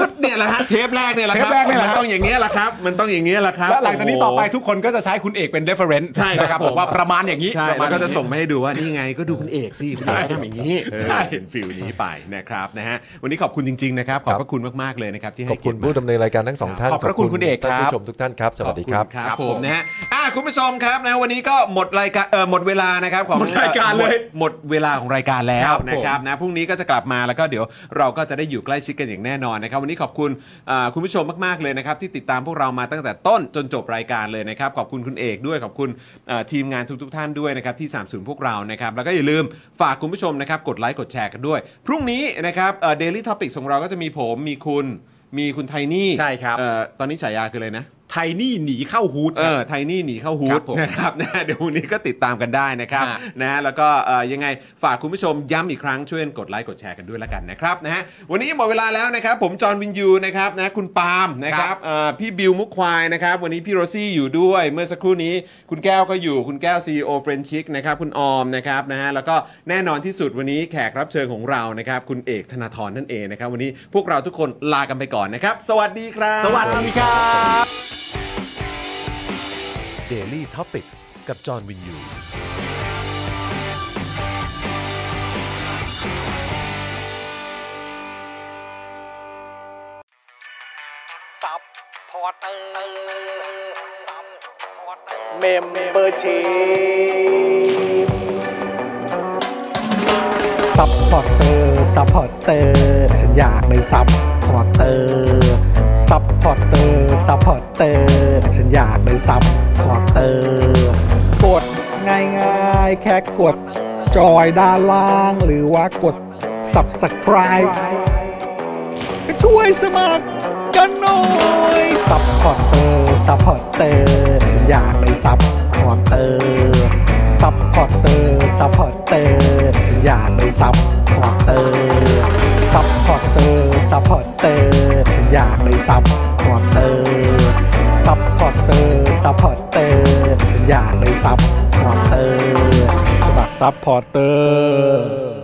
Speaker 2: ก็เนี่ยแหละฮะเทปแรกเนี่ยแหละครั
Speaker 3: เทปแรกเนี่ยแห
Speaker 2: มั
Speaker 3: ละ
Speaker 2: น
Speaker 3: ครับ
Speaker 2: ต้องอย่างเงี้ยแหละครับ มันต้องอย่างเงี้ยแหละครับ
Speaker 3: และหลังจากนี้ต่อไป
Speaker 2: โโห
Speaker 3: ทุกคนก็จะใช้คุณเอกเป็น reference
Speaker 2: ใช่ครับ
Speaker 3: นะครับ
Speaker 2: ผม
Speaker 3: บอกว่าประมาณอย่างนี้
Speaker 2: ใช่
Speaker 3: ประ
Speaker 2: แล้ว
Speaker 3: มาณ
Speaker 2: ก็จะ
Speaker 3: นี้
Speaker 2: ส่งมาให้ดูว่านี่ไงก็ดูคุณเอกสิคุณเอกทำอย่างนี้
Speaker 3: ใช่
Speaker 2: เออเป็นฟิลนี้ไปนะครับนะฮะวันนี้ขอบคุณจริงๆนะครับขอบพระคุณมากๆเลยนะครับที่
Speaker 6: ข
Speaker 2: ให้
Speaker 6: อบ
Speaker 2: เกี
Speaker 6: คุ
Speaker 2: ยร
Speaker 6: ณ
Speaker 2: ติมา
Speaker 6: ผู้ดำเนินรายการทั้งสองท่าน
Speaker 3: ขอบพระคุณคุณเอกครับ
Speaker 6: ท่านผู้ชมทุกท่านครับ สวัสดีครับ
Speaker 2: ขอณครับผมนะฮะอ่ะคุณผู้ชมครับนะวันนี้ก็หมดรายการเออหมดเวลานะครับของ
Speaker 3: หมดรายการเลย
Speaker 2: หมดหมดเวลาของรายการแล้
Speaker 3: คว รับผม
Speaker 2: นะครับนะพรุ่งนี้ก็จะกลับมาแล้วก็เดี๋ยวเราก็จะได้อยู่ใกล้ชิดกันอย่างแน่นอนนะครับ วันนี้ขอบคุณอ่าคุณผู้ชมมากๆเลยนะครับ ที่ติดตามพวกเรามาตั้งแต่ต้นจนจบรายการเลยนะครับ ขอบคุณคุณเอกด้วยขอบคุณเอ่อทีมงานทุกๆ ท่านด้วยนะครับที่สามศูนย์พวกเรานะครับแล้วก็อย่าลืมฝากคุณผู้ชมนะครับกดไลค์กดแชร์กันด้วย พรุ่งนี้นะครับเดลี่ท็อปิกของเราก็จะมีผมมีคุณมีคุณไทนี่
Speaker 3: ใช่ครับ
Speaker 2: เอ่อตอนนี้ฉายาคืออะไรนะ
Speaker 3: ไทนี่หนีเข้าฮูด
Speaker 2: เออไทนี่หนีเข้าฮู
Speaker 3: ครั
Speaker 2: ด
Speaker 3: บผม
Speaker 2: นะครับ นะ เดี๋ยววันนี้ก็ติดตามกันได้นะครับ
Speaker 3: ฮะ
Speaker 2: นะแล้วก็เอ่อยังไงฝากคุณผู้ชมย้ำอีกครั้งช่วยกดไลค์กดแชร์กันด้วยละกันนะครับนะฮะวันนี้หมดเวลาแล้วนะครับ ผมจอห์นวินยูนะครับนะคุณปาล์มนะครับเอ่อพี่บิวมุกควายนะครับ วันนี้พี่โรซี่อยู่ด้วยเมื่อสักครู่นี้ คุณแก้วก็อยู่คุณแก้ว CEO เฟรนชิกนะครับคุณออมนะครับนะฮะแล้วก็แน่นอนที่สุดวันนี้แขกรับเชิญของเรานะครับคุณเอกธนาธรนั่นเองนะครับวันนี้พวกเราทุกคนลากันไปก่อนนะครับ สวัสดีครับ
Speaker 3: สวัสดีครับ
Speaker 1: Daily Topics กับจอห์นวินยู
Speaker 8: ซับพอร์เตอร์ซับพอร์เตอร์
Speaker 4: เมมเบอร์ชีซัพพอร์เตอร์ซัพพอร์เตอร์ฉันอยากเป็นซัพพอร์เตอร์ซัพพอร์เตอร์ซัพพอร์เตอร์ฉันอยากเป็นซัพพอร์เตอร์กดง่ายๆ แค่กดจอยด้านล่าง หรือว่ากด subscribe ก็ช่วยสมัครกันหน่อยซัพพอร์เตอร์ซัพพอร์เตอร์ฉันอยากเป็นซัพพอร์เตอร์ซัพพอร์เตอร์ซัพพอร์เตอร์ฉันอยากเป็นซัพพอร์เตอร์ซัพพอร์เตอร์ซัพพอร์เตอร์ฉันอยากเป็นซัพพอร์เตอร์ซัพพอร์เตอร์ซัพพอร์เตอร์ฉันอยากเป็นซัพพอร์เตอร์สมัครซัพพอร์เตอร์